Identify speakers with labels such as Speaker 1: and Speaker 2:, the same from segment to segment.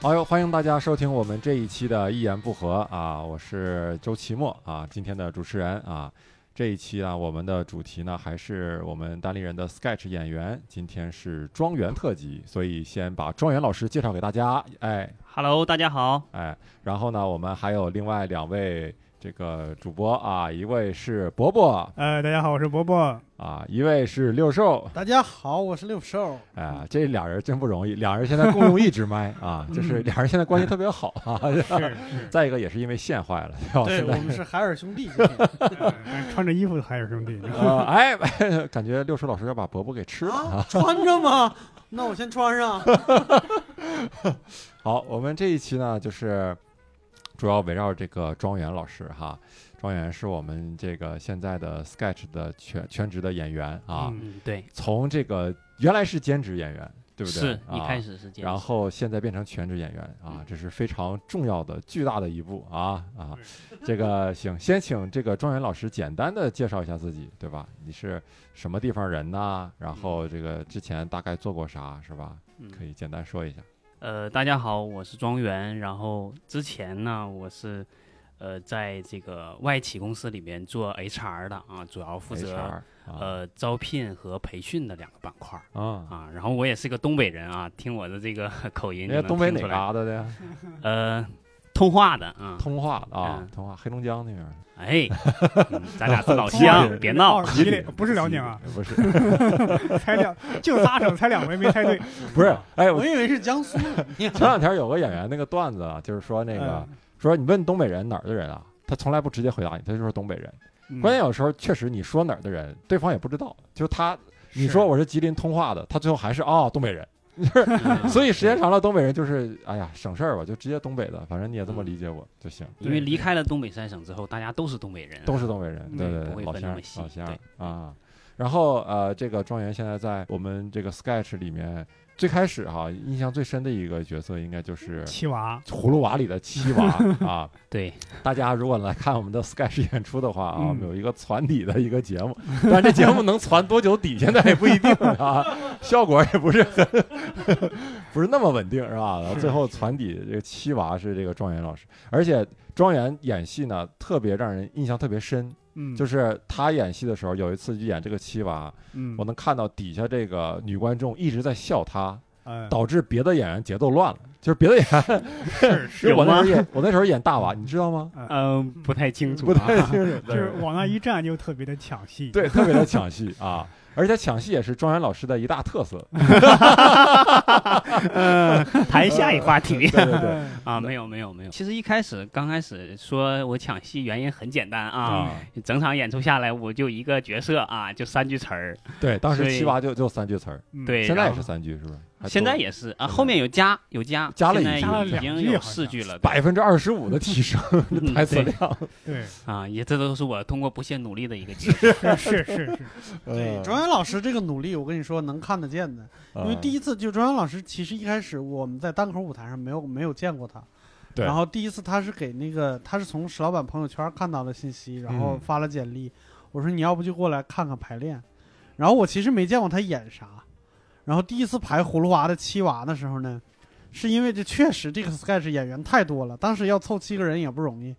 Speaker 1: 好哟，欢迎大家收听我们这一期的《一言不合》啊，我是周奇墨啊，今天的主持人啊。这一期啊，我们的主题呢还是我们单立人的 Sketch 演员，今天是庄园特辑，所以先把庄园老师介绍给大家，哎
Speaker 2: Hello，大家好，
Speaker 1: 哎，然后呢，我们还有另外两位这个主播啊，一位是伯伯
Speaker 3: 呃，大家好，我是伯伯。
Speaker 1: 啊，一位是六兽，
Speaker 4: 大家好，我是六兽。
Speaker 1: 哎呀，这俩人真不容易，俩人现在共用一支麦啊，就是俩人现在关系特别好啊。
Speaker 2: 是
Speaker 3: 呃
Speaker 1: 再一个也是因为线坏了，对吧？
Speaker 4: 对
Speaker 1: 现
Speaker 4: 我
Speaker 1: 在
Speaker 4: 们是海尔兄弟，今天
Speaker 3: 穿着衣服的海尔兄弟，
Speaker 1: 呃，哎， 感觉六叔老师要把伯伯给吃了。
Speaker 4: 啊，穿着吗？那我先穿上。
Speaker 1: 好，我们这一期呢，就是主要围绕这个庄园老师哈。庄园是我们这个现在的 Sketch 的全全职的演员啊，
Speaker 3: 嗯
Speaker 2: 嗯，对，
Speaker 1: 从这个原来是兼职演员，对不对？
Speaker 2: 是一
Speaker 1: 啊
Speaker 2: 开始是这样，
Speaker 1: 然后现在变成全职演员啊
Speaker 2: 嗯，
Speaker 1: 这是非常重要的、巨大的一步啊啊！这个行，先请这个庄园老师简单的介绍一下自己，对吧？你是什么地方人呐？然后这个之前大概做过啥，是吧？
Speaker 2: 嗯
Speaker 1: 可以简单说一下。
Speaker 2: 呃，大家好，我是庄园。然后之前呢，我是呃在这个外企公司里面做 HR 的啊，主要负
Speaker 1: HR
Speaker 2: 责、
Speaker 1: 啊
Speaker 2: 呃招聘和培训的两个板块儿
Speaker 1: 啊，
Speaker 2: 啊。然后我也是个东北人啊，听我的这个 口
Speaker 1: 人
Speaker 2: 音，你
Speaker 1: 家
Speaker 2: 能
Speaker 1: 哎东北
Speaker 2: 听
Speaker 1: 哪
Speaker 2: 出来？
Speaker 1: 嘎达的呀？
Speaker 2: 呃，通化的啊。
Speaker 1: 通化的啊
Speaker 2: 嗯，
Speaker 1: 通化黑龙江那边儿。
Speaker 2: 哎，嗯咱俩 是老
Speaker 1: 通化
Speaker 2: 乡，
Speaker 1: 人
Speaker 2: 别闹。
Speaker 3: 哦吉林不是辽宁啊，
Speaker 1: 不是
Speaker 3: 猜两就仨省猜两回没猜对，
Speaker 1: 不 是，哎，我
Speaker 4: 我以为是江苏呢。
Speaker 1: 前两天有个演员那个段子啊，就是说那个
Speaker 3: 嗯
Speaker 1: 说你问东北人哪儿的人啊，他从来不直接回答你，他就说东北人。
Speaker 3: 嗯
Speaker 1: 关键有时候确实你说哪儿的人，对方也不知道，就是他你说我是吉林通化的，他最后还是哦东北人，
Speaker 2: 嗯
Speaker 1: 所以时间长了东北人就是哎呀省事儿吧，就直接东北的，反正你也这么理解我就行，
Speaker 2: 嗯因为离开了东北三省之后，大家都是东北人啊，
Speaker 1: 都是东北人，
Speaker 3: 嗯
Speaker 1: 对
Speaker 2: 不
Speaker 1: 对对，
Speaker 2: 会
Speaker 1: 老
Speaker 2: 分那
Speaker 1: 乡
Speaker 2: 么细
Speaker 1: 老乡
Speaker 2: 对嗯
Speaker 1: 啊。然后呃，这个庄园现在在我们这个 Sketch 里面，最开始哈、印象最深的一个角色应该就是
Speaker 3: 七嗯娃
Speaker 1: 葫芦娃里的七 娃 啊。
Speaker 2: 对，
Speaker 1: 大家如果来看我们的 Sketch 演出的话啊，
Speaker 3: 嗯
Speaker 1: 我们有一个攒底的一个节目，但这节目能攒多久底，现在也不一定啊， 效果也不是很 不是那么稳定，是吧？然后最后攒底这个七娃是这个庄园老师，而且庄园演戏呢，特别让人印象特别深，
Speaker 3: 嗯，
Speaker 1: 就是是他演戏的时候，有一次演这个七娃，
Speaker 3: 嗯
Speaker 1: 我能看到底下这个女观众一直在笑他，
Speaker 3: 呃
Speaker 1: 导致别的演员节奏乱了，就是别的演员，因 为我那时候演我那时候演大娃，你知道吗？
Speaker 2: 嗯，不太清 楚
Speaker 1: 不
Speaker 2: 啊，
Speaker 1: 太清楚，
Speaker 3: 就是往那一站就特别的抢戏，
Speaker 1: 对，特别的抢戏啊，而且抢戏也是庄园老师的一大特 色。
Speaker 2: 嗯，谈下一话题
Speaker 1: 对对对
Speaker 3: 呃，
Speaker 2: 啊，没有没有没有。其实一开始刚开始说我抢戏原因很简单啊，
Speaker 1: 啊，
Speaker 2: 整场演出下来我就一个角色啊，就三句词儿。
Speaker 1: 对，当时
Speaker 2: 所以
Speaker 1: 七娃就就三句词儿，
Speaker 3: 嗯
Speaker 2: 对，
Speaker 1: 现在也
Speaker 2: 然后
Speaker 1: 是三句，是不是？还
Speaker 2: 现在
Speaker 1: 多
Speaker 2: 也是啊，后面有加有加，
Speaker 1: 加了一
Speaker 2: 现在
Speaker 1: 加
Speaker 3: 了
Speaker 2: 已
Speaker 3: 两
Speaker 2: 经
Speaker 3: 句
Speaker 2: 有
Speaker 3: 好
Speaker 2: 四
Speaker 3: 像
Speaker 2: 句了，对
Speaker 1: 百分之二十五的提升
Speaker 2: 嗯
Speaker 1: 台词
Speaker 2: 对
Speaker 1: 量，
Speaker 3: 对，
Speaker 2: 啊，也这都是我通过不懈努力的一个结 果。
Speaker 3: 嗯是是是是，
Speaker 4: 对，
Speaker 1: 嗯
Speaker 4: 庄园老师这个努力，我跟你说能看得见的。因为
Speaker 1: 啊
Speaker 4: 第一次就庄园老师，其实一开始我们在单口舞台上没有没有见过他。
Speaker 1: 对
Speaker 4: 然后第一次他是给那个他是从石老板朋友圈看到的信息，然后
Speaker 1: 嗯
Speaker 4: 发了简历。我说你要不就过来看看排练。然后我其实没见过他演啥。然后第一次排葫芦娃的七娃的时候呢，是因为这确实这个 sketch 演员太多了，当时要凑七个人也不容 易。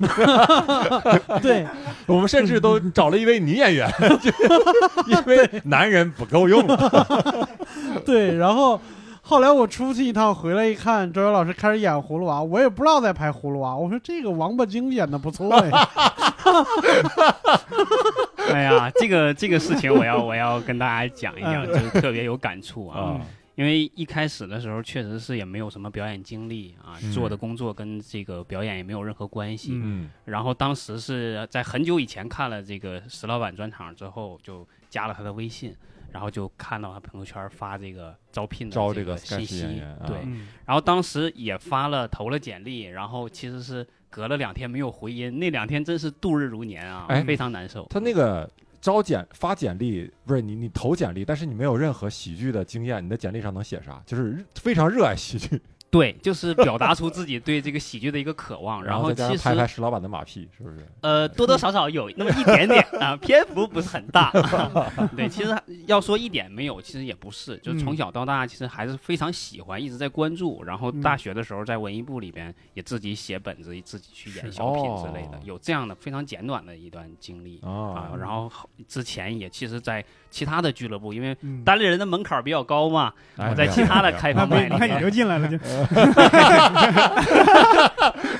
Speaker 4: 对，
Speaker 1: 我们甚至都找了一位女演员， 就因为男人不够用了。
Speaker 4: 对，然后后来我出去一趟，回来一看，周游老师开始演葫芦娃，我也不知道在拍葫芦娃。我说这个王八精演的不错 呀，
Speaker 2: 哎呀，这个这个事情我要我要跟大家讲一讲，就是特别有感触啊。
Speaker 1: 啊，
Speaker 2: 因为一开始的时候确实是也没有什么表演经历啊，
Speaker 1: 是
Speaker 2: 做的工作跟这个表演也没有任何关系。
Speaker 3: 嗯
Speaker 1: 嗯，
Speaker 2: 然后当时是在很久以前看了这个石老板专场之后，就加了他的微信，然后就看到他朋友圈发这个招聘的
Speaker 1: 招
Speaker 2: 这
Speaker 1: 这个
Speaker 2: 个
Speaker 1: sketch
Speaker 2: 信
Speaker 1: 演
Speaker 2: 息
Speaker 1: 员啊，
Speaker 2: 对。
Speaker 3: 嗯
Speaker 2: 然后当时也发了投了简历，然后其实是隔了两天没有回音，那两天真是度日如年啊，
Speaker 1: 哎
Speaker 2: 非常难受。
Speaker 1: 他那个招简发简历，不是你你投简历，但是你没有任何喜剧的经验，你的简历上能写啥？就是非常热爱喜剧，
Speaker 2: 对，就是表达出自己对这个喜剧的一个渴望。
Speaker 1: 然
Speaker 2: 后
Speaker 1: 再加
Speaker 2: 其
Speaker 1: 上
Speaker 2: 实
Speaker 1: 拍拍石老板的马屁，是不是？
Speaker 2: 呃，多多少少有那么一点点 啊，篇幅不是很大。对，其实要说一点没有，其实也不是，就是从
Speaker 3: 嗯
Speaker 2: 小到大，其实还是非常喜欢，一直在关注。然后大学的时候在文艺部里边也自己写本子，自己去演
Speaker 3: 是
Speaker 2: 小
Speaker 3: 哦
Speaker 2: 品之类的
Speaker 1: 哦，
Speaker 2: 有这样的非常简短的一段经历啊
Speaker 1: 啊。
Speaker 2: 然后后之前也其实，在其他的俱乐部，因为
Speaker 3: 嗯，
Speaker 2: 单立人的门槛儿比较高嘛，
Speaker 1: 哎
Speaker 2: 我在其他的开
Speaker 3: 那
Speaker 2: 放麦
Speaker 3: 没，
Speaker 2: 里
Speaker 3: 你看你
Speaker 2: 面，
Speaker 3: 就进来了，就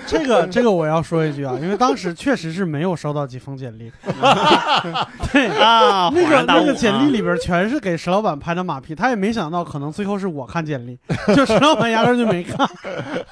Speaker 4: 这个这个我要说一句啊，因为当时确实是没有收到几封简历，对。
Speaker 2: 啊，
Speaker 4: 那
Speaker 2: 恍
Speaker 4: 个
Speaker 2: 然大
Speaker 4: 那
Speaker 2: 悟
Speaker 4: 个简
Speaker 2: 啊
Speaker 4: 历里边全是给石老板拍的马屁，他也没想到可能最后是我看简历，就石老板压根儿就没看。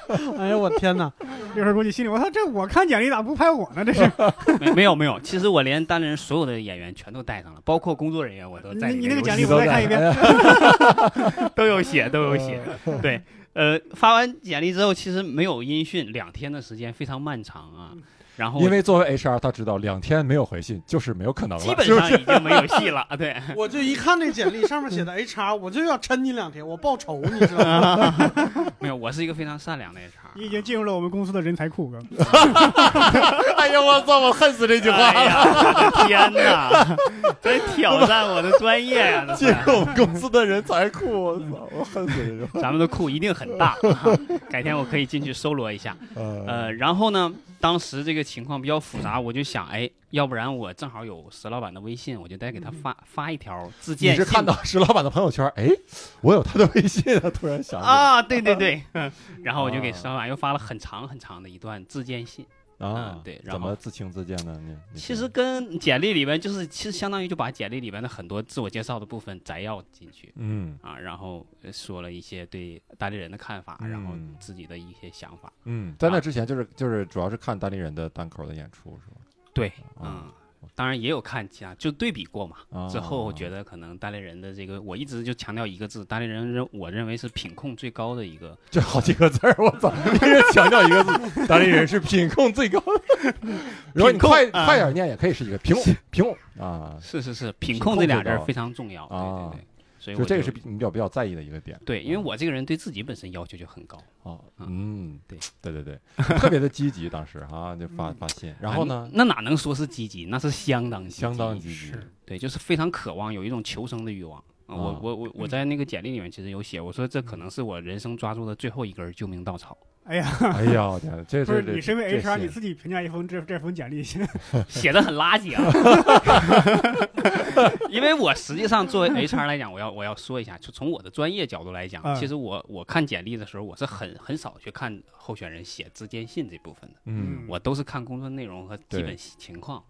Speaker 4: 哎呀，我天 哪！
Speaker 3: 这时候估计心里，我操，这我看简历咋不拍我呢？这是
Speaker 2: 没没有没有，其实我连单立人所有的演员全都带上了，包括工作人员我都在
Speaker 3: 你
Speaker 2: 里
Speaker 3: 你
Speaker 2: 面
Speaker 3: 那个
Speaker 2: 有
Speaker 3: 简
Speaker 2: 写
Speaker 3: 历我再看一遍，
Speaker 2: 都有写都有写，
Speaker 1: 嗯
Speaker 2: 对，呃，发完简历之后其实没有音讯，两天的时间非常漫长啊，然后
Speaker 1: 因为作为 HR，他知道两天没有回信就是没有可能了，
Speaker 2: 基本
Speaker 1: 是不
Speaker 2: 上
Speaker 1: 是
Speaker 2: 已经没有 戏了，对，
Speaker 4: 我就一看这简历上面写的 HR，我就要抻你两天，我报仇，你知道吗？
Speaker 2: 没有，我是一个非常善良的 HR，
Speaker 3: 你已经进入了我们公司的人才库。哥
Speaker 1: 哎呀，我操！我恨死这句话
Speaker 2: 哎
Speaker 1: 了。
Speaker 2: 呀，我的天哪，在挑战我的专业呀、 这
Speaker 1: 进
Speaker 2: 是
Speaker 1: 入我们公司的人才库，我操！我恨死这句话。
Speaker 2: 咱们的库一定很大、啊改天我可以进去搜罗一下。
Speaker 1: 呃，
Speaker 2: 呃，然后呢，当时这个情况比较复杂，我就想，哎，要不然我正好有石老板的微信，我就再给他发发一条自
Speaker 1: 嗯你
Speaker 2: 荐
Speaker 1: 是
Speaker 2: 信。
Speaker 1: 看到石老板的朋友圈，哎，我有他的微信啊，突然想起来
Speaker 2: 啊，对对对， 嗯然后我就给石老板又发了很长很长的一段自荐信。
Speaker 1: 啊
Speaker 2: 嗯，对
Speaker 1: 怎
Speaker 2: 然后
Speaker 1: 么自轻自贱呢？你你
Speaker 2: 其
Speaker 1: 是
Speaker 2: 实跟简历里边就是，其实相当于就把简历里边的很多自我介绍的部分摘要进去
Speaker 1: 嗯
Speaker 2: 啊，然后呃说了一些对大连人的看法，然后
Speaker 1: 嗯
Speaker 2: 自己的一些想法。
Speaker 1: 嗯，在那
Speaker 2: 啊
Speaker 1: 之前就是就是主要是看单立人的单口的演出是吧？
Speaker 2: 对，
Speaker 1: 啊
Speaker 2: 嗯，当然也有看其他，就对比过嘛。
Speaker 1: 啊
Speaker 2: 之后，我觉得可能大连人的这个，我一直就强调一个字，大连人认我认为是品控最高的一个，
Speaker 1: 这好几个字儿，我操！ 一人强调一个字，当地人是品控最高。如果你
Speaker 2: 品控
Speaker 1: 快
Speaker 2: 啊
Speaker 1: 快点念，也可以是一个品控品控啊。
Speaker 2: 是是是，品
Speaker 1: 品
Speaker 2: 控
Speaker 1: 控最
Speaker 2: 这俩字儿
Speaker 1: 高
Speaker 2: 非常重要，
Speaker 1: 啊
Speaker 2: 对对对，所以
Speaker 1: 就
Speaker 2: 我
Speaker 1: 这个
Speaker 2: 就是
Speaker 1: 比你啊比较比较在意的一个点
Speaker 2: 对，因为我这个人对自己本身要求就很高。
Speaker 1: 哦，
Speaker 2: 啊
Speaker 1: 嗯，
Speaker 2: 对
Speaker 1: 对对对， 特别的积极，当时哈就发
Speaker 3: 嗯
Speaker 1: 发信，然后
Speaker 2: 啊
Speaker 1: 呢，
Speaker 2: 那那哪能说是积极？那是相当积极
Speaker 1: 相当积极，
Speaker 3: 是
Speaker 2: 对，就是非常渴望有一种求生的欲望。
Speaker 1: 啊
Speaker 2: 啊我我我我在那个简历里面其实有写，我说这可能是我人生抓住的最后一根救命稻草。
Speaker 3: 哎呀，
Speaker 1: 哎呀，我天，这
Speaker 3: 不
Speaker 1: 这
Speaker 3: 是
Speaker 1: 这
Speaker 3: 你身为
Speaker 1: 这
Speaker 3: HR，
Speaker 1: 信
Speaker 3: 你自己评价一封这这封简历，
Speaker 2: 写的很 垃圾啊。因为我实际上作为 HR 来讲，我要我要说一下，就从我的专业角度来讲，
Speaker 3: 嗯
Speaker 2: 其实我我看简历的时候，我是很很少去看候选人写自荐信这部分的，
Speaker 1: 嗯
Speaker 2: 我都是看工作内容和基
Speaker 1: 对
Speaker 2: 本情况。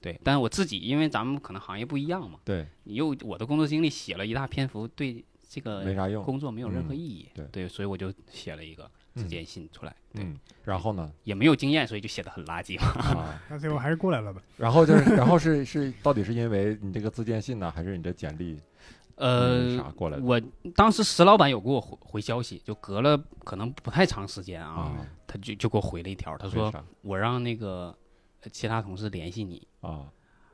Speaker 2: 对，但我自己因为咱们可能行业不一样嘛，
Speaker 1: 对
Speaker 2: 你又我的工作经历写了一大篇幅，对这
Speaker 1: 没
Speaker 2: 个
Speaker 1: 啥用，
Speaker 2: 工作没有任何意义。
Speaker 1: 嗯
Speaker 2: 所以我就写了一个自荐信出来，对，
Speaker 1: 嗯，然后呢
Speaker 2: 也没有经验，所以就写的很垃圾。
Speaker 1: 啊，
Speaker 3: 那最后还是过来了吧？
Speaker 1: 然后就是然后是是到底是因为你这个自荐信呢，还是你这简历嗯
Speaker 2: 呃，
Speaker 1: 啥过来的
Speaker 2: 我当时石老板有给我回回消息，就隔了可能不太长时间啊，
Speaker 1: 啊？
Speaker 2: 他就就给我回了一条，他
Speaker 1: 为
Speaker 2: 说
Speaker 1: 啥
Speaker 2: 我让那个呃其他同事联系你
Speaker 1: 啊，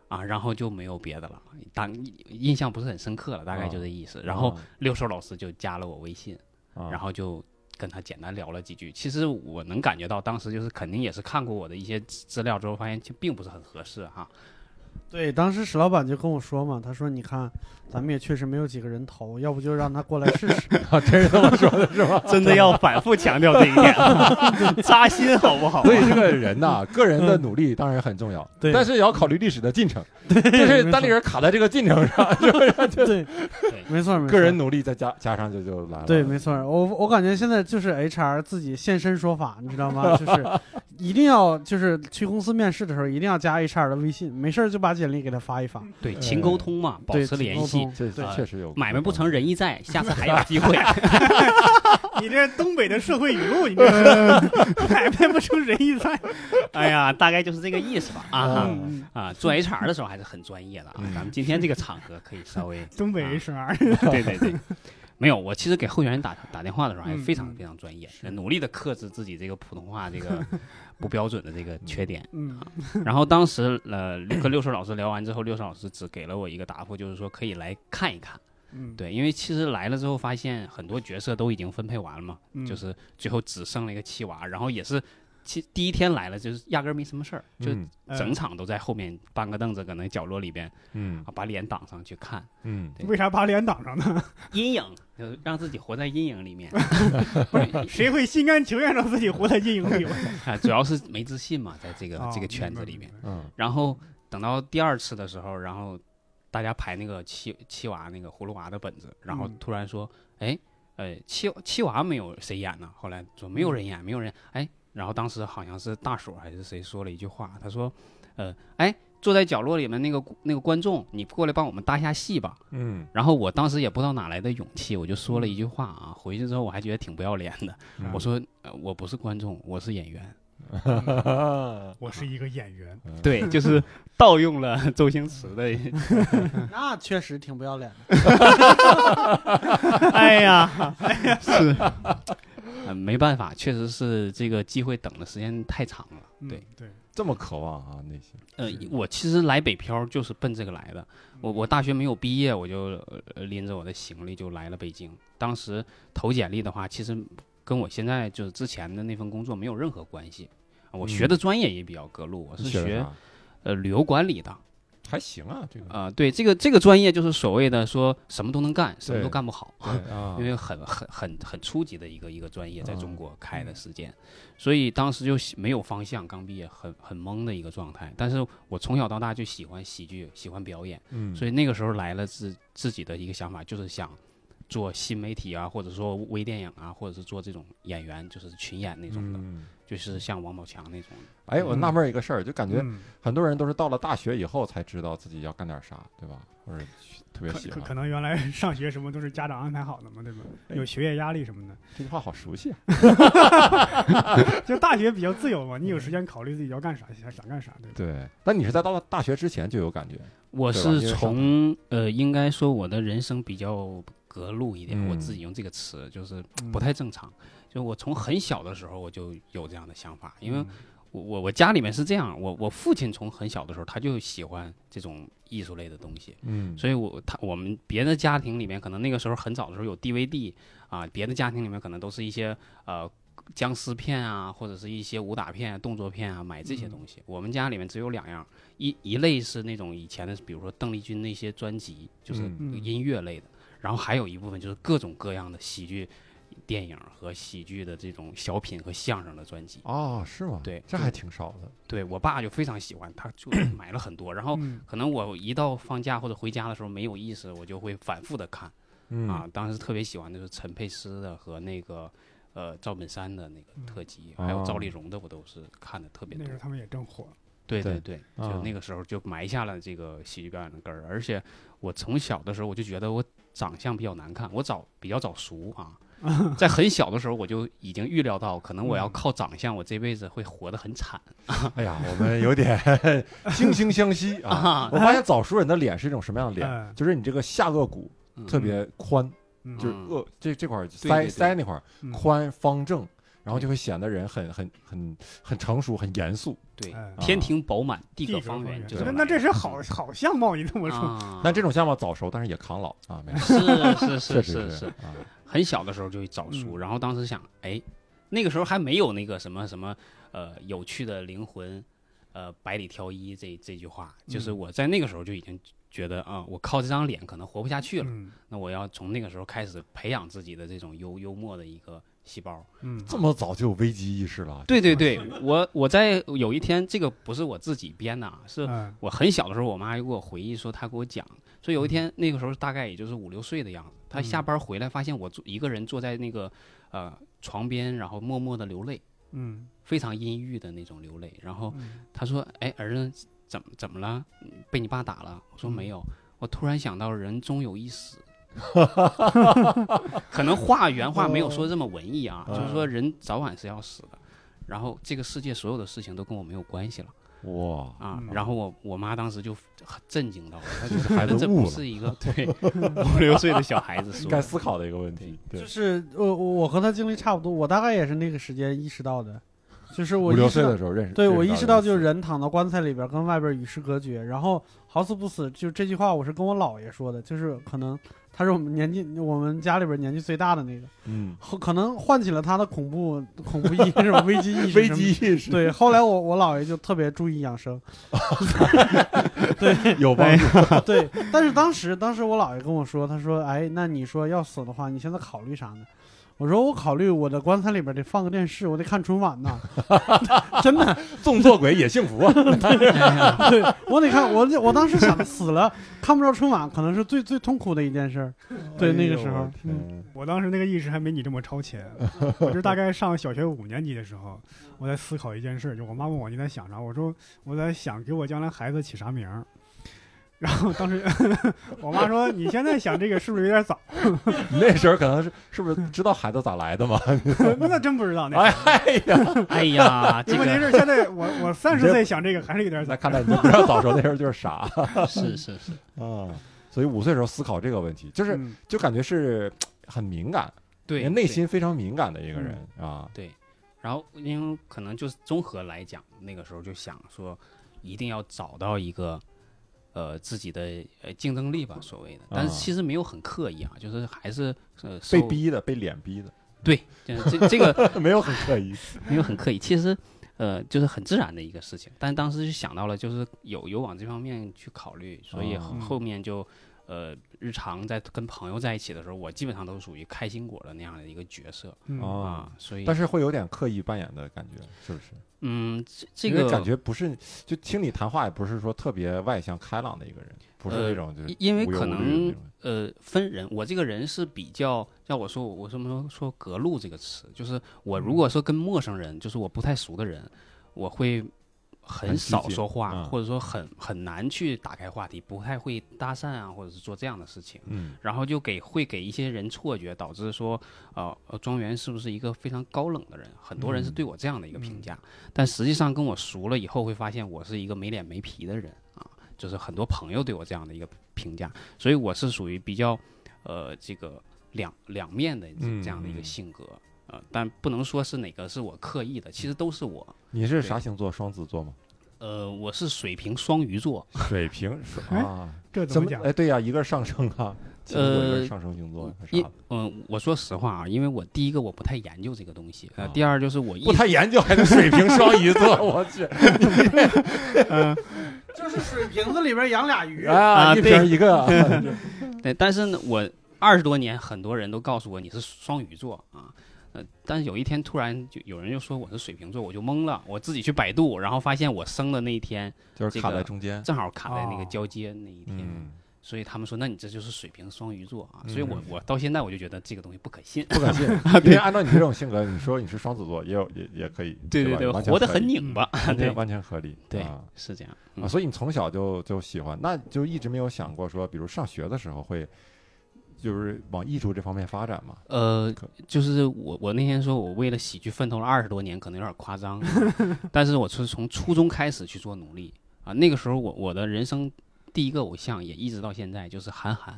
Speaker 2: 啊，然后就没有别的了，当印象不是很深刻了，大概就这意思。然后六兽老师就加了我微信，
Speaker 1: 啊
Speaker 2: 然后就。跟他简单聊了几句，其实我能感觉到，当时就是肯定也是看过我的一些资资料之后，发现就并不是很合适哈。
Speaker 4: 对，当时史老板就跟我说嘛，他说：“你看，咱们也确实没有几个人投，要不就让他过来试试。
Speaker 1: 啊，真是这么说的是吧？
Speaker 2: 真的要反复强调这一点，扎心好不 好
Speaker 1: 所以这个人呐，个人的努力当然很重要，
Speaker 4: 对
Speaker 1: 但是也要考虑历史的进程。就是单立人卡在这个进程上，是不是？”
Speaker 4: 对，没错，没错，
Speaker 1: 个人努力再加加上就就来了。
Speaker 4: 对，没错。我我感觉现在就是 HR 自己现身说法，你知道吗？就是一定要就是去公司面试的时候，一定要加 HR 的微信，没事儿就把简历给他发一发，
Speaker 2: 对，
Speaker 1: 呃
Speaker 2: 勤沟通嘛，保
Speaker 4: 对
Speaker 2: 持
Speaker 4: 勤
Speaker 2: 联
Speaker 4: 沟
Speaker 2: 系
Speaker 4: 通，
Speaker 1: 这
Speaker 4: 对
Speaker 1: 确实有
Speaker 2: 买卖不成仁义在，下次还有机 会。
Speaker 3: 你这东北的社会语录，你这
Speaker 2: 嗯
Speaker 3: 是买卖不成仁义在。
Speaker 2: 哎呀，大概就是这个意思吧。啊
Speaker 1: 嗯
Speaker 3: 嗯，
Speaker 2: 啊，做 HR 的时候还是很专业的啊。
Speaker 1: 嗯
Speaker 2: 咱们今天这个场合可以稍微，
Speaker 3: 东北
Speaker 2: 啊
Speaker 3: HR，
Speaker 2: 对对对，没有，我其实给候选人打打电话的时候还
Speaker 3: 嗯
Speaker 2: 非常
Speaker 3: 嗯
Speaker 2: 非常专业，努力的克制自己这个普通话这个不标准的这个缺点。
Speaker 3: 嗯，
Speaker 2: 然后当时呃跟六叔老师聊完之后，六叔老师只给了我一个答复，就是说可以来看一看。
Speaker 3: 嗯，
Speaker 2: 对，因为其实来了之后发现很多角色都已经分配完了嘛，
Speaker 3: 嗯，
Speaker 2: 就是最后只剩了一个七娃，然后也是其第一天来了就是压根儿没什么事儿，就
Speaker 1: 嗯
Speaker 2: 整场都在后面搬个凳子搁那角落里边
Speaker 1: 嗯
Speaker 2: 啊把脸挡上去看
Speaker 1: 嗯
Speaker 2: 对
Speaker 3: 为啥把脸挡上呢？
Speaker 2: 阴影，就是让自己活在阴影里面。
Speaker 3: 谁会心甘情愿让自己活在阴影里？
Speaker 2: 啊，主要是没自信嘛， 在这个、
Speaker 3: 啊
Speaker 2: 这个圈子里面。。
Speaker 3: 明白明白
Speaker 1: 嗯
Speaker 2: 然后等到第二次的时候，然后大家排那个七七娃那个葫芦娃的本子，然后
Speaker 3: 嗯
Speaker 2: 突然说，哎、呃，七七娃没有谁演呢？后来说没有人演，没有人，哎，然后当时好像是大锁还是谁说了一句话，他说，呃，哎。坐在角落里面那个那个观众，你过来帮我们搭一下戏吧。
Speaker 1: 嗯
Speaker 2: 然后我当时也不知道哪来的勇气，我就说了一句话啊。回去之后我还觉得挺不要脸的，
Speaker 1: 嗯
Speaker 2: 我说、呃、我不是观众，我是演员。
Speaker 3: 我是一个演员，
Speaker 2: 对，就是盗用了 周星驰的。
Speaker 4: 嗯那确实挺不要脸的。
Speaker 3: 哎呀，
Speaker 2: 是，呃，没办法，确实是这个机会等的时间太长了。对
Speaker 3: 嗯，对，
Speaker 1: 这么渴望啊内心，
Speaker 2: 呃
Speaker 3: 是，
Speaker 2: 我其实来北漂就是奔这个来的。我我大学没有毕业，我就呃拎着我的行李就来了北京。当时投简历的话，其实跟我现在就是之前的那份工作没有任何关系。啊我学的专业也比较隔路，我是
Speaker 1: 你写的
Speaker 2: 嗯学
Speaker 1: 啥
Speaker 2: 呃旅游管理的。
Speaker 1: 啊还行啊，这个
Speaker 2: 啊、对，这个这个专业就是所谓的说什么都能干，什么都
Speaker 1: 对
Speaker 2: 干不好。
Speaker 1: 对啊
Speaker 2: 因为很很很很初级的一个一个专业，在
Speaker 1: 嗯
Speaker 2: 中国开的时间，所以当时就喜没有方向，刚毕业很很懵的一个状态。但是我从小到大就喜欢喜剧，喜欢表演，
Speaker 1: 嗯，
Speaker 2: 所以那个时候来了自自己的一个想法，就是想做新媒体啊，或者说微电影啊，或者是做这种演员，就是群演那种的，
Speaker 1: 嗯
Speaker 2: 就是像王宝强那种的。
Speaker 1: 哎，我纳闷儿一个事儿，就感觉
Speaker 3: 嗯
Speaker 1: 很多人都是到了大学以后才知道自己要干点啥，对吧？或者去特别
Speaker 3: 可
Speaker 1: 喜
Speaker 3: 可
Speaker 1: 欢
Speaker 3: 可。能原来上学什么都是家长安排好的嘛，对吧？
Speaker 2: 哎
Speaker 1: 对
Speaker 3: 有学业压力什么的，
Speaker 1: 这句话好熟悉啊！
Speaker 3: 就大学比较自由嘛，你有时间考虑自己要干啥，想想干啥，对吧？
Speaker 1: 对，但你是在到了大学之前就有感觉，
Speaker 2: 我
Speaker 1: 对吧因为
Speaker 2: 是
Speaker 1: 上
Speaker 2: 从呃，应该说我的人生比较隔路一点，我
Speaker 1: 嗯
Speaker 2: 自己用这个词就是
Speaker 3: 嗯
Speaker 2: 不太正常。就我从很小的时候我就有这样的想法，因为
Speaker 3: 嗯
Speaker 2: 我我我家里面是这样，我我父亲从很小的时候他就喜欢这种艺术类的东西，
Speaker 1: 嗯
Speaker 2: 所以我他我们别的家庭里面可能那个时候很早的时候有 DVD 啊，别的家庭里面可能都是一些呃僵尸片啊，或者是一些武打片、啊、动作片啊，买这些东西。我们家里面只有两样，一一类是那种以前的，比如说邓丽君那些专辑，就是
Speaker 3: 嗯
Speaker 2: 音乐类的，然后还有一部分就是各种各样的喜剧电影和喜剧的这种小品和相声的专辑。
Speaker 1: 哦，是吗？
Speaker 2: 对
Speaker 1: 这还挺少的。
Speaker 2: 对我爸就非常喜欢，他就买了很多，然后。
Speaker 3: 嗯
Speaker 2: 可能我一到放假或者回家的时候没有意识，我就会反复的看、
Speaker 1: 嗯
Speaker 2: 啊。当时特别喜欢的就是陈佩斯的和那个呃赵本山的那个特辑，还有
Speaker 1: 哦
Speaker 2: 赵丽蓉的，我都是看的特别
Speaker 3: 嗯那
Speaker 2: 多
Speaker 3: 时。候他们也正火，
Speaker 2: 对
Speaker 1: 对
Speaker 2: 对，
Speaker 1: 啊
Speaker 2: 就那个时候就埋下了这个喜剧表演的根儿。而且我从小的时候我就觉得我长相比较难看，我早比较早熟 啊。在很小的时候，我就已经预料到，可能我要
Speaker 3: 嗯
Speaker 2: 靠长相，我这辈子会活得很惨。
Speaker 1: 哎呀，我们有点惺惺相惜啊！我发现早熟人的脸是一种什么样的脸？
Speaker 3: 嗯
Speaker 1: 就是你这个下颚骨
Speaker 2: 嗯
Speaker 1: 特别宽，
Speaker 3: 嗯
Speaker 1: 就是
Speaker 2: 嗯
Speaker 1: 颚这这块儿
Speaker 2: 对
Speaker 1: 腮
Speaker 2: 对对
Speaker 1: 腮那块儿
Speaker 3: 嗯
Speaker 1: 宽方正，然后就会显得人很很很很成熟、很严肃。
Speaker 2: 对，
Speaker 3: 哎
Speaker 2: 天
Speaker 1: 啊
Speaker 2: 庭饱满，地
Speaker 3: 地
Speaker 2: 阁
Speaker 3: 格
Speaker 2: 方圆，就
Speaker 3: 那
Speaker 2: 么
Speaker 3: 那
Speaker 2: 来
Speaker 3: 这
Speaker 2: 的
Speaker 3: 是好好相貌，你这么说，
Speaker 2: 啊
Speaker 1: 但这种相貌早熟，但是也抗老啊，没事，
Speaker 2: 是
Speaker 1: 确
Speaker 2: 是是
Speaker 1: 实
Speaker 2: 是是，
Speaker 1: 啊，
Speaker 2: 很小的时候就早熟，
Speaker 3: 嗯
Speaker 2: 然后当时想，哎，那个时候还没有那个什么什么呃有趣的灵魂，呃百里挑一这这句话，就是
Speaker 3: 嗯
Speaker 2: 我在那个时候就已经觉得啊、我靠这张脸可能活不下去了，
Speaker 3: 嗯
Speaker 2: 那我要从那个时候开始培养自己的这种幽幽默的一个细胞。
Speaker 3: 嗯
Speaker 1: 这么早就有危机意识了。
Speaker 2: 对对对， 我我在有一天，这个不是我自己编的啊，是
Speaker 3: 嗯
Speaker 2: 我很小的时候，我妈就给我回忆说，她给我讲说有一天，那个时候大概也就是五六岁的样子，她下班回来发现我坐一个人坐在那个呃床边，然后默默的流泪，
Speaker 3: 嗯
Speaker 2: 非常阴郁的那种流泪。然后
Speaker 3: 嗯
Speaker 2: 她说：“哎，儿子，怎么怎么了？嗯被你爸打了？”我说：“没有。”我突然想到，人终有一死。可能话原话没有说这么文艺啊，就是说人早晚是要死的，然后这个世界所有的事情都跟我没有关系了。
Speaker 1: 哇，
Speaker 2: 啊
Speaker 3: 嗯，
Speaker 2: 然后我我妈当时就很震惊到了，她就
Speaker 1: 这孩
Speaker 2: 觉得
Speaker 1: 子
Speaker 2: 这
Speaker 1: 悟
Speaker 2: 不
Speaker 1: 了
Speaker 2: 是一个对五六岁的 小孩子说
Speaker 1: 该
Speaker 2: 的，
Speaker 1: 思考的一个问题。对
Speaker 4: 就，是我我我和他经历差不多，我大概也是那个时间意识到的，就是
Speaker 1: 五
Speaker 4: 我
Speaker 1: 六
Speaker 4: 意识
Speaker 1: 岁
Speaker 4: 到
Speaker 1: 的时候认识，
Speaker 4: 对我
Speaker 1: 认
Speaker 4: 意
Speaker 1: 识
Speaker 4: 识
Speaker 1: 到
Speaker 4: 到
Speaker 1: 这
Speaker 4: 就
Speaker 1: 个
Speaker 4: 是
Speaker 1: 词
Speaker 4: 人躺到棺材里边跟外边与世隔绝，然后好死不死，就这句话我是跟我姥爷说的，就是可能他是我们年纪我们家里边年纪最大的那个，
Speaker 1: 嗯，
Speaker 4: 后可能唤起了他的恐怖恐怖意识、危机意 识、
Speaker 1: 危机。意识
Speaker 4: 对，后来我我姥爷就特别注意 养生，
Speaker 1: 有帮助，
Speaker 4: 对。但是当时当时我姥爷跟我说，他说：“哎，那你说要死的话，你现在考虑啥呢？”我说：“我考虑我的棺材里边得放个电视，我得看春晚呐。 真的，
Speaker 1: 纵作鬼也幸福啊！
Speaker 4: 对我得看我这我当时想死了看不着春晚，可能是最最痛苦的一件事儿。对，那个时候，嗯，
Speaker 1: 嗯，
Speaker 3: 哎我当时那个意识还没你这么超前， 我就大概上小学五年级的时候，我在思考一件事儿，就我妈问我你在想啥，我说我在想给我将来孩子起啥名儿。然后当时 我妈说：“你现在想这个是不是有点早
Speaker 1: 那时候可能是是不是知道孩子咋来的 嘛？？”
Speaker 3: 那真不知道。那
Speaker 1: 哎哎呀，
Speaker 2: 哎呀，这
Speaker 3: 问题
Speaker 2: 个
Speaker 3: 是现在我我三十岁想这个还是有点
Speaker 1: 那
Speaker 3: 早。
Speaker 1: 看来你不知道早熟那时候就是傻 啊
Speaker 2: 是是是，。
Speaker 1: 所以五岁时候思考这个问题，就是
Speaker 4: 嗯
Speaker 1: 就感觉是呃很敏感，
Speaker 2: 对
Speaker 1: 内心非常敏感的一个人啊。
Speaker 2: 对，然后因为可能就是综合来讲，那个时候就想说，一定要找到一个呃自己的呃竞争力吧，所谓的，但是
Speaker 1: 啊
Speaker 2: 其实没有很刻意啊，就是还是呃
Speaker 1: 被
Speaker 2: 受
Speaker 1: 逼的，被脸逼 的，
Speaker 2: 对，就是这这个
Speaker 1: 没有很刻 意。
Speaker 2: 没有很刻意，其实。呃，就是很自然的一个事情，但当时就想到了，就是有有往这方面去考虑，所以
Speaker 1: 啊
Speaker 2: 后后面就，呃，日常在跟朋友在一起的时候，我基本上都是属于开心果的那样的一个角色
Speaker 1: 哦
Speaker 3: 嗯，
Speaker 2: 啊，所以
Speaker 1: 但是会有点刻意扮演的感觉，是不是？
Speaker 2: 嗯，这这
Speaker 1: 因为
Speaker 2: 个
Speaker 1: 感觉不是，就听你谈话也不是说特别外向开朗的一个人，不是
Speaker 2: 呃
Speaker 1: 那种就是
Speaker 2: 因因为
Speaker 1: 无忧
Speaker 2: 可
Speaker 1: 无虑的
Speaker 2: 能
Speaker 1: 那种
Speaker 2: 呃，分人，我这个人是比较，要我说，我什么时候说“隔路”这个词，就是我
Speaker 1: 嗯
Speaker 2: 如果说跟陌生人，就是我不太熟的人，我会
Speaker 1: 很
Speaker 2: 很
Speaker 1: 拘
Speaker 2: 少
Speaker 1: 谨
Speaker 2: 说话，
Speaker 1: 嗯
Speaker 2: 或者说很很难去打开话题，不太会搭讪啊，或者是做这样的事情，
Speaker 1: 嗯
Speaker 2: 然后就给会给一些人错觉，导致说，呃，呃庄园是不是一个非常高冷的人？很多人是
Speaker 1: 嗯
Speaker 2: 对我这样的一个评价，但实际上跟我熟了以后，会发现我是一个没脸没皮的人啊，就是很多朋友对我这样的一个评价，所以我是属于比较，呃，这个两两面的这
Speaker 1: 嗯
Speaker 2: 这样的一个
Speaker 1: 嗯
Speaker 2: 性格。呃，但不能说是哪个是我刻意的，其实都是我。
Speaker 1: 你是啥星座？双子座吗？
Speaker 2: 呃，我是水瓶双鱼座，
Speaker 1: 水瓶是
Speaker 3: 哎
Speaker 1: 啊，
Speaker 3: 这怎
Speaker 1: 怎
Speaker 3: 么
Speaker 1: 么
Speaker 3: 讲？
Speaker 1: 哎？对呀，一个上升啊，星座一
Speaker 2: 呃
Speaker 1: 个是上升星座，啊是
Speaker 2: 因
Speaker 1: 吧
Speaker 2: 嗯、我说实话啊，因为我第一个我不太研究这个东西，呃，
Speaker 1: 啊
Speaker 2: 第二就是我一
Speaker 1: 不太研究还是水瓶双鱼座，我 去
Speaker 4: 就是水瓶子里边养俩鱼，
Speaker 1: 啊，
Speaker 2: 啊
Speaker 1: 一
Speaker 2: 对
Speaker 1: 瓶一个，
Speaker 2: 对，但是呢，我二十多年，很多人都告诉我你是双鱼座啊，呃，但是有一天突然就有人就说我是水瓶座，我就懵了，我自己去百度，然后发现我生的那一天
Speaker 1: 就是卡
Speaker 2: 这
Speaker 1: 在
Speaker 2: 个
Speaker 1: 中间。
Speaker 2: 正好卡在那个
Speaker 3: 哦
Speaker 2: 交接那一天，
Speaker 1: 嗯，
Speaker 2: 所以他们说那你这就是水瓶双鱼座啊，所以我
Speaker 1: 嗯
Speaker 2: 我到现在我就觉得这个东西不可信，
Speaker 1: 不可 信，因为按照你这种性格，你说你是双子座，也有也也可以，
Speaker 2: 对
Speaker 1: 对
Speaker 2: 对，
Speaker 1: 吧完全
Speaker 2: 活得
Speaker 1: 可
Speaker 2: 很
Speaker 1: 以
Speaker 2: 拧巴，
Speaker 1: 完
Speaker 2: 对
Speaker 1: 全完全合理，
Speaker 2: 对
Speaker 1: 啊，
Speaker 2: 是这样，
Speaker 1: 啊，
Speaker 2: 嗯、
Speaker 1: 所以你从小就就喜欢，那就一直没有想过说，比如上学的时候会，就是往艺术这方面发展嘛？
Speaker 2: 呃
Speaker 1: 可，
Speaker 2: 就是我我那天说我为了喜剧奋斗了二十多年，可能有点夸张，啊 但是我是从初中开始去做努力啊。那个时候我我的人生第一个偶像也一直到现在就是韩寒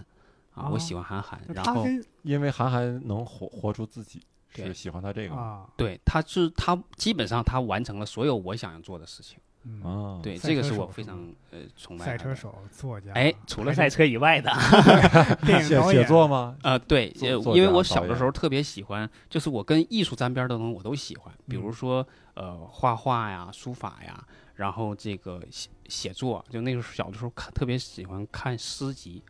Speaker 2: 啊，我
Speaker 3: 哦
Speaker 2: 喜欢韩寒，
Speaker 3: 那
Speaker 2: 然
Speaker 3: 他
Speaker 2: 后
Speaker 3: 跟
Speaker 1: 因为韩寒能活活出自己，
Speaker 2: 对
Speaker 1: 是喜欢他这个嘛
Speaker 3: 啊，
Speaker 2: 对他是他基本上他完成了所有我想要做的事情，
Speaker 3: 嗯，
Speaker 1: 啊，
Speaker 2: 对
Speaker 3: 赛
Speaker 2: 这个
Speaker 3: 车
Speaker 2: 是
Speaker 3: 手
Speaker 2: 我
Speaker 3: 是
Speaker 2: 非
Speaker 3: 吗
Speaker 2: 常呃崇拜
Speaker 3: 赛
Speaker 2: 他
Speaker 3: 车
Speaker 2: 的。
Speaker 3: 手、作家，
Speaker 2: 哎，除了
Speaker 3: 还
Speaker 2: 赛
Speaker 3: 是
Speaker 2: 车以外的，
Speaker 3: 电影
Speaker 1: 写
Speaker 3: 导
Speaker 1: 写
Speaker 3: 演
Speaker 1: 作吗？
Speaker 2: 呃，对，
Speaker 1: 作
Speaker 2: 呃
Speaker 1: 作
Speaker 2: 因为
Speaker 1: 家
Speaker 2: 我
Speaker 1: 导
Speaker 2: 小的
Speaker 1: 演
Speaker 2: 时候特别喜欢，就是我跟艺术沾边的东西我都喜欢，比如
Speaker 3: 嗯
Speaker 2: 说呃画画呀、书法呀，然后这个写写作，就那个时候小的时候看特别喜欢看诗集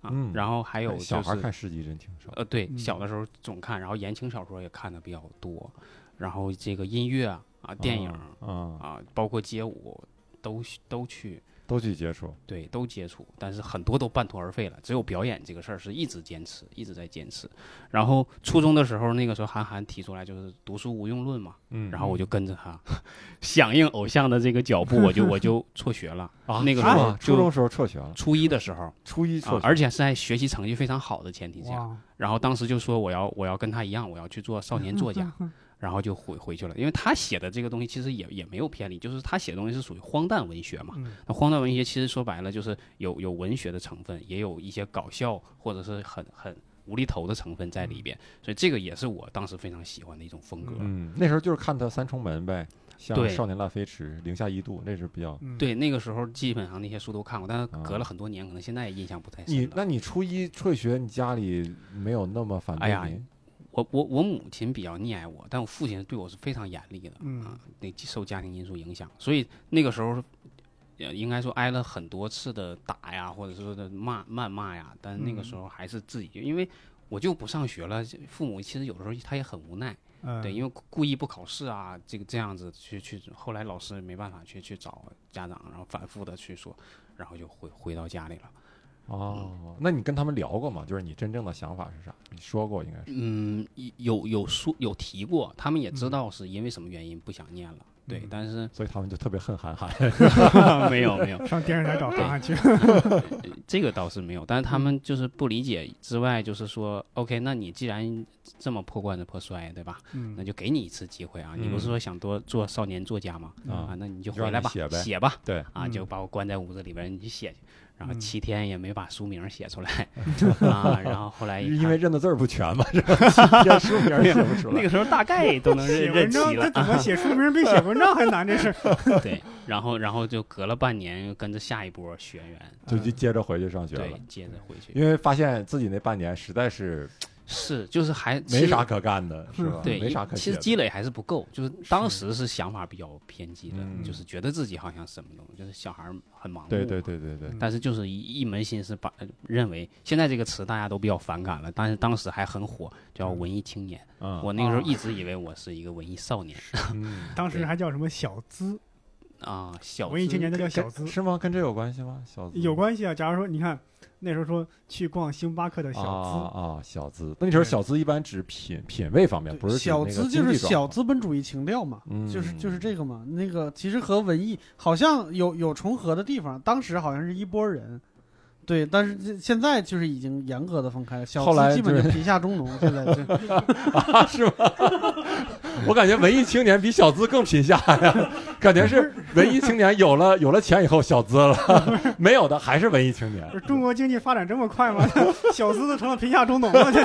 Speaker 2: 啊，
Speaker 1: 嗯
Speaker 2: 然后还有
Speaker 1: 哎
Speaker 2: 就
Speaker 1: 小孩
Speaker 2: 是
Speaker 1: 看诗集真挺少，
Speaker 2: 呃对，
Speaker 3: 嗯
Speaker 2: 小的时候总看，然后言情小说也看的比较多，然后这个音乐啊、电影
Speaker 1: 啊啊，
Speaker 2: 啊，包括街舞都都去。
Speaker 1: 都去接触。
Speaker 2: 对，都接触，但是很多都半途而废了。只有表演这个事儿是一直坚持，一直在坚持。然后初中的时候，那个时候韩寒提出来就是“读书无用论”嘛，
Speaker 1: 嗯，
Speaker 2: 然后我就跟着他， 响应偶像的这个脚步，我就我就辍学了。
Speaker 1: 啊，
Speaker 2: 那个时
Speaker 1: 是
Speaker 2: 候
Speaker 1: 吗初中
Speaker 2: 就
Speaker 1: 时候辍学了，
Speaker 2: 初一的时候，
Speaker 1: 初一辍
Speaker 2: 啊
Speaker 1: 学，
Speaker 2: 而且是在学习成绩非常好的前提下，
Speaker 3: 哇，
Speaker 2: 然后当时就说我要我要跟他一样，我要去做少年作家。然后就回回去了，因为他写的这个东西其实也也没有偏离，就是他写的东西是属于荒诞文学嘛，
Speaker 3: 嗯
Speaker 2: 那荒诞文学其实说白了就是有有文学的成分，也有一些搞笑或者是很很无厘头的成分在里边，所以这个也是我当时非常喜欢的一种风格。
Speaker 1: 嗯嗯，那时候就是看他《三重门》呗，像
Speaker 2: 对
Speaker 1: 少年辣飞驰零下一度，那是比较。
Speaker 3: 嗯，
Speaker 2: 对，那个时候基本上那些书都看过，但是
Speaker 1: 啊
Speaker 2: 隔了很多年，可能现在印象不太
Speaker 1: 你
Speaker 2: 深了。
Speaker 1: 那你初一辍学，你家里没有那么反
Speaker 2: 哎
Speaker 1: 对
Speaker 2: 呀
Speaker 1: 你？
Speaker 2: 我我我母亲比较溺爱我，但我父亲对我是非常严厉的、
Speaker 3: 嗯
Speaker 2: 啊，那受家庭因素影响，所以那个时候，呃，应该说挨了很多次的打呀，或者说的骂谩骂呀，但那个
Speaker 3: 嗯
Speaker 2: 时候还是自己，因为我就不上学了，父母其实有时候他也很无奈，
Speaker 3: 嗯，
Speaker 2: 对，因为故故意不考试啊，这个这样子去去，后来老师没办法去去找家长，然后反复的去说，然后就回回到家里了。
Speaker 1: 哦，那你跟他们聊过吗？就是你真正的想法是啥？你说过应该是。
Speaker 2: 嗯，有有说有提过，他们也知
Speaker 3: 嗯
Speaker 2: 道是因为什么原因不想念了，对，
Speaker 3: 嗯
Speaker 2: 但是
Speaker 1: 所以他们就特别恨韩 寒，
Speaker 2: 没有没有，
Speaker 3: 上电视台找涵涵去，
Speaker 2: 这个倒是没有，但是
Speaker 1: 嗯
Speaker 2: 他们就是不理解之外，就是说，OK，那你既然这么破罐子破摔，对吧？
Speaker 3: 嗯
Speaker 2: 那就给你一次机会啊！你
Speaker 1: 嗯
Speaker 2: 不是说想多做少年作家吗？
Speaker 1: 啊
Speaker 2: 啊，那你就
Speaker 1: 就让
Speaker 2: 回来
Speaker 1: 你
Speaker 2: 吧，
Speaker 1: 写呗
Speaker 2: 写吧，
Speaker 1: 对
Speaker 2: 啊，
Speaker 3: 嗯
Speaker 2: 就把我关在屋子里边，你去写去。然后
Speaker 3: 嗯
Speaker 2: 七天也没把书名写 出来啊，然后后来一
Speaker 1: 因
Speaker 2: 看
Speaker 1: 为认的字儿不全嘛，是吧？ 连 书名儿也认不出
Speaker 2: 那
Speaker 1: 来。
Speaker 2: 个时候大概都能
Speaker 3: 写
Speaker 2: 认
Speaker 3: 文
Speaker 2: 认
Speaker 3: 章
Speaker 2: 齐
Speaker 3: 他
Speaker 2: 了，
Speaker 3: 怎么写书名比写文章还难？这是，
Speaker 2: 对，然后然后就隔了半年，又跟着下一波学员，
Speaker 1: 就就接着回去上学
Speaker 2: 对
Speaker 1: 了，，
Speaker 2: 接着回去
Speaker 1: 因为发现自己那半年实在是
Speaker 2: 是就是还
Speaker 1: 没啥
Speaker 2: 其实
Speaker 1: 可干的，是吧？
Speaker 2: 对，
Speaker 1: 没啥可
Speaker 2: 其
Speaker 1: 写
Speaker 2: 实
Speaker 1: 的。
Speaker 2: 积累还是不够，就是当时是想法比较偏激的，
Speaker 1: 嗯
Speaker 2: 就是觉得自己好像什么都就是小孩儿很盲目，
Speaker 1: 对对。对对对，
Speaker 2: 但是就是一一门心思把认为现在这个词大家都比较反感了，但是当时还很火，叫文艺青年。
Speaker 1: 嗯，
Speaker 2: 我那个时候
Speaker 3: 哦
Speaker 2: 一直以为我是一个文艺少年
Speaker 1: 嗯
Speaker 3: 当时还叫什么小资，
Speaker 2: 啊，小
Speaker 3: 文艺
Speaker 2: 资
Speaker 3: 青年都叫小资
Speaker 1: 跟，是吗？跟这有关系吗？小资
Speaker 3: 有关系啊。假如说你看那时候说去逛星巴克的小
Speaker 2: 哦
Speaker 1: 啊啊，小资。那你说
Speaker 3: 对
Speaker 1: 小资一般指品品味方哎面，不是指那
Speaker 4: 小
Speaker 1: 个
Speaker 4: 资
Speaker 1: 经
Speaker 4: 就是
Speaker 1: 济状
Speaker 4: 小
Speaker 1: 况，
Speaker 4: 资本主义情调嘛，
Speaker 1: 嗯，
Speaker 4: 就是就是这个嘛。那个其实和文艺好像有有重合的地方，当时好像是一拨人。对，但是这现在就是已经严格的分开了，小
Speaker 1: 后来
Speaker 4: 资基本
Speaker 1: 就是
Speaker 4: 就贫下 中农，现在就
Speaker 1: 啊，是吗？我感觉文艺青年比小资更贫下呀，感觉是文艺青年有了有了钱以后小资了， 没有的还是文艺青年
Speaker 3: 资， 不。是中国经济发展这么快吗？ 小资都成了贫下中 农了，这，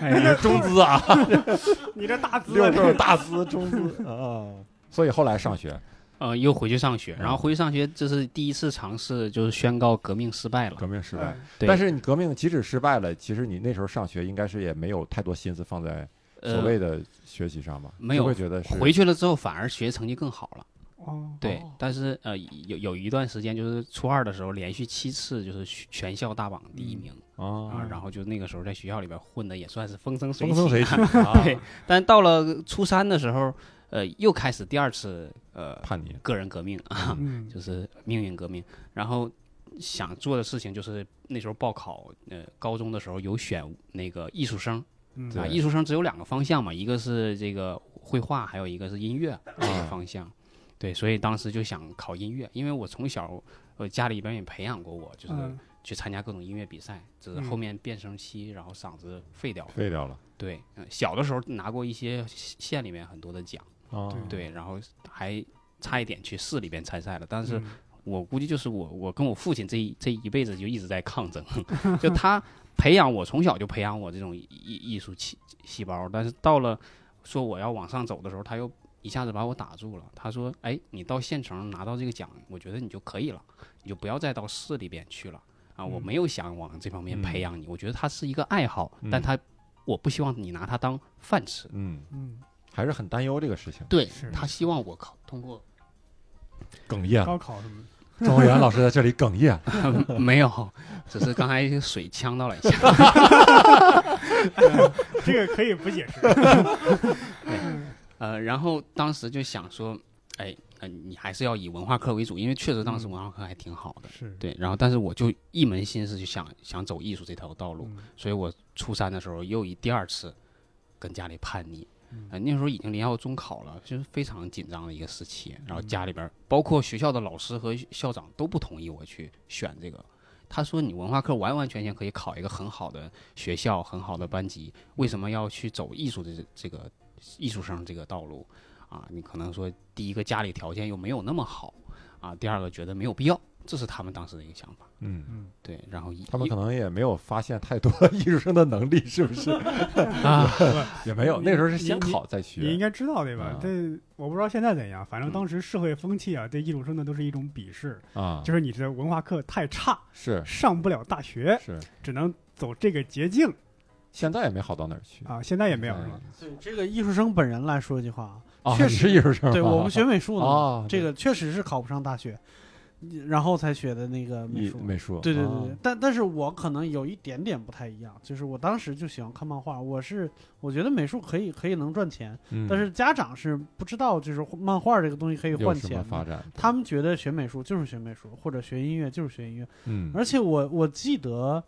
Speaker 2: 哎
Speaker 1: 你是中资啊，
Speaker 3: 你这大资啊
Speaker 1: 六
Speaker 3: 这
Speaker 1: 兽 大资中资啊，所以后来上学，
Speaker 2: 呃又回去上
Speaker 1: 嗯
Speaker 2: 学，然后回去上学这是第一次尝试，就是宣告革命失败了。
Speaker 1: 革命失败
Speaker 3: 哎。
Speaker 2: 对
Speaker 1: 但是你革命即使失败了，其实你那时候上学应该是也没有太多心思放在所
Speaker 2: 呃
Speaker 1: 谓的学习上吧？
Speaker 2: 没
Speaker 1: 就
Speaker 2: 有
Speaker 1: 会觉得是
Speaker 2: 回去了之后反而学习成绩更好了。
Speaker 3: 哦，
Speaker 2: 对
Speaker 1: 哦，
Speaker 2: 但是呃，有有一段时间就是初二的时候，连续七次就是全全校大榜第一名、
Speaker 1: 啊
Speaker 2: 啊，，然后就那个时候在学校里边混的也算是风生水
Speaker 1: 风
Speaker 2: 起。
Speaker 1: 生水起，啊
Speaker 2: 对，但到了初三的时候，呃，又开始第二次呃
Speaker 1: 叛逆，
Speaker 2: 个人革命啊，
Speaker 3: 嗯，
Speaker 2: 就是命运革命。然后想做的事情就是那时候报考，呃，高中的时候有选那个艺术生
Speaker 3: 嗯
Speaker 1: 对
Speaker 2: 啊，艺术生只有两个方向嘛，一个是这个绘画，还有一个是音乐这个方向。对，所以当时就想考音乐，因为我从小呃家里边也培养过我，就是
Speaker 3: 嗯
Speaker 2: 去参加各种音乐比赛，只是
Speaker 3: 嗯
Speaker 2: 后面变声期，然后嗓子废掉了。
Speaker 1: 废掉了
Speaker 2: 对，嗯小的时候拿过一些县里面很多的奖，
Speaker 1: 啊，
Speaker 2: 对，然后还差一点去市里边参赛了，但是
Speaker 3: 嗯
Speaker 2: 我估计就是我，我跟我父亲这一这一辈子就一直在抗争， 就他培养我，从小就培养我这种艺艺术细细胞，但是到了说我要往上走的时候，他又一下子把我打住了。他说：“哎，你到县城拿到这个奖，我觉得你就可以了，你就不要再到市里边去了啊！我
Speaker 3: 嗯
Speaker 2: 没有想往这方面培
Speaker 1: 嗯
Speaker 2: 养你，我觉得它是一个爱好，
Speaker 1: 嗯
Speaker 2: 但他我不希望你拿它当饭吃。
Speaker 1: 嗯，
Speaker 3: 嗯，
Speaker 1: 还是很担忧这个事情。
Speaker 2: 对
Speaker 3: 是
Speaker 2: 他希望我考通过
Speaker 1: 哽咽了，
Speaker 3: 高考什么 的，
Speaker 1: 庄园老师在这里哽 咽。
Speaker 2: 没有，只是刚才水呛到了一下。”
Speaker 3: 这个可以不解释。
Speaker 2: 呃，然后当时就想说，哎，呃，你还是要以文化课为主，因为确实当时文化课还挺好的。
Speaker 3: 是，
Speaker 2: 对，然后但是我就一门心思就想想走艺术这条道路，
Speaker 3: 嗯
Speaker 2: 所以我初三的时候又一第二次跟家里叛逆。
Speaker 3: 嗯
Speaker 2: 呃，那时候已经临要中考了，就是非常紧张的一个时期。然后家里边儿，包括学校的老师和校长都不同意我去选这个。他说：“你文化课完完全全可以考一个很好的学校、很好的班级，为什么要去走艺术的这这个艺术生这个道路？啊，你可能说第一个家里条件又没有那么好，啊，第二个觉得没有必要，这是他们当时的一个想法。
Speaker 1: 嗯，
Speaker 3: 嗯，
Speaker 2: 对，然后一
Speaker 1: 他们可能也没有发现太多艺术生的能力，是 不是？
Speaker 2: 啊，
Speaker 1: 也没有，
Speaker 3: 你
Speaker 1: 那时候是
Speaker 3: 你
Speaker 1: 先
Speaker 3: 你
Speaker 1: 考再
Speaker 3: 你应
Speaker 1: 学。
Speaker 3: 该知道对吧
Speaker 1: 啊？
Speaker 3: 这我不知道现在怎样，反正
Speaker 2: 嗯
Speaker 3: 当时社会风气啊，对艺术生的都是一种鄙视，
Speaker 1: 啊，
Speaker 3: 就是你这文化课太差，
Speaker 1: 是
Speaker 3: 上不了大学，
Speaker 1: 是，
Speaker 3: 只能走这个捷径
Speaker 1: 现在也没好到哪儿去。
Speaker 3: 啊。现在也没有
Speaker 1: 嗯
Speaker 3: 是吧？
Speaker 4: 对这个艺术生本人来说一句话，
Speaker 1: 啊，
Speaker 4: 确
Speaker 1: 你是
Speaker 4: 实
Speaker 1: 艺术生吗。
Speaker 4: 对我 们学美术的嘛，
Speaker 1: 啊
Speaker 4: 这个确实是考不上大学，然后才学的那个美
Speaker 1: 艺
Speaker 4: 术。
Speaker 1: 美术，
Speaker 4: 对对对
Speaker 1: 啊
Speaker 4: 对，但但是我可能有一点点不太一样，就是我当时就喜欢看漫画，我是我觉得美术可以可以能赚钱，
Speaker 1: 嗯
Speaker 4: 但是家长是不知道就是漫画这个东西可以
Speaker 1: 有
Speaker 4: 换
Speaker 1: 什么
Speaker 4: 钱
Speaker 1: 发
Speaker 4: 的，
Speaker 1: 展？
Speaker 4: 他们觉得学美术就是学美术，或者学音乐就是学音乐，
Speaker 1: 嗯，
Speaker 4: 而且我我记得，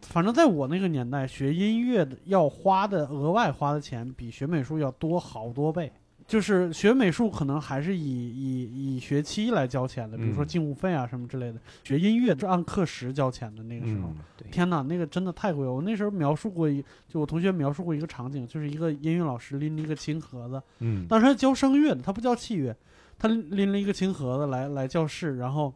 Speaker 4: 反正在我那个年代，学音乐的要花的额外花的钱比学美术要多好多倍。就是学美术可能还是以以以学期来交钱的，比如说
Speaker 1: 嗯
Speaker 4: 进务费啊什么之类的。学音乐是按课时交钱的那个时候。
Speaker 1: 嗯
Speaker 4: 天哪，那个真的太贵了！我那时候描述过一，就我同学描述过一个场景，就是一个音乐老师拎着一个琴盒子，
Speaker 1: 嗯
Speaker 4: 但是他教声乐的，他不教器乐，他拎了一个琴盒子来来教室，然后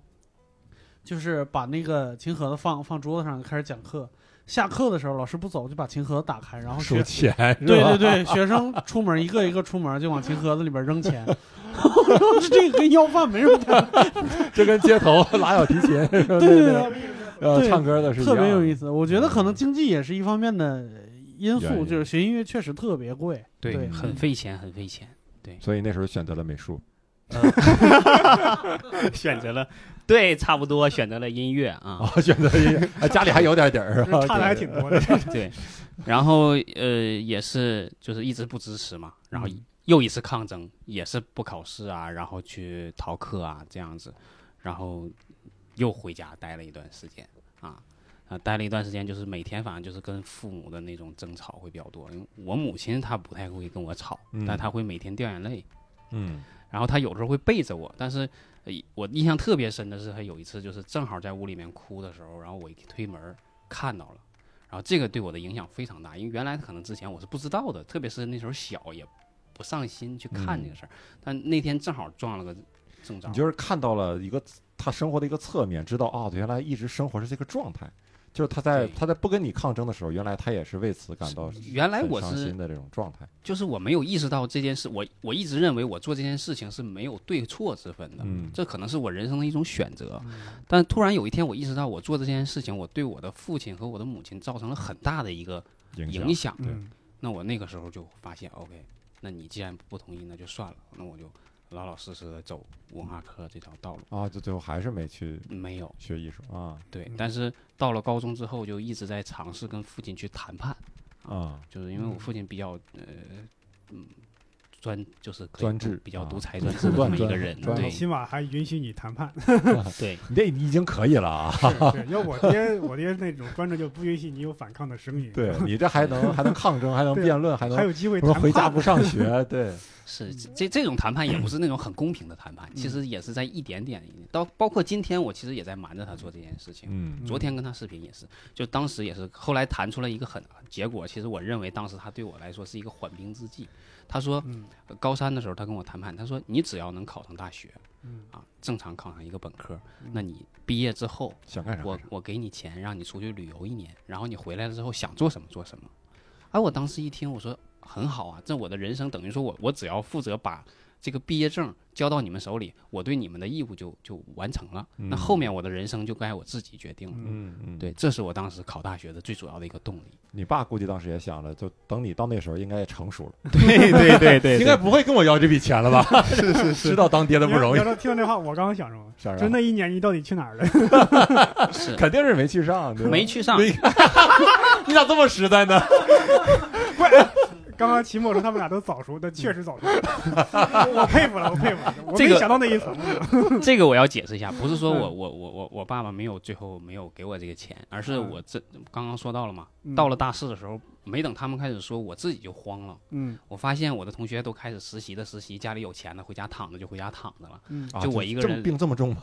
Speaker 4: 就是把那个琴盒子放放桌子上，开始讲课。下课的时候，老师不走，就把琴盒子打开，然后
Speaker 1: 收
Speaker 4: 学
Speaker 1: 钱是
Speaker 4: 对
Speaker 1: 吧
Speaker 4: 对对，学生出门一个一个出门就往琴盒子里边扔钱。 我说这个跟要饭没什么 太
Speaker 1: 这跟街 头拉小提琴，对对
Speaker 4: 对啊
Speaker 1: 呃，
Speaker 4: 对
Speaker 1: 唱歌的是一
Speaker 4: 特别
Speaker 1: 样
Speaker 4: 有意
Speaker 1: 的。
Speaker 4: 思。我觉得可能经济也是一方面的因
Speaker 1: 原
Speaker 4: 素，
Speaker 1: 因
Speaker 4: 就是学音乐确实特别贵。
Speaker 2: 对
Speaker 4: 对
Speaker 2: 很费钱，很费钱。
Speaker 1: 所以那时候选择了美术，
Speaker 2: 选择了，对，差不多选择了音乐啊。
Speaker 1: 啊，选择 音乐，哎家里还有点底儿啊，
Speaker 3: 差的还挺多的。
Speaker 2: 对，然后呃也是就是一直不支持嘛，然后
Speaker 1: 嗯
Speaker 2: 又一次抗争，也是不考试啊，然后去逃课啊这样子，然后又回家待了一段时间啊啊待了一段时间，就是每天反正就是跟父母的那种争吵会比较多，因为我母亲她不太会跟我吵，
Speaker 1: 嗯
Speaker 2: 但她会每天掉眼泪，
Speaker 1: 嗯
Speaker 2: 然后她有的时候会背着我，但是。呃我印象特别深的是，她有一次就是正好在屋里面哭的时候，然后我一推门儿看到了。然后这个对我的影响非常大，因为原来可能之前我是不知道的，特别是那时候小也不上心去看这个事儿，但那天正好撞了个正着
Speaker 1: 你，就是看到了一个他生活的一个侧面，知道啊，原来一直生活是这个状态，就是他在
Speaker 2: 对
Speaker 1: 他在不跟你抗争的时候，原来他也是为此感到
Speaker 2: 原来
Speaker 1: 很
Speaker 2: 我
Speaker 1: 伤
Speaker 2: 是
Speaker 1: 心的这种状态。
Speaker 2: 就是我没有意识到这件事，我我一直认为我做这件事情是没有对错之分的，
Speaker 1: 嗯
Speaker 2: 这可能是我人生的一种选择。
Speaker 3: 嗯
Speaker 2: 但突然有一天，我意识到我做这件事情，我对我的父亲和我的母亲造成了很大的一个
Speaker 1: 影响
Speaker 2: 影响。
Speaker 1: 对
Speaker 3: 嗯，
Speaker 2: 那我那个时候就发现，OK，那你既然不同意，那就算了，那我就老老实实的走文化课这条道路。
Speaker 1: 啊，就最后还是没去
Speaker 2: 没有，
Speaker 1: 学艺术啊
Speaker 2: 对
Speaker 3: 嗯，
Speaker 2: 但是到了高中之后，就一直在尝试跟父亲去谈判，
Speaker 1: 啊，
Speaker 2: 就是因为我父亲比较呃，嗯，专就是可以
Speaker 1: 专制
Speaker 2: 比较独
Speaker 1: 啊
Speaker 2: 裁专制的这
Speaker 1: 专
Speaker 2: 么一个
Speaker 1: 专
Speaker 2: 人，
Speaker 1: 专
Speaker 2: 对
Speaker 3: 起码还允许你 谈判。
Speaker 2: 对
Speaker 1: 你这你已经可以了啊，
Speaker 3: 是是，要 我爹，我爹那种专制就不允许你有反抗的声音。
Speaker 1: 对你这还能还能抗争，还能
Speaker 3: 对
Speaker 1: 辩啊论，还能
Speaker 3: 还有机会
Speaker 1: 什么
Speaker 3: 谈
Speaker 1: 回家
Speaker 3: 判。
Speaker 1: 不上 学，对，
Speaker 2: 是这这这种谈判也不是那种很公平的谈判，其
Speaker 1: 嗯
Speaker 2: 实也是在一点点一点到包括今天，我其实也在瞒着他做这件事情。
Speaker 1: 嗯
Speaker 2: 昨天跟他视频也是，就当时也是，后来谈出了一个很结果。其实我认为当时他对我来说是一个缓兵之计。他说，
Speaker 3: 嗯
Speaker 2: 呃高三的时候他跟我谈判，他说你只要能考上大学，
Speaker 3: 嗯
Speaker 2: 啊，正常考上一个本科，那你毕业之后，
Speaker 1: 想干啥干
Speaker 2: 我
Speaker 1: 啥？
Speaker 2: 我给你钱，让你出去旅游一年，然后你回来了之后想做什么做什么。哎，我当时一听，我说很好啊，这我的人生等于说我我只要负责把这个毕业证交到你们手里，我对你们的义务就就完成了。那后面我的人生就该我自己决定了。
Speaker 1: 嗯嗯，
Speaker 2: 对，这是我当时考大学的最主要的一个动力。
Speaker 1: 你爸估计当时也想了，就等你到那时候应该也成熟了，
Speaker 2: 对对对
Speaker 1: 应该不会跟我要这笔钱了吧？是是 是，知道当爹的
Speaker 3: 你
Speaker 1: 不
Speaker 3: 要
Speaker 1: 容易
Speaker 3: 你，要听到这话，我刚刚想什么？
Speaker 2: 啊
Speaker 1: 啥
Speaker 3: 就那一年你到底去哪儿了？
Speaker 2: 是
Speaker 1: 肯定是没去上，对吧
Speaker 2: 没去上。
Speaker 1: 对 你咋这么实在呢？
Speaker 3: 刚刚期末说他们俩都早熟，但确实早熟， 我佩服了，我佩服了，我
Speaker 2: 嗯这
Speaker 3: 没
Speaker 2: 个
Speaker 3: 想到那 一层。
Speaker 2: 这个我要解释一下，不是说
Speaker 3: 嗯
Speaker 2: 我我我我我爸爸没有最后没有给我这个钱，而是
Speaker 3: 嗯
Speaker 2: 我这刚刚说到了嘛，
Speaker 3: 嗯
Speaker 2: 到了大四的时候，没等他们开始说，我自己就慌了。
Speaker 3: 嗯
Speaker 2: 我发现我的同学都开始实习的实习，家里有钱的回家躺着就回家躺着了，
Speaker 3: 嗯
Speaker 1: 啊
Speaker 2: 就我一个
Speaker 1: 这么
Speaker 2: 人
Speaker 1: 病这么重吗？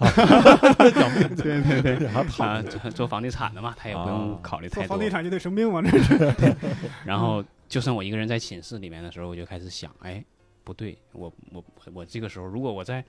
Speaker 1: 讲病，对对 对，还
Speaker 2: 啊、
Speaker 1: 躺着
Speaker 2: 做做房地产的嘛，他也不
Speaker 1: 啊
Speaker 2: 用考虑
Speaker 3: 做
Speaker 2: 太多
Speaker 3: 房。地产就得生病嘛，这是。
Speaker 2: 然后就剩我一个人在寝室里面的时候，我就开始想，哎，不对，我我我这个时候如果我在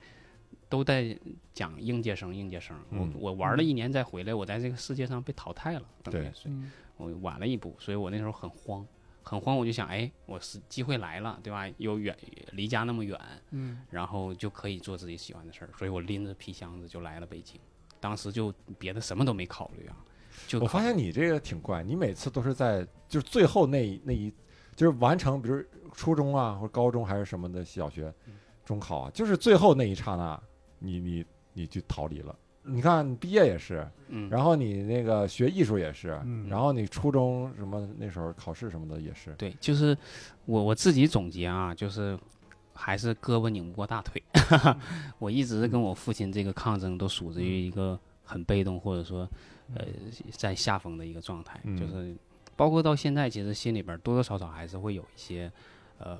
Speaker 2: 都在讲应届生，应届生。
Speaker 1: 嗯
Speaker 2: 我我玩了一年再回来，我在这个世界上被淘汰了，等于
Speaker 1: 对
Speaker 2: 是
Speaker 4: 嗯
Speaker 2: 我晚了一步，所以我那时候很慌，很慌。我就想，哎，我是机会来了，对吧？又远离家那么远，
Speaker 4: 嗯，
Speaker 2: 然后就可以做自己喜欢的事儿，所以我拎着皮箱子就来了北京。当时就别的什么都没考虑啊，就
Speaker 1: 我发
Speaker 2: 考虑
Speaker 1: 现你这个挺怪，你每次都是在就是最后那一那一，就是完成，比如初中啊或者高中还是什么的小学、中考啊，就是最后那一刹那，你你你就逃离了。你看你毕业也是，
Speaker 2: 嗯，
Speaker 1: 然后你那个学艺术也是，
Speaker 3: 嗯
Speaker 1: 然后你初中什么那时候考试什么的也是，
Speaker 2: 对，就是我我自己总结啊，就是还是胳膊拧不过大腿。 我一直跟我父亲这个抗争都属于一个很被动，或者说呃在下风的一个状态，就
Speaker 1: 嗯
Speaker 2: 是包括到现在，其实心里边儿多多少少还是会有一些呃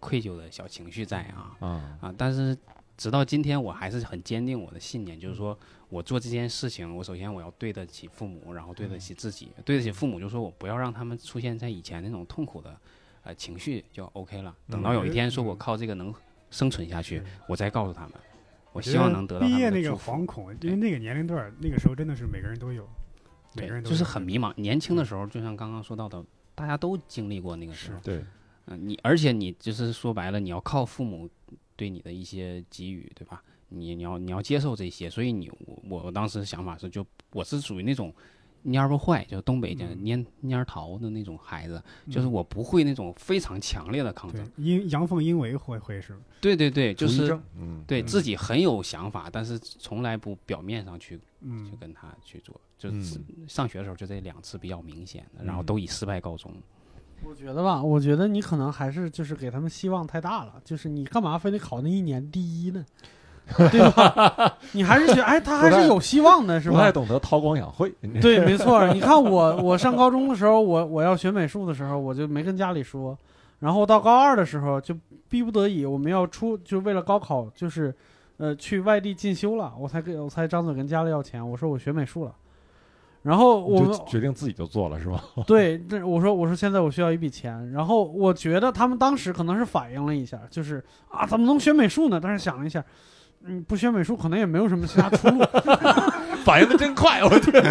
Speaker 2: 愧疚的小情绪在啊。
Speaker 1: 啊，
Speaker 2: 啊，但是直到今天，我还是很坚定我的信念，就是说我做这件事情，我首先我要对得起父母，然后对得
Speaker 3: 嗯
Speaker 2: 起自己，对得起父母，就是说我不要让他们出现在以前那种痛苦的呃情绪就 OK 了。等
Speaker 3: 嗯
Speaker 2: 到有一天说我靠这个能生存下去，我再告诉他们，我希望能得到
Speaker 3: 毕
Speaker 2: 他
Speaker 3: 业
Speaker 2: 们
Speaker 3: 那
Speaker 2: 的祝
Speaker 3: 个
Speaker 2: 福。
Speaker 3: 惶恐，因为那个年龄段儿，那个时候真的是每个人都有，每
Speaker 2: 对
Speaker 3: 个人，都
Speaker 2: 就是
Speaker 3: 有嗯
Speaker 2: 很迷茫。年轻的时候，就像刚刚说到的，大家都经历过那个时
Speaker 3: 是
Speaker 2: 候。
Speaker 1: 对，
Speaker 2: 嗯，你而且你就是说白了，你要靠父母对你的一些给予，对吧？你你要你要接受这些，所以你我我当时想法是就，我是属于那种蔫儿不坏，就是东北叫
Speaker 3: 嗯
Speaker 2: 蔫蔫儿桃的那种孩子，就是
Speaker 3: 嗯
Speaker 2: 我不会那种非常强烈的抗
Speaker 3: 对
Speaker 2: 争。
Speaker 3: 阴阳奉阴违会会是，
Speaker 2: 对对对，就
Speaker 1: 图一
Speaker 2: 是
Speaker 1: 争嗯，
Speaker 2: 对
Speaker 3: 嗯
Speaker 2: 自己很有想法，但是从来不表面上去去
Speaker 3: 嗯，
Speaker 2: 跟他去做。就
Speaker 1: 嗯
Speaker 2: 是上学的时候就这两次比较明显的，然后
Speaker 1: 嗯
Speaker 2: 都以失败告终。
Speaker 4: 我觉得吧，我觉得你可能还是就是给他们希望太大了，就是你干嘛非得考那一年第一呢？对吧？ 你还是觉得哎，他还是有希望的，是
Speaker 1: 不太
Speaker 4: 吧？
Speaker 1: 懂得韬光养晦，
Speaker 4: 对，没错。你看我，我上高中的时候，我我要学美术的时候，我就没跟家里说。然后到高二的时候，就逼不得已，我们要出，就为了高考，就是，呃，去外地进修了，我才给我才张嘴跟家里要钱，我说我学美术了。然后我
Speaker 1: 你
Speaker 4: 们
Speaker 1: 就决定自己就做了是吧？
Speaker 4: 对，这我说我说现在我需要一笔钱，然后我觉得他们当时可能是反应了一下，就是啊怎么能学美术呢？但是想了一下，嗯，不学美术可能也没有什么其他出路。
Speaker 1: 反应的真快，我天，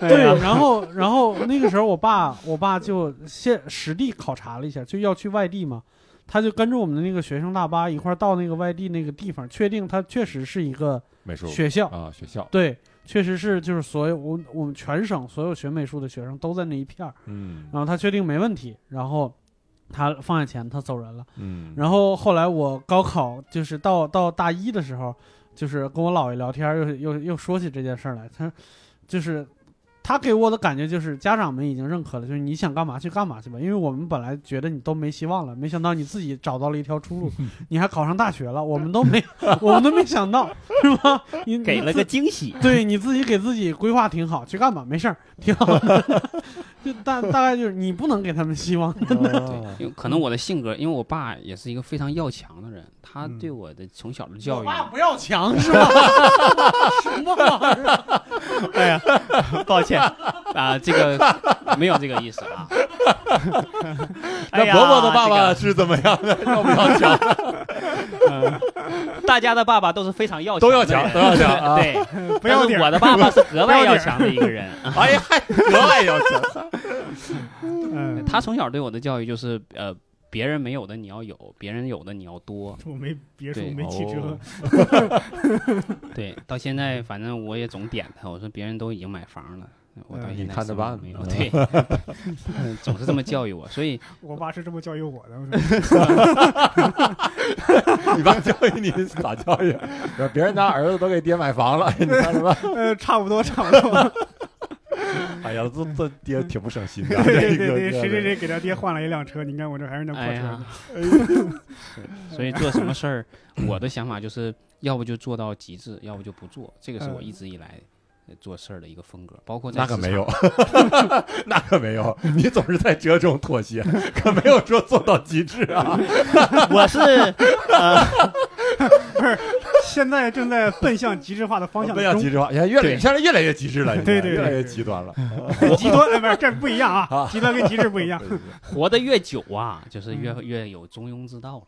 Speaker 4: 对，然后然后那个时候我爸我爸就现实地考察了一下，就要去外地嘛，他就跟着我们的那个学生大巴一块儿到那个外地那个地方，确定它确实是一个
Speaker 1: 美术
Speaker 4: 学校，
Speaker 1: 啊，学校，
Speaker 4: 对，确实是就是所有我我们全省所有学美术的学生都在那一片儿。
Speaker 1: 嗯
Speaker 4: 然后他确定没问题，然后他放下钱，他走人了。
Speaker 1: 嗯，
Speaker 4: 然后后来我高考就是到到大一的时候，就是跟我姥爷聊天，又又又说起这件事儿来，他就是。他给我的感觉就是家长们已经认可了，就是你想干嘛去干嘛去吧，因为我们本来觉得你都没希望了，没想到你自己找到了一条出路，你还考上大学了，我们都没， 我们都没想到，是吧？你你
Speaker 2: 给了个惊喜，
Speaker 4: 对你自己给自己规划挺好，去干吧，没事儿，挺好的。 就大大概就是你不能给他们希望，
Speaker 1: 啊
Speaker 2: 因为可能我的性格，因为我爸也是一个非常要强的人，他
Speaker 3: 嗯
Speaker 2: 对我的从小的 教育，
Speaker 4: 不要强是吧？ 什么玩意儿？
Speaker 2: 哎呀，抱歉 啊，这个没有这个意思 啊。哎
Speaker 1: 那
Speaker 2: 呀
Speaker 1: 伯伯的爸爸
Speaker 2: 这
Speaker 1: 是怎么样的？要不要强？
Speaker 2: 个嗯大家的爸爸都是非常要
Speaker 1: 都要
Speaker 2: 的人
Speaker 1: 强，都要 强啊！
Speaker 2: 对，
Speaker 3: 不要
Speaker 2: 但
Speaker 3: 点
Speaker 2: 是
Speaker 3: 儿
Speaker 2: 我的爸爸是格外
Speaker 3: 不要
Speaker 2: 要
Speaker 3: 脸
Speaker 2: 强的一 个人。
Speaker 1: 哎呀，嗨格外要强。
Speaker 3: 嗯，
Speaker 2: 他从小对我的教育就是，呃，别人没有的你要有，别人有的你要多。
Speaker 3: 我没别墅
Speaker 2: 对，
Speaker 3: 没汽车
Speaker 1: 哦，
Speaker 2: 对，到现在反正我也总点他，我说别人都已经买房了，我到
Speaker 3: 嗯
Speaker 2: 现在
Speaker 1: 你看着
Speaker 2: 什么都
Speaker 1: 办
Speaker 2: 没有
Speaker 1: 嗯
Speaker 2: 对，嗯总是这么教育我，所以
Speaker 3: 我爸是这么教育我的。我说
Speaker 1: 你爸教育你咋教育？ 别人家儿子都给爹买房了，你 干什么？
Speaker 3: 呃，差不多，差不多。
Speaker 1: 哎呀，这这爹挺不省心的。
Speaker 3: 对对
Speaker 1: 这个
Speaker 3: 对，谁谁
Speaker 1: 这个
Speaker 3: 谁给他爹换了一辆车，你看我这还是那破
Speaker 2: 哎呀
Speaker 3: 车呢。，
Speaker 2: 是所以做什么事儿，我的想法就是要不就做到极致，要不就不做。这个是我一直以来呃做事儿的一个风格，包括在
Speaker 1: 那可
Speaker 2: 职
Speaker 1: 没
Speaker 2: 场
Speaker 1: 有， 那可没有，你总是在折中妥协， 可没有说做到极致啊！
Speaker 2: 我是
Speaker 3: 现在正在奔向极致化的方向
Speaker 1: 不要
Speaker 3: 中
Speaker 1: 极，致化，现在哎越来
Speaker 2: 对
Speaker 1: 现在越来越极致了，
Speaker 3: 对
Speaker 1: 现在
Speaker 3: 对对
Speaker 1: 越来
Speaker 3: 对
Speaker 1: 越极端了。
Speaker 3: 极端哎不是这不一样啊，极端跟极致不一样。
Speaker 1: 对对
Speaker 2: 活得越久啊，就是越越有中庸之道了。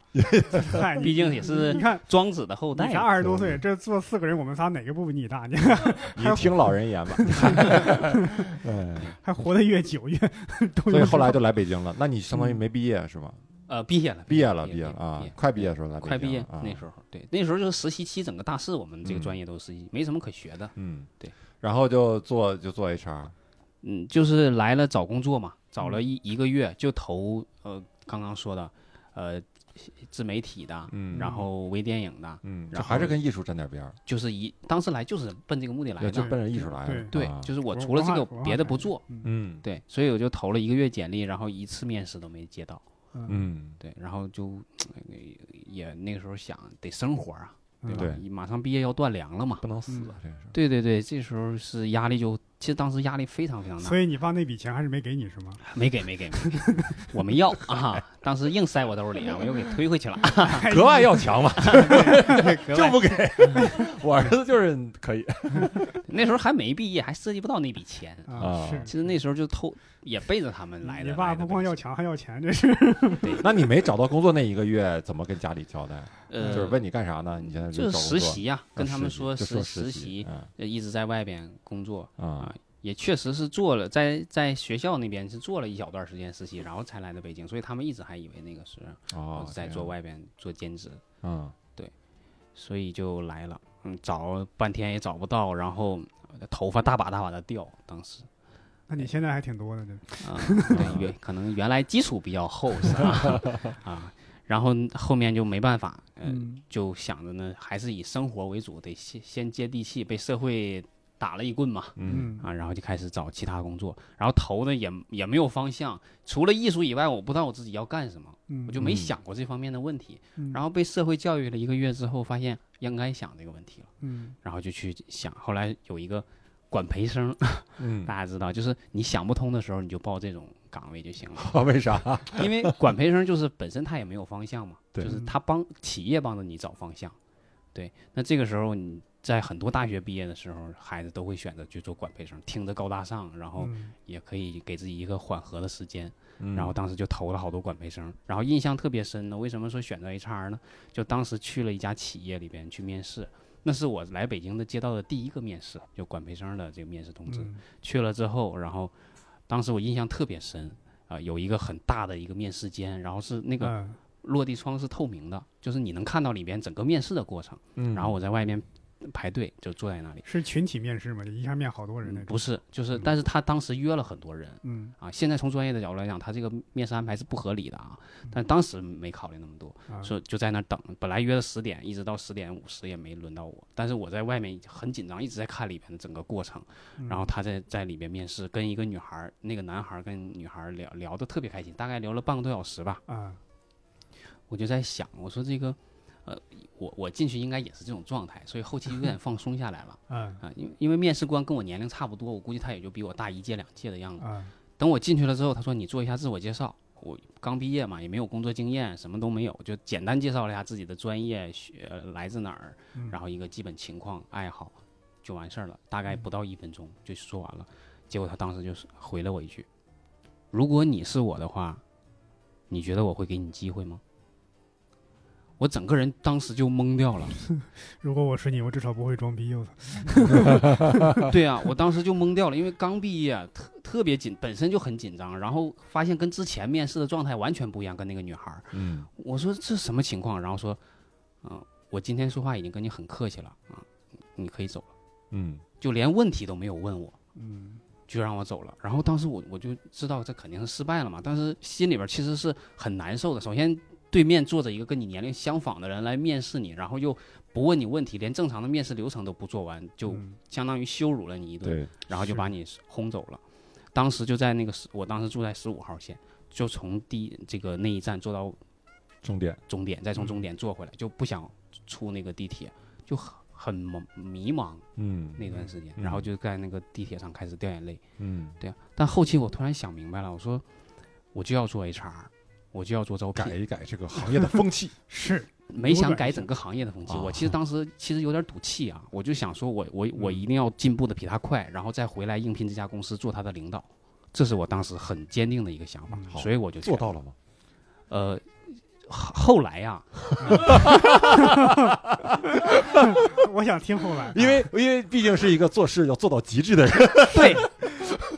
Speaker 3: 嗨，你
Speaker 2: 毕竟也是
Speaker 3: 你看
Speaker 2: 庄子的后代
Speaker 3: 你才
Speaker 2: 嘛。
Speaker 3: 嗯二十多岁，这坐四个人，我们仨哪个部比你大？ 你
Speaker 1: 对你听老人言吧。 嗯，
Speaker 3: 还活得越 久越都
Speaker 1: 所以
Speaker 3: 有
Speaker 1: 后来就来北京了。那你相当于没毕业是吗？
Speaker 2: 呃，毕业了，
Speaker 1: 毕业了，
Speaker 2: 毕
Speaker 1: 毕业了啊
Speaker 2: 毕业！
Speaker 1: 快毕业的时候来北京了，
Speaker 2: 快毕业
Speaker 1: 啊
Speaker 2: 那时候，对，那时候就是实习期，整个大四我们这个
Speaker 1: 嗯
Speaker 2: 专业都是实习，没什么可学的。
Speaker 1: 嗯，
Speaker 2: 对。
Speaker 1: 然后就做就做 HR，
Speaker 2: 嗯，就是来了找工作嘛，找
Speaker 1: 嗯
Speaker 2: 了一一个月就投呃刚刚说的，呃自媒体的，
Speaker 1: 嗯
Speaker 2: 然后微电影的，
Speaker 1: 嗯，
Speaker 2: 然
Speaker 1: 这
Speaker 2: 后
Speaker 1: 还是跟艺术沾点边儿，
Speaker 2: 就是一当时来就是奔这个目的来
Speaker 1: 对就
Speaker 2: 的。
Speaker 1: 奔着艺术来了。
Speaker 2: 对
Speaker 1: 啊，
Speaker 2: 就是我
Speaker 3: 文
Speaker 2: 除了这
Speaker 3: 文
Speaker 2: 个
Speaker 3: 化文化
Speaker 2: 别的
Speaker 3: 产
Speaker 2: 不
Speaker 3: 业
Speaker 2: 做，
Speaker 1: 嗯
Speaker 2: 对，所以我就投了一个月简历，然后一次面试都没接到，
Speaker 3: 嗯
Speaker 1: 嗯，
Speaker 2: 对，然后就也那个时候想得生活啊，对吧？
Speaker 1: 嗯对
Speaker 2: 马上毕业要断粮了嘛，
Speaker 1: 不能死啊，这个是。
Speaker 2: 对对对，这时候是压力就，其实当时压力非常非常大
Speaker 3: 所，以你爸那笔钱还是没给你是吗？
Speaker 2: 没给没给没给， 我没要啊，当时硬塞我兜里啊，我又给推回去了。
Speaker 1: 格外要强嘛， 就不给。我儿子就是可 以，
Speaker 2: 那时候还没毕业，还涉及不到那笔钱。
Speaker 1: 啊
Speaker 3: 是。
Speaker 2: 其实那时候就偷，也背着他们来的。
Speaker 3: 你爸
Speaker 2: 来的
Speaker 3: 不光要
Speaker 2: 东西
Speaker 3: 强还要钱，这是
Speaker 1: 那你没找到工作那一个月，怎么跟家里交代？
Speaker 2: 呃，
Speaker 1: 就是问你干啥呢？你现在
Speaker 2: 就是
Speaker 1: 找工
Speaker 2: 实
Speaker 1: 作
Speaker 2: 习呀、跟他们说
Speaker 1: 啊就说
Speaker 2: 实
Speaker 1: 实
Speaker 2: 习，
Speaker 1: 嗯
Speaker 2: 呃一直在外边工作，
Speaker 1: 啊
Speaker 2: 啊，也确实是做了，在在学校那边是做了一小段时间实习，然后才来的北京，所以他们一直还以为那个是我
Speaker 1: 哦，
Speaker 2: 在
Speaker 1: 这
Speaker 2: 做
Speaker 1: 样，
Speaker 2: 外边做兼职，
Speaker 1: 嗯
Speaker 2: 所以就来了。嗯，找半天也找不到，然后呃头发大把大把的掉，当时。
Speaker 3: 那你现在还挺多的呢。
Speaker 2: 啊，对，原可能原来基础比较厚是吧？ 啊，然后后面就没办法，呃，
Speaker 3: 嗯
Speaker 2: 就想着呢，还是以生活为主，得先先接地气，被社会打了一棍嘛，
Speaker 1: 嗯
Speaker 3: 嗯
Speaker 2: 啊，然后就开始找其他工作，然后投的也也没有方向，除了艺术以外，我不知道我自己要干什么，
Speaker 3: 嗯，
Speaker 2: 我就没
Speaker 1: 嗯
Speaker 2: 想过这方面的问题。
Speaker 3: 嗯
Speaker 2: 然后被社会教育了一个月之后，发现应该想这个问题了，
Speaker 3: 嗯
Speaker 2: 然后就去想，后来有一个管培生，
Speaker 1: 嗯，
Speaker 2: 大家知道，就是你想不通的时候，你就报这种岗位就行 了。
Speaker 1: 为啥？
Speaker 2: 因为管培生就是本身他也没有方向嘛，
Speaker 1: 对
Speaker 2: 就是他帮企业帮着你找方向，对。那这个时候你在很多大学毕业的时候，孩子都会选择去做管培生，听着高大上，然后
Speaker 3: 嗯
Speaker 2: 也可以给自己一个缓和的时间。
Speaker 1: 嗯
Speaker 2: 然后当时就投了好多管培生，然后印象特别深的，为什么说选择 HR 呢？就当时去了一家企业里边去面试。那是我来北京的接到的第一个面试，就管培生的这个面试通知。
Speaker 3: 嗯
Speaker 2: 去了之后，然后当时我印象特别深啊、有一个很大的一个面试间，然后是那个
Speaker 3: 嗯
Speaker 2: 落地窗是透明的，就是你能看到里边整个面试的过程。
Speaker 1: 嗯
Speaker 2: 然后我在外面排队，就坐在那里。
Speaker 3: 是群体面试嘛，就一下面好多人
Speaker 2: 嗯
Speaker 3: 那种。
Speaker 2: 不是，就是，但是他当时约了很多人
Speaker 3: 嗯，
Speaker 2: 啊。现在从专业的角度来讲，他这个面试安排是不合理的啊。但当时没考虑那么多，
Speaker 3: 嗯啊
Speaker 2: 说就在那儿等。本来约了十点，一直到十点五十也没轮到我。但是我在外面很紧张，一直在看里边的整个过程。
Speaker 3: 嗯
Speaker 2: 然后他在在里边面试，跟一个女孩儿，那个男孩儿跟女孩儿聊聊得特别开心，大概聊了半个多小时吧。
Speaker 3: 啊，
Speaker 2: 我就在想，我说这个，呃，我我进去应该也是这种状态，所以后期有点放松下来了
Speaker 3: 嗯
Speaker 2: 啊。因为因为面试官跟我年龄差不多，我估计他也就比我大一届两届的样子。
Speaker 3: 啊，
Speaker 2: 等我进去了之后，他说你做一下自我介绍。我刚毕业嘛，也没有工作经验，什么都没有，就简单介绍了一下自己的专业、学、呃来自哪儿，
Speaker 3: 嗯
Speaker 2: 然后一个基本情况、爱好，就完事儿了。大概不到一分钟就说完了。结果他当时就是回了我一句：“如果你是我的话，你觉得我会给你机会吗？”我整个人当时就懵掉了。
Speaker 3: 如果我是你，我至少不会装逼。我操，
Speaker 2: 对啊，我当时就懵掉了，因为刚毕业，啊特特别紧，本身就很紧张，然后发现跟之前面试的状态完全不一样，跟那个女孩儿。
Speaker 1: 嗯
Speaker 2: 我说这什么情况？然后说，嗯、我今天说话已经跟你很客气了啊、你可以走了，
Speaker 1: 嗯
Speaker 2: 就连问题都没有问我，
Speaker 3: 嗯
Speaker 2: 就让我走了。然后当时我我就知道这肯定是失败了嘛，但是心里边其实是很难受的。首先，对面坐着一个跟你年龄相仿的人来面试你，然后又不问你问题，连正常的面试流程都不做完，就
Speaker 3: 嗯
Speaker 2: 相当于羞辱了你一顿。
Speaker 1: 对，
Speaker 2: 然后就是把你轰走了。当时就在那个十，我当时住在十五号线，就从第这个那一站坐到
Speaker 1: 重点
Speaker 2: 终点，再从终
Speaker 3: 嗯
Speaker 2: 点坐回来，就不想出那个地铁，就很很迷迷茫
Speaker 1: 嗯
Speaker 2: 那段时间，
Speaker 1: 嗯
Speaker 2: 然后就在那个地铁上开始掉眼泪。
Speaker 1: 嗯
Speaker 2: 对啊，但后期我突然想明白了，我说我就要做 HR，我就要做招
Speaker 1: 改
Speaker 2: 聘，
Speaker 1: 一改这个行业的风 气。
Speaker 3: 是
Speaker 2: 没想改整个行业的风气。
Speaker 1: 啊
Speaker 2: 我其实当时其实有点赌气啊，我就想说我我我
Speaker 1: 嗯
Speaker 2: 一定要进步的比他快，然后再回来应聘这家公司做他的领导，这是我当时很坚定的一个想法
Speaker 3: 嗯，
Speaker 1: 好
Speaker 2: 所以我就
Speaker 1: 做
Speaker 2: 选
Speaker 1: 到了吗？
Speaker 2: 呃，后后来啊呀、
Speaker 3: 我想听后来，
Speaker 1: 因为因为毕竟是一个做事要做到极致的 人。
Speaker 2: 对，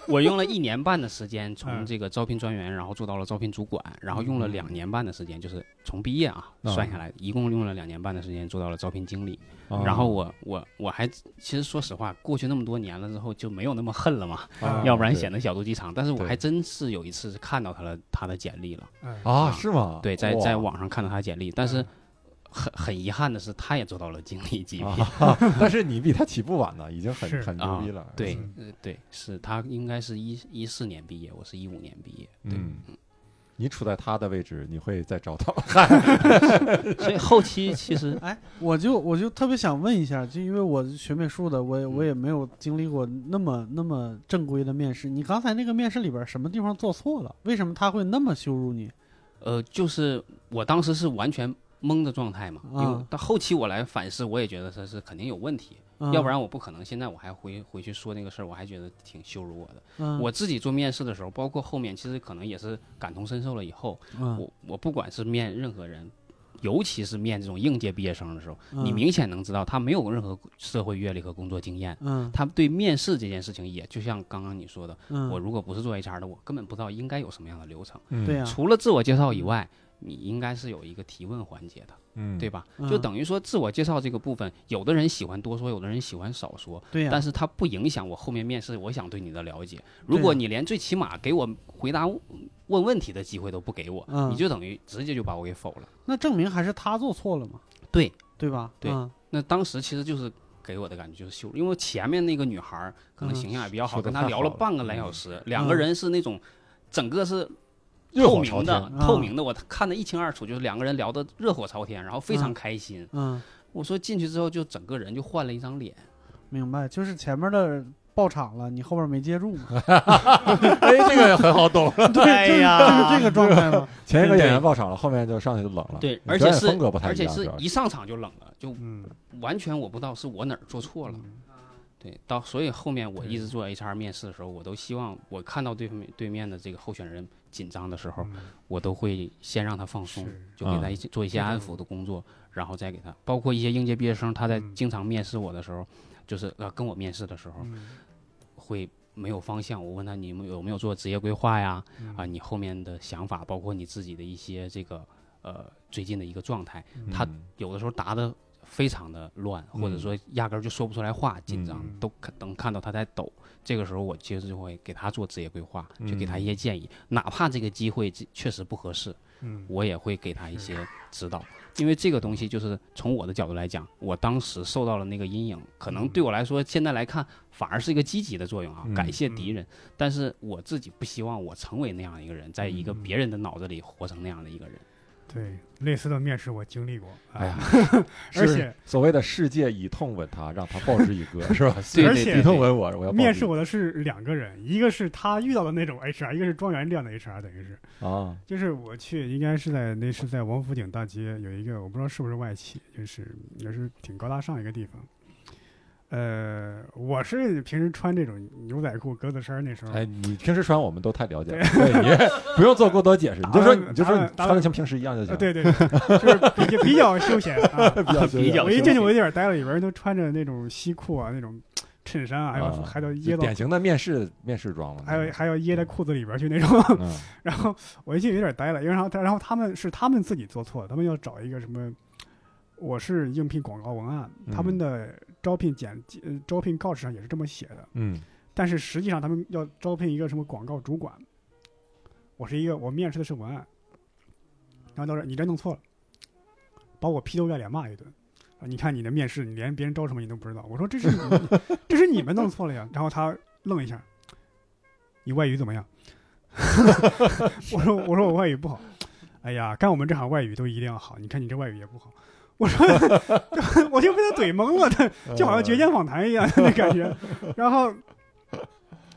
Speaker 2: 我用了一年半的时间，从
Speaker 3: 嗯
Speaker 2: 这个招聘专员，然后做到了招聘主管，然后用了两年半的时间，就是从毕业啊
Speaker 1: 嗯
Speaker 2: 算下来，一共用了两年半的时间做到了招聘经理。
Speaker 1: 哦
Speaker 2: 啊然后我我我还其实说实话，过去那么多年了之后就没有那么恨了嘛，
Speaker 1: 啊
Speaker 2: 要不然
Speaker 1: 对
Speaker 2: 显得小肚鸡肠。但是我
Speaker 1: 对
Speaker 2: 还真是有一次是看到他的他的简历了，
Speaker 3: 嗯
Speaker 1: 啊，是吗？
Speaker 2: 对，在
Speaker 1: 哇嗯
Speaker 2: 在 网上看到他的简历，但是很很遗憾的是，他也做到了经理级别。
Speaker 1: 啊， 但是你比他起步晚呢，已经很
Speaker 3: 是
Speaker 1: 很牛
Speaker 2: 啊
Speaker 1: 逼了。
Speaker 2: 对
Speaker 3: 嗯，
Speaker 2: 呃，对，是他应该是一一四年毕业，我是一五年毕业，对，
Speaker 1: 嗯，你处在他的位置，你会再找到。
Speaker 2: 所以后期其实
Speaker 4: 哎，我就我就特别想问一下，就因为我是学美术的，我也
Speaker 2: 嗯
Speaker 4: 我也没有经历过那么那么正规的面试。你刚才那个面试里边什么地方做错了？为什么他会那么羞辱你？
Speaker 2: 呃，就是我当时是完全懵的状态嘛，因为
Speaker 1: 啊
Speaker 4: 嗯
Speaker 2: 到后期我来反思，我也觉得他是肯定有问题，
Speaker 4: 嗯、
Speaker 1: 啊
Speaker 2: 要不然我不可能现在我还回回去说那个事儿，我还觉得挺羞辱我的。
Speaker 1: 啊
Speaker 4: 嗯、
Speaker 2: 我自己做面试的时候，包括后面其实可能也是感同身受了以后，
Speaker 4: 嗯，
Speaker 2: 我我不管是面任何人。尤其是面这种应届毕业生的时候，
Speaker 4: 嗯
Speaker 2: 你明显能知道他没有任何社会阅历和工作经验，
Speaker 4: 嗯
Speaker 2: 他对面试这件事情也就像刚刚你说的，
Speaker 4: 嗯，
Speaker 2: 我如果不是做 HR 的，我根本不知道应该有什么样的流程。
Speaker 1: 嗯
Speaker 3: 啊
Speaker 4: 对呀、
Speaker 2: 除了自我介绍以外，你应该是有一个提问环节的，
Speaker 1: 嗯，
Speaker 2: 对吧？
Speaker 4: 嗯
Speaker 2: 就等于说自我介绍这个部分，有的人喜欢多说，有的人喜欢少说，
Speaker 4: 对呀、
Speaker 2: 但是它不影响我后面面试我想对你的了
Speaker 1: 啊
Speaker 2: 解。如果你连最起码给我回答问问题的机会都不给我，
Speaker 4: 嗯
Speaker 2: 你就等于直接就把我给否了。
Speaker 4: 那证明还是他做错了嘛，
Speaker 2: 对，
Speaker 4: 对吧？
Speaker 2: 对
Speaker 4: 嗯
Speaker 2: 那当时其实就是给我的感觉就是羞辱，因为前面那个女孩儿可能
Speaker 4: 嗯
Speaker 2: 形象也比较好，
Speaker 1: 说得
Speaker 2: 跟她
Speaker 1: 太
Speaker 2: 聊
Speaker 1: 好
Speaker 2: 了
Speaker 1: 了
Speaker 2: 半个来小时，两个
Speaker 4: 嗯
Speaker 2: 人是那种整个是
Speaker 1: 热
Speaker 2: 透
Speaker 1: 火朝天
Speaker 2: 明的，
Speaker 4: 天
Speaker 2: 透
Speaker 4: 啊
Speaker 2: 明的，我看得一清二楚，就是两个人聊得热火朝天，然后非常
Speaker 4: 嗯
Speaker 2: 开心。
Speaker 4: 嗯，
Speaker 2: 我说进去之后就整个人就换了一张脸，
Speaker 4: 明白，就是前面的爆场了，你后边没接住嘛，
Speaker 1: 哎，这个很好 懂。
Speaker 4: 对呀，就是这个状态嘛。
Speaker 1: 前一个演员爆场了，后面就上去就冷了。
Speaker 2: 对，
Speaker 1: 你
Speaker 2: 而
Speaker 1: 表
Speaker 2: 且
Speaker 1: 演
Speaker 2: 是
Speaker 1: 风格不太
Speaker 2: 而
Speaker 1: 一
Speaker 2: 且
Speaker 1: 样，主
Speaker 2: 是
Speaker 1: 要是
Speaker 2: 一上场就冷了，就
Speaker 3: 嗯，
Speaker 2: 完全我不知道是我哪儿做错了。对，到所以后面我一直做 HR 面试的时候，我都希望我看到对面对面的这个候选人紧张的时候，
Speaker 3: 嗯
Speaker 2: 我都会先让他放松
Speaker 3: 是，
Speaker 2: 就给他
Speaker 1: 嗯
Speaker 2: 一些做一些安抚的工作，然后再给他，包括一些应届毕业生，他在
Speaker 3: 嗯
Speaker 2: 经常面试我的时候，就是呃跟我面试的时候
Speaker 3: 嗯
Speaker 2: 会没有方向，我问他你们有没有做职业规划呀？
Speaker 3: 嗯
Speaker 2: 啊，你后面的想法，包括你自己的一些这个呃最近的一个状态，他
Speaker 1: 嗯
Speaker 2: 有的时候答的非常的乱，或者
Speaker 1: 嗯
Speaker 2: 说压根儿就说不出来话，紧张
Speaker 3: 嗯
Speaker 2: 都看能看到他在抖。这个时候，我其实就会给他做职业规划，就给他一些建议，哪怕这个机会这确实不合适，
Speaker 3: 嗯
Speaker 2: 我也会给他一些指导。因为这个东西就是从我的角度来讲，我当时受到了那个阴影，可能
Speaker 3: 嗯
Speaker 2: 对我来说现在来看反而是一个积极的作用啊，
Speaker 1: 嗯
Speaker 2: 感谢敌人。但是我自己不希望我成为那样一个人，在一个
Speaker 3: 嗯
Speaker 2: 别人的脑子里活成那样的一个人。
Speaker 3: 对，类似的面试我经历过，啊
Speaker 1: 哎呀，
Speaker 3: 而
Speaker 1: 是
Speaker 3: 且
Speaker 1: 所谓的世界以痛吻他，让他报之以歌，是吧？
Speaker 2: 对
Speaker 3: 而
Speaker 2: 对
Speaker 3: 且
Speaker 2: 对
Speaker 1: 你痛吻我，我要报
Speaker 3: 面
Speaker 1: 之
Speaker 3: 试我的是两个人，一个是他遇到的那种 HR，一个是庄园这样的 HR，等于是，
Speaker 1: 啊，
Speaker 3: 就是我去应该是在那是在王府井大街有一个我不知道是不是外企，就是也是挺高大上一个地方。呃，我是平时穿这种牛仔裤、格子衫儿，那时候
Speaker 1: 哎，你平时穿我们都太了解了，对 你不用做过多解释，你就说
Speaker 3: 打扮
Speaker 1: 你就说你
Speaker 3: 打扮打扮
Speaker 1: 穿的像平时一样就
Speaker 3: 啊，
Speaker 1: 行。
Speaker 3: 对对，对就是比较 比较休闲啊。
Speaker 1: 比较
Speaker 2: 比较
Speaker 3: 我一进去我有点呆了，里边都穿着那种西裤啊，那种衬衫啊，还有、
Speaker 1: 啊
Speaker 3: 还有掖
Speaker 1: 就
Speaker 3: 到
Speaker 1: 典型的面试面试装嘛，
Speaker 3: 还有还有掖在裤子里边去那种。
Speaker 1: 嗯
Speaker 3: 然后我一进去有点呆了，因为然后然后他们是他们自己做错，他们要找一个什么，我是应聘广告文案，
Speaker 1: 嗯
Speaker 3: 他们的招聘简呃招聘告示上也是这么写的，
Speaker 1: 嗯
Speaker 3: 但是实际上他们要招聘一个什么广告主管，我是一个我面试的是文案，然后他说你这弄错了，把我劈头盖脸骂一顿。啊你看你的面试，你连别人招什么你都不知道。我说这是你这是你们弄错了呀。然后他愣一下，你外语怎么样？ 我说我说我外语不好。哎呀，干我们这行外语都一定要好。你看你这外语也不好。我说 我就被他怼懵了，他
Speaker 1: 嗯，
Speaker 3: 就好像绝间访谈一样那感觉。然后，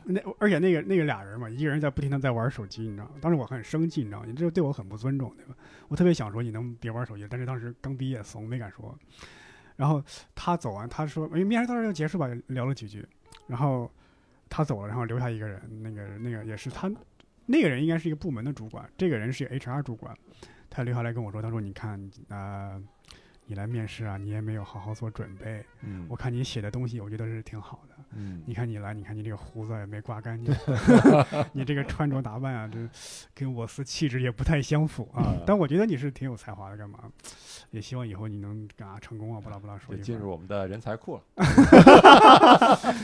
Speaker 3: 那而且那个那个俩人嘛，一个人在不停的在玩手机，你知道吗？当时我很生气，你知道吗？你这对我很不尊重，对吧？我特别想说你能别玩手机，但是当时刚毕业怂，没敢说。然后他走完，他说：“哎，面试到这儿就结束吧。”聊了几句，然后他走了，然后留下一个人，那个那个也是他，那个人应该是一个部门的主管，这个人是一个 HR 主管，他留下来跟我说：“他说你看，呃，你来面试啊，你也没有好好做准备，
Speaker 1: 嗯
Speaker 3: 我看你写的东西，我觉得是挺好的。”
Speaker 1: 嗯
Speaker 3: 你看你来，你看你这个胡子也没刮干净， 你这个穿着打扮啊，这跟我司气质也不太相符啊
Speaker 1: 嗯。
Speaker 3: 但我觉得你是挺有才华的，干嘛？也希望以后你能啊成功啊，不拉不拉说
Speaker 1: 就
Speaker 3: 一
Speaker 1: 进
Speaker 3: 会儿
Speaker 1: 入我们的人才库了。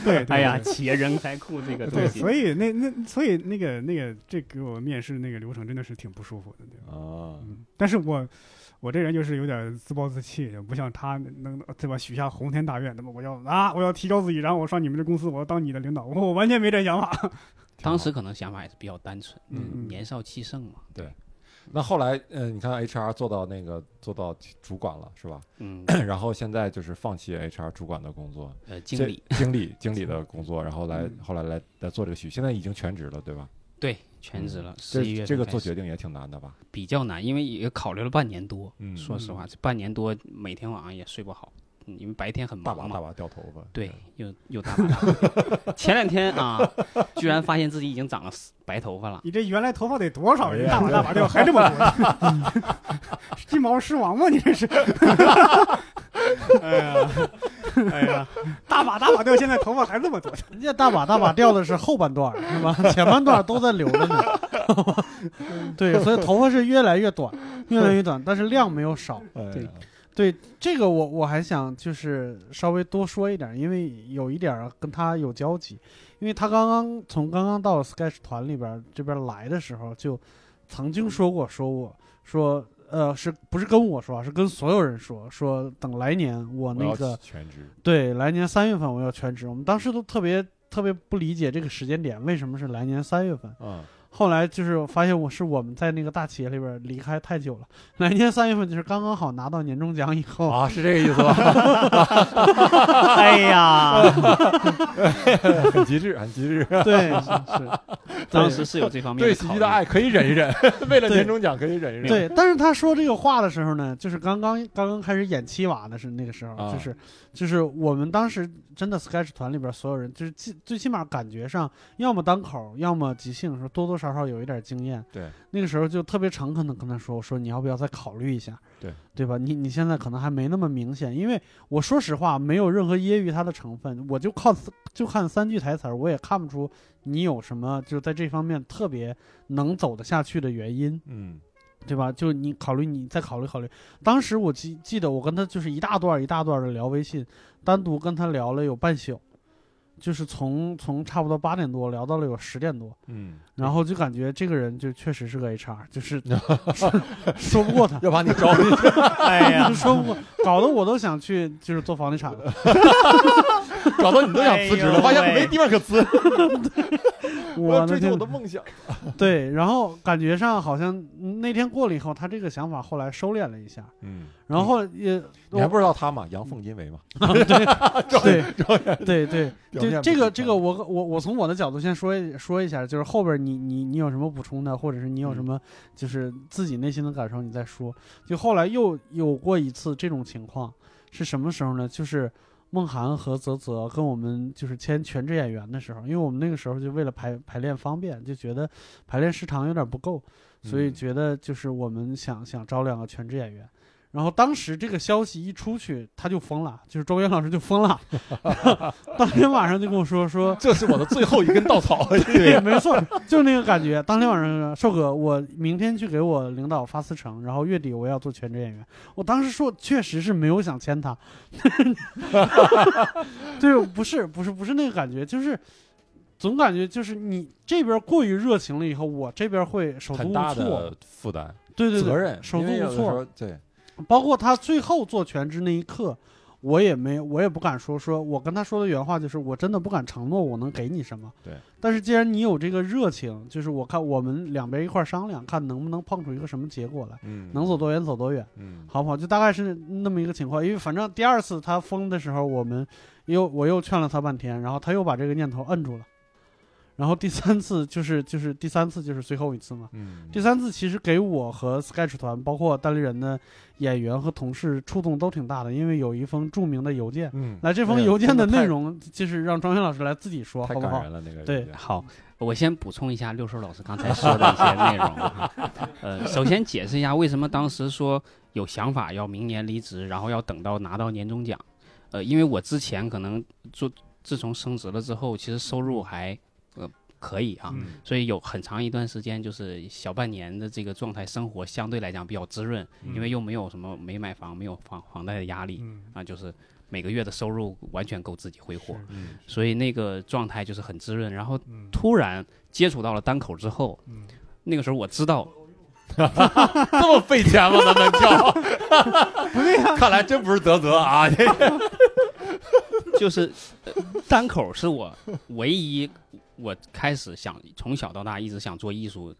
Speaker 3: 对，对
Speaker 2: 哎呀，
Speaker 3: 对
Speaker 2: 企业人才库这 个东
Speaker 3: 对，
Speaker 2: 西，
Speaker 3: 所以那那所以那个那个这给我面试那个流程真的是挺不舒服的，对吧？
Speaker 1: 啊，
Speaker 3: 嗯，但是我我这人就是有点自暴自弃，也不像他能对吧？许下鸿天大愿，那么我要啊，我要提高自己，然后我上你们这公司，我要当你的领导，我我完全没这想法。
Speaker 2: 当时可能想法也是比较单纯，
Speaker 1: 嗯
Speaker 3: 嗯
Speaker 2: 年少气盛嘛，
Speaker 1: 那后来，嗯、你看 HR 做到那个做到主管了， 是吧？
Speaker 2: 嗯，
Speaker 1: 然后现在就是放弃 HR 主管的工作，
Speaker 2: 呃， 经理
Speaker 1: 这经理经理的工作，然后来
Speaker 3: 嗯
Speaker 1: 后来来来做这个许，现在已经全职了，对吧？
Speaker 2: 对全职了，十一月
Speaker 1: 嗯这这
Speaker 2: 份
Speaker 1: 个
Speaker 2: 开
Speaker 1: 做
Speaker 2: 始
Speaker 1: 决定也挺难的吧？
Speaker 2: 比较难，因为也考虑了半年多，
Speaker 1: 嗯
Speaker 2: 说实话，这半年多每天晚上也睡不好，嗯因为白天很
Speaker 1: 大
Speaker 2: 忙
Speaker 1: 把
Speaker 2: 嘛，
Speaker 1: 大把掉头发，
Speaker 2: 对，又又大把大把。 前两天啊，居然发现自己已经长了白头 发了。
Speaker 3: 你这原来头发得多少
Speaker 1: 哎
Speaker 3: 人
Speaker 1: 呀
Speaker 3: 大把大把掉，还这么多？金毛狮王吗？你这是？哎呀，哎呀，大把大把掉，现在头发还这么多。
Speaker 4: 人家大把大把掉的是后半段儿，是吧？前半段儿都在留着呢。 对，所以头发是越来越短，越来越短，但是量没有少。
Speaker 1: 对，
Speaker 4: 对这个我我还想就是稍微多说一点，因为有一点儿跟他有交集，因为他刚刚从刚刚到 Sketch 团里边儿这边儿来的时候，就曾经说过说我说呃是不是跟我说啊，是跟所有人说说等来年我
Speaker 1: 我
Speaker 4: 那
Speaker 1: 要
Speaker 4: 个
Speaker 1: 全职，
Speaker 4: 对，来年三月份我要全职。我们当时都特别特别不理解这个时间点为什么是来年三月份。
Speaker 1: 嗯，
Speaker 4: 后来就是我发现我是我们在那个大企业里边离开太久了，来年三月份就是刚刚好拿到年终奖以后，
Speaker 1: 啊，是这个 意思吧？
Speaker 4: 哎呀，
Speaker 1: 很极致，很极致，
Speaker 4: 对，是是，
Speaker 2: 当时是有这方面
Speaker 1: 对
Speaker 2: 的
Speaker 1: 喜
Speaker 2: 考
Speaker 1: 剧
Speaker 2: 虑
Speaker 1: 的爱可以忍一忍，为了
Speaker 4: 对
Speaker 1: 年终奖可以忍一忍，
Speaker 4: 对，但是他说这个话的时候呢，就是刚刚刚刚开始演七娃的是那个时候，
Speaker 1: 啊
Speaker 4: 就是就是我们当时真的 sketch 团里边所有人，就是最最起码感觉上，要么单口，要么即兴，说多多少少有一点经验。
Speaker 1: 对，
Speaker 4: 那个时候就特别诚恳的跟他说，我说你要不要再考虑一下？
Speaker 1: 对，
Speaker 4: 对吧？你你现在可能还没那么明显，因为我说实话，没有任何揶揄他的成分，我就靠就看三句台词儿，我也看不出你有什么就在这方面特别能走得下去的原因。
Speaker 1: 嗯，
Speaker 4: 对吧？就你考虑，你再考虑考虑。当时我记记得，我跟他就是一大段一大段的聊微信，单独跟他聊了有半宿，就是从从差不多八点多聊到了有十点多，
Speaker 1: 嗯，
Speaker 4: 然后就感觉这个人就确实是个 HR，就是 说说不 过 他，
Speaker 1: 要把你招进去，
Speaker 4: 哎呀，说不过，搞得我都想去就是做房地产了。
Speaker 1: 搞得你都想辞职了，发现没地方可 辞，我
Speaker 4: 哎我
Speaker 1: 要
Speaker 4: 的
Speaker 1: 追求
Speaker 4: 天
Speaker 1: 我，的梦想，
Speaker 4: 对，然后感觉上好像那天过了以后，他这个想法后来收敛了一下，
Speaker 1: 嗯，
Speaker 4: 然后后来也
Speaker 1: 你还不知道他吗？ 阳奉阴违嘛，
Speaker 4: 对对对
Speaker 1: 表
Speaker 4: 对，
Speaker 1: 面
Speaker 4: 这
Speaker 1: 不
Speaker 4: 个
Speaker 1: 是
Speaker 4: 这
Speaker 1: 太
Speaker 4: 个我我我从我的角度先说一说一下，就是后边你你你有什么补充的，或者是你有什
Speaker 1: 嗯
Speaker 4: 么就是自己内心的感受，你再说。就后来又有过一次这种情况，是什么时候呢？就是梦涵和泽泽跟我们就是签全职演员的时候，因为我们那个时候就为了排排练方便，就觉得排练时长有点不够，所以
Speaker 1: 嗯，
Speaker 4: 觉得就是我们想想招两个全职演员。然后当时这个消息一出去，他就疯了，就是周元老师就疯了， 当天晚上就跟我说说
Speaker 1: 这是我的最后一根稻草，
Speaker 4: 对，没错，就是那个感觉。当天晚上说，瘦哥，我明天去给我领导发辞呈，然后月底我要做全职演员。我当时说，确实是没有想签他， 对，不是，不是，不是那个感觉，就是。总感觉就是你这边过于热情了以后，我这边会手足
Speaker 1: 很
Speaker 4: 无
Speaker 1: 大
Speaker 4: 措，
Speaker 1: 的负担、
Speaker 4: 对对对，
Speaker 1: 责任，
Speaker 4: 手
Speaker 1: 因为
Speaker 4: 足
Speaker 1: 有
Speaker 4: 无
Speaker 1: 的
Speaker 4: 措
Speaker 1: 时候，对，
Speaker 4: 包括他最后做全职那一刻，我也没，我也不敢说，说我跟他说的原话就是，我真的不敢承诺我能给你什么。
Speaker 1: 对。
Speaker 4: 但是既然你有这个热情，就是我看我们两边一块儿商量，看能不能碰出一个什么结果来，
Speaker 1: 嗯，
Speaker 4: 能走，多远走多远，
Speaker 1: 嗯，
Speaker 4: 好不好？就大概是那么一个情况。因为反正第二次他疯的时候，我们又我又劝了他半天，然后他又把这个念头摁住了。然后第三次就是就是第三次就是最后一次嘛。
Speaker 1: 嗯，
Speaker 4: 第三次其实给我和 Sketch 团，包括单立人的演员和同事触动都挺大的，因为有一封著名的邮件。
Speaker 1: 嗯，
Speaker 4: 来，这封
Speaker 1: 哎呀
Speaker 4: 邮件
Speaker 1: 真的
Speaker 4: 的内
Speaker 1: 太
Speaker 4: 容就是让庄轩老师来自己说，
Speaker 1: 太
Speaker 4: 好不
Speaker 1: 感
Speaker 4: 好
Speaker 1: 人？了，那个
Speaker 4: 对
Speaker 1: 人家
Speaker 2: 好，我先补充一下六叔老师刚才说的一些内容啊。呃，首先解释一下为什么当时说有想法要明年离职，然后要等到拿到年终奖。呃，因为我之前可能做，自从升职了之后，其实收入还呃可以啊，
Speaker 3: 嗯
Speaker 2: 所以有很长一段时间就是小半年的这个状态，生活相对来讲比较滋润，因为又没有什么没买房，没有房房贷的压力
Speaker 3: 嗯，
Speaker 2: 啊，就是每个月的收入完全够自己挥霍
Speaker 3: 是，
Speaker 1: 嗯
Speaker 2: 所以那个状态就是很滋润。然后
Speaker 3: 嗯
Speaker 2: 突然接触到了单口之后，
Speaker 3: 嗯，
Speaker 2: 那个时候我知 道，
Speaker 1: 这么费钱吗？他们跳？看来真不是德泽啊， 这
Speaker 2: 就是、呃单口是我唯一我开始想从小到大一直想做艺术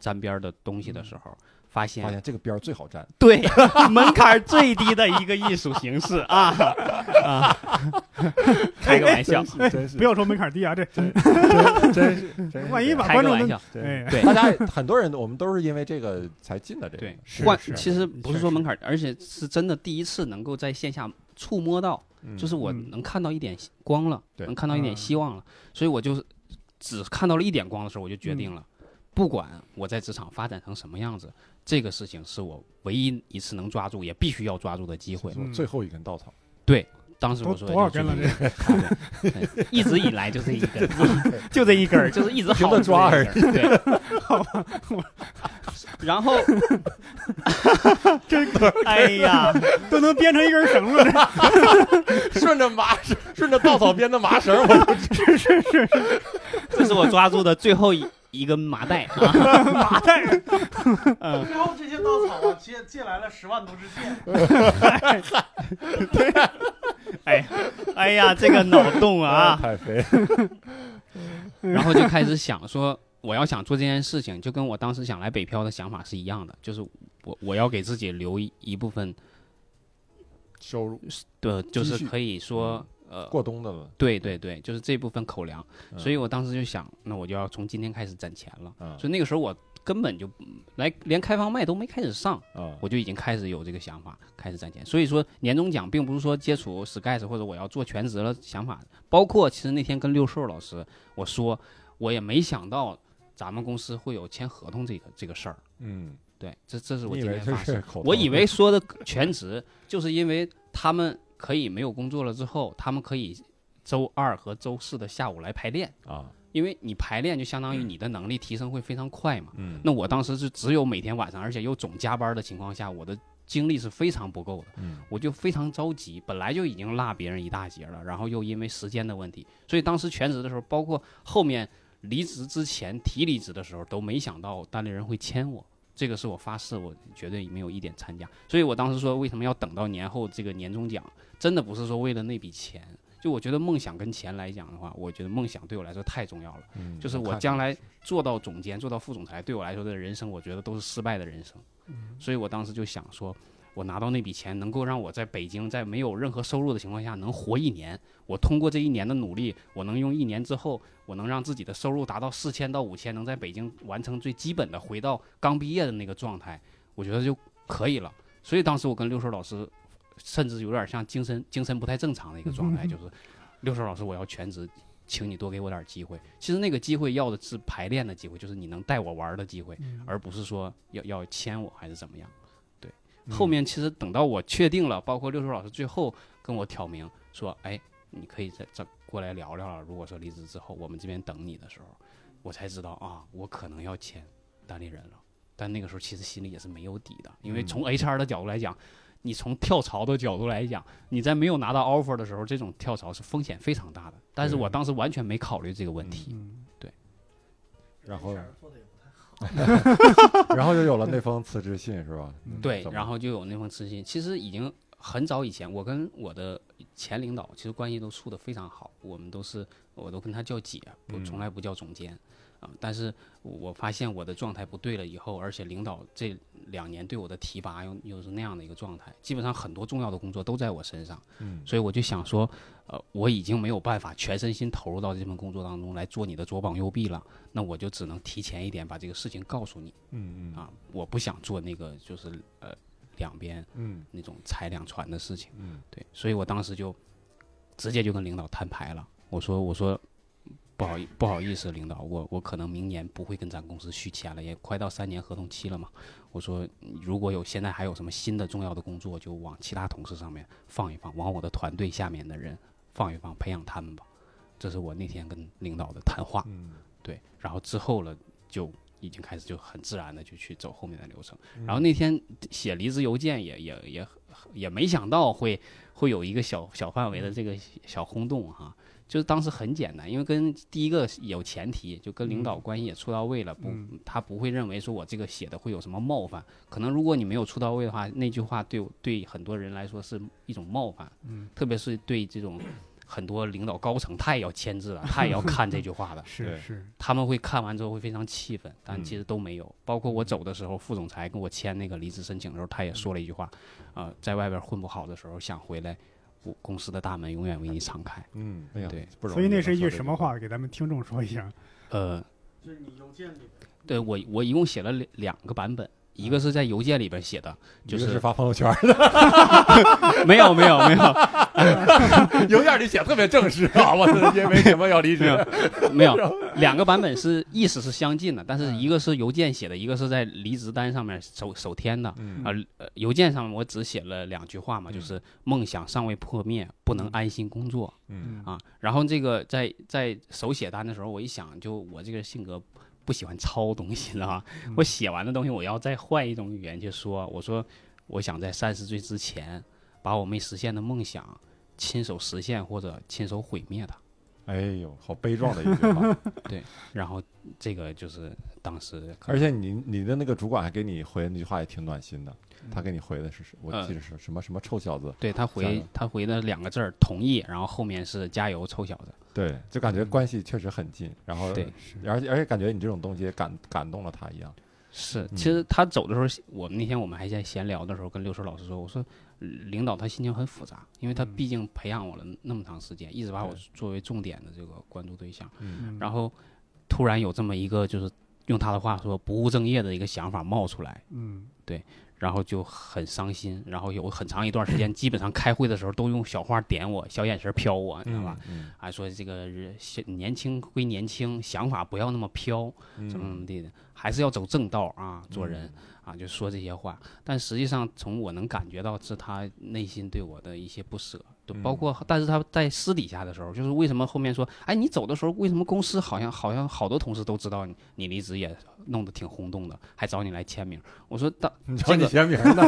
Speaker 2: 沾边儿的东西的时候，嗯发现
Speaker 1: 发现这个边儿最好站，
Speaker 2: 对 门槛最低的一个艺术形式 啊啊，开个玩笑，
Speaker 3: 哎
Speaker 1: 真是，
Speaker 3: 不要说门槛低啊，这
Speaker 1: 真真是真是
Speaker 3: 万一把
Speaker 2: 开
Speaker 3: 观
Speaker 2: 个
Speaker 3: 众
Speaker 2: 玩
Speaker 3: 们
Speaker 2: 笑，
Speaker 1: 这样
Speaker 3: 哎，
Speaker 2: 对
Speaker 1: 大家很多人，我们都是因为这个才进的这个。
Speaker 2: 对，
Speaker 3: 是
Speaker 2: 换
Speaker 3: 是
Speaker 2: 其实不是
Speaker 3: 确
Speaker 2: 说
Speaker 3: 实
Speaker 2: 门槛儿，而且是真的第一次能够在线下触摸到。
Speaker 1: 嗯
Speaker 2: 就是我
Speaker 3: 嗯
Speaker 2: 能看到一点希光了，
Speaker 1: 对
Speaker 2: 能看到一点希望了，所以我就是只看到了一点光的时候，我就决定了，不管我在职场发展成什么样子，这个事情是我唯一一次能抓住，也必须要抓住的机会。
Speaker 1: 我
Speaker 4: 嗯
Speaker 1: 最后一根稻草。
Speaker 2: 当时我
Speaker 3: 多
Speaker 2: 说的
Speaker 3: 多少
Speaker 2: 就是
Speaker 3: 根了
Speaker 2: 这个啊对一直以来就这一根，就这一根儿， 就是一直
Speaker 1: 停地
Speaker 2: 薅着
Speaker 1: 抓
Speaker 2: 这一根儿。对，好吧， 然后
Speaker 3: 真
Speaker 2: 哎呀，
Speaker 3: 都能编成一根绳了，这
Speaker 1: 顺着麻绳，顺着稻草编的 麻绳，我
Speaker 2: 这是我抓住的最后一一根麻带啊。
Speaker 3: 麻袋，
Speaker 2: 嗯
Speaker 4: 最后这些稻草啊，借借来了十万多支箭。
Speaker 2: 哎， 哎呀，这个脑 洞啊！
Speaker 1: 太肥了。
Speaker 2: 然后就开始想说，我要想做这件事情，就跟我当时想来北漂的想法是一样的，就是我我要给自己留一一部分
Speaker 1: 收入
Speaker 2: 的，就
Speaker 1: 积
Speaker 2: 是
Speaker 1: 蓄
Speaker 2: 可以说呃，
Speaker 1: 过冬的了，
Speaker 2: 对对对，就是这部分口粮。
Speaker 1: 嗯
Speaker 2: 所以我当时就想，那我就要从今天开始攒钱了。
Speaker 1: 啊
Speaker 2: 所以那个时候我根本就嗯来连开放麦都没开始上，
Speaker 1: 啊，
Speaker 2: 我就已经开始有这个想法，开始攒钱。所以说年终奖并不是说接触 Sketch 或者我要做全职了想法，包括其实那天跟六兽老师我说，我也没想到咱们公司会有签合同这个这个事儿。
Speaker 1: 嗯，
Speaker 2: 对，这这是我
Speaker 1: 你以
Speaker 2: 今
Speaker 1: 为
Speaker 2: 天
Speaker 1: 这
Speaker 2: 发
Speaker 1: 是
Speaker 2: 现，
Speaker 1: 口头
Speaker 2: 我以为说的全职，就是因为他们可以没有工作了之后，他们可以周二和周四的下午来排练，
Speaker 1: 啊，
Speaker 2: 因为你排练就相当于你的能力提升会非常快嘛。
Speaker 1: 嗯，
Speaker 2: 那我当时是只有每天晚上，而且又总加班的情况下，我的精力是非常不够的，
Speaker 1: 嗯
Speaker 2: 我就非常着急。本来就已经落别人一大截了，然后又因为时间的问题，所以当时全职的时候，包括后面离职之前提离职的时候，都没想到单立人会签我。这个是我发誓，我绝对没有一点参加。所以我当时说，为什么要等到年后这个年终奖？真的不是说为了那笔钱。就我觉得梦想跟钱来讲的话，我觉得梦想对我来说太重要了。
Speaker 1: 嗯，
Speaker 2: 就是我
Speaker 1: 看
Speaker 2: 将来做到总监、做到副总裁，对我来说的人生，我觉得都是失败的人生。所以我当时就想说，我拿到那笔钱，能够让我在北京，在没有任何收入的情况下能活一年。我通过这一年的努力，我能用一年之后，我能让自己的收入达到四千到五千，能在北京完成最基本的，回到刚毕业的那个状态，我觉得就可以了。所以当时我跟六叔老师，甚至有点像精神精神不太正常的一个状态，就是六叔老师，我要全职请你多给我点儿机会。其实那个机会要的是排练的机会，就是你能带我玩儿的机会，而不是说要要签我还是怎么样。对，后面其实等到我确定了，包括六叔老师最后跟我挑明说，哎，你可以再再过来聊聊了。如果说离职之后，我们这边等你的时候，我才知道啊，我可能要签单立人了。但那个时候其实心里也是没有底的，因为
Speaker 1: 嗯
Speaker 2: 从 HR 的角度来讲，你从跳槽的角度来讲，你在没有拿到 offer 的时候，这种跳槽是风险非常大的。但是我当时完全没考虑这个问题。
Speaker 3: 嗯
Speaker 1: 然后， 然后就有了那封辞职信是吧？
Speaker 3: 嗯
Speaker 2: 对，
Speaker 1: 怎么
Speaker 2: 然后就有那封私信。其实已经很早以前，我跟我的前领导其实关系都处得非常好，我们都是我都跟他叫姐，不
Speaker 1: 嗯
Speaker 2: 从来不叫总监。啊、但是我发现我的状态不对了以后，而且领导这两年对我的提拔又又是那样的一个状态，基本上很多重要的工作都在我身上，
Speaker 1: 嗯
Speaker 2: 所以我就想说，呃，我已经没有办法全身心投入到这份工作当中来做你的左膀右臂了，那我就只能提前一点把这个事情告诉你
Speaker 1: 嗯嗯
Speaker 2: 啊，我不想做那个就是呃两边
Speaker 1: 嗯
Speaker 2: 那种踩两船的事情。
Speaker 1: 嗯
Speaker 2: 对，所以我当时就直接就跟领导摊牌了，我说我说不好意不好意思，领导，我我可能明年不会跟咱公司续签了，也快到三年合同期了嘛。我说如果有现在还有什么新的重要的工作，就往其他同事上面放一放，往我的团队下面的人放一放，培养他们吧。这是我那天跟领导的谈话，
Speaker 1: 嗯，
Speaker 2: 对，然后之后了就已经开始就很自然的就去走后面的流程。然后那天写离职邮件也也也也没想到会会有一个小小范围的这个小轰动哈、就是当时很简单，因为跟第一个有前提，就跟领导关系也处到位了，不
Speaker 3: 嗯，
Speaker 2: 他不会认为说我这个写的会有什么冒犯。可能如果你没有处到位的话，那句话对我对很多人来说是一种冒犯，
Speaker 3: 嗯，
Speaker 2: 特别是对这种很多领导高层，他也要签字的，他也要看这句话的。
Speaker 3: 嗯是
Speaker 1: 对
Speaker 3: 是，
Speaker 2: 他们会看完之后会非常气愤，但
Speaker 1: 嗯
Speaker 2: 其实都没有。包括我走的时候，副总裁跟我签那个离职申请的时候，他也说了一句话，
Speaker 1: 嗯
Speaker 2: 呃，在外边混不好的时候想回来，我公司的大门永远为你敞开。
Speaker 1: 嗯，哎呀，
Speaker 2: 对
Speaker 1: 不容易。
Speaker 3: 所以那是一
Speaker 1: 能说
Speaker 3: 句什
Speaker 1: 这
Speaker 3: 么？话？给咱们听众说一下。
Speaker 2: 呃，
Speaker 4: 就是你邮件里
Speaker 2: 对我我一共写了两两个版
Speaker 1: 嗯
Speaker 2: 本，一个是在邮件里边写的，就
Speaker 1: 一个
Speaker 2: 是
Speaker 1: 是发朋友 圈儿，
Speaker 2: 没有没有没有
Speaker 1: 邮件里写特别正式啊，我是因为什么要离职？
Speaker 2: 没有，两个版本是意思是相近的，
Speaker 1: 嗯
Speaker 2: 但是一个是邮件写的，一个是在离职单上面手手填的。
Speaker 1: 嗯
Speaker 2: 啊、呃，邮件上我只写了两句话嘛，就是梦想尚未破灭，不能安心工作。
Speaker 1: 嗯
Speaker 2: 啊，然后这个在在手写单的时候，我一想，就我这个性格不喜欢抄东西，知道吧？
Speaker 1: 嗯
Speaker 2: 我写完的东西，我要再换一种语言去说。我说，我想在三十岁之前，把我没实现的梦想亲手实现或者亲手毁灭它。
Speaker 1: 哎呦，好悲壮的一句 话。
Speaker 2: 然后这个就是当时可
Speaker 1: 而
Speaker 2: 能，
Speaker 1: 且你你的那个主管还给你回那句话也挺暖心的，他给你回的是什？我
Speaker 2: 呃
Speaker 1: 记得是什么什么臭小子？
Speaker 2: 对他
Speaker 1: 加
Speaker 2: 回
Speaker 1: 油
Speaker 2: 他回的两个字儿同意，然后后面是加油，臭小子。
Speaker 1: 对，就感觉关系确实很近，然后
Speaker 2: 对，
Speaker 1: 而且而且感觉你这种东西也感感动了他一样。
Speaker 2: 是，
Speaker 1: 嗯
Speaker 2: 其实他走的时候，我们那天我们还在闲聊的时候，跟六叔老师说，我说嗯领导他心情很复杂，因为他
Speaker 3: 嗯
Speaker 2: 毕竟培养我了那么长时间，一直把我
Speaker 1: 对
Speaker 2: 作为重点的这个关注对象，
Speaker 1: 嗯
Speaker 2: 然后突然有这么一个就是用他的话说不务正业的一个想法冒出来，
Speaker 3: 嗯，
Speaker 2: 然后就很伤心，然后有很长一段时间，基本上开会的时候都用小话点我，小眼神瞟我，你知道吧？？
Speaker 1: 嗯
Speaker 2: 还啊说这个人小年轻归年轻，想法不要那么飘，怎么怎么地的，还是要走正道啊，做人。啊，就说这些话。但实际上，从我能感觉到是他内心对我的一些不舍，就包
Speaker 1: 嗯
Speaker 2: 括，但是他在私底下的时候，就是为什么后面说，哎，你走的时候，为什么公司好像好像好多同事都知道你你离职也弄得挺轰动的，还找你来签名。我说当
Speaker 1: 你
Speaker 2: 这
Speaker 1: 瞧你
Speaker 2: 个
Speaker 1: 签名 呢？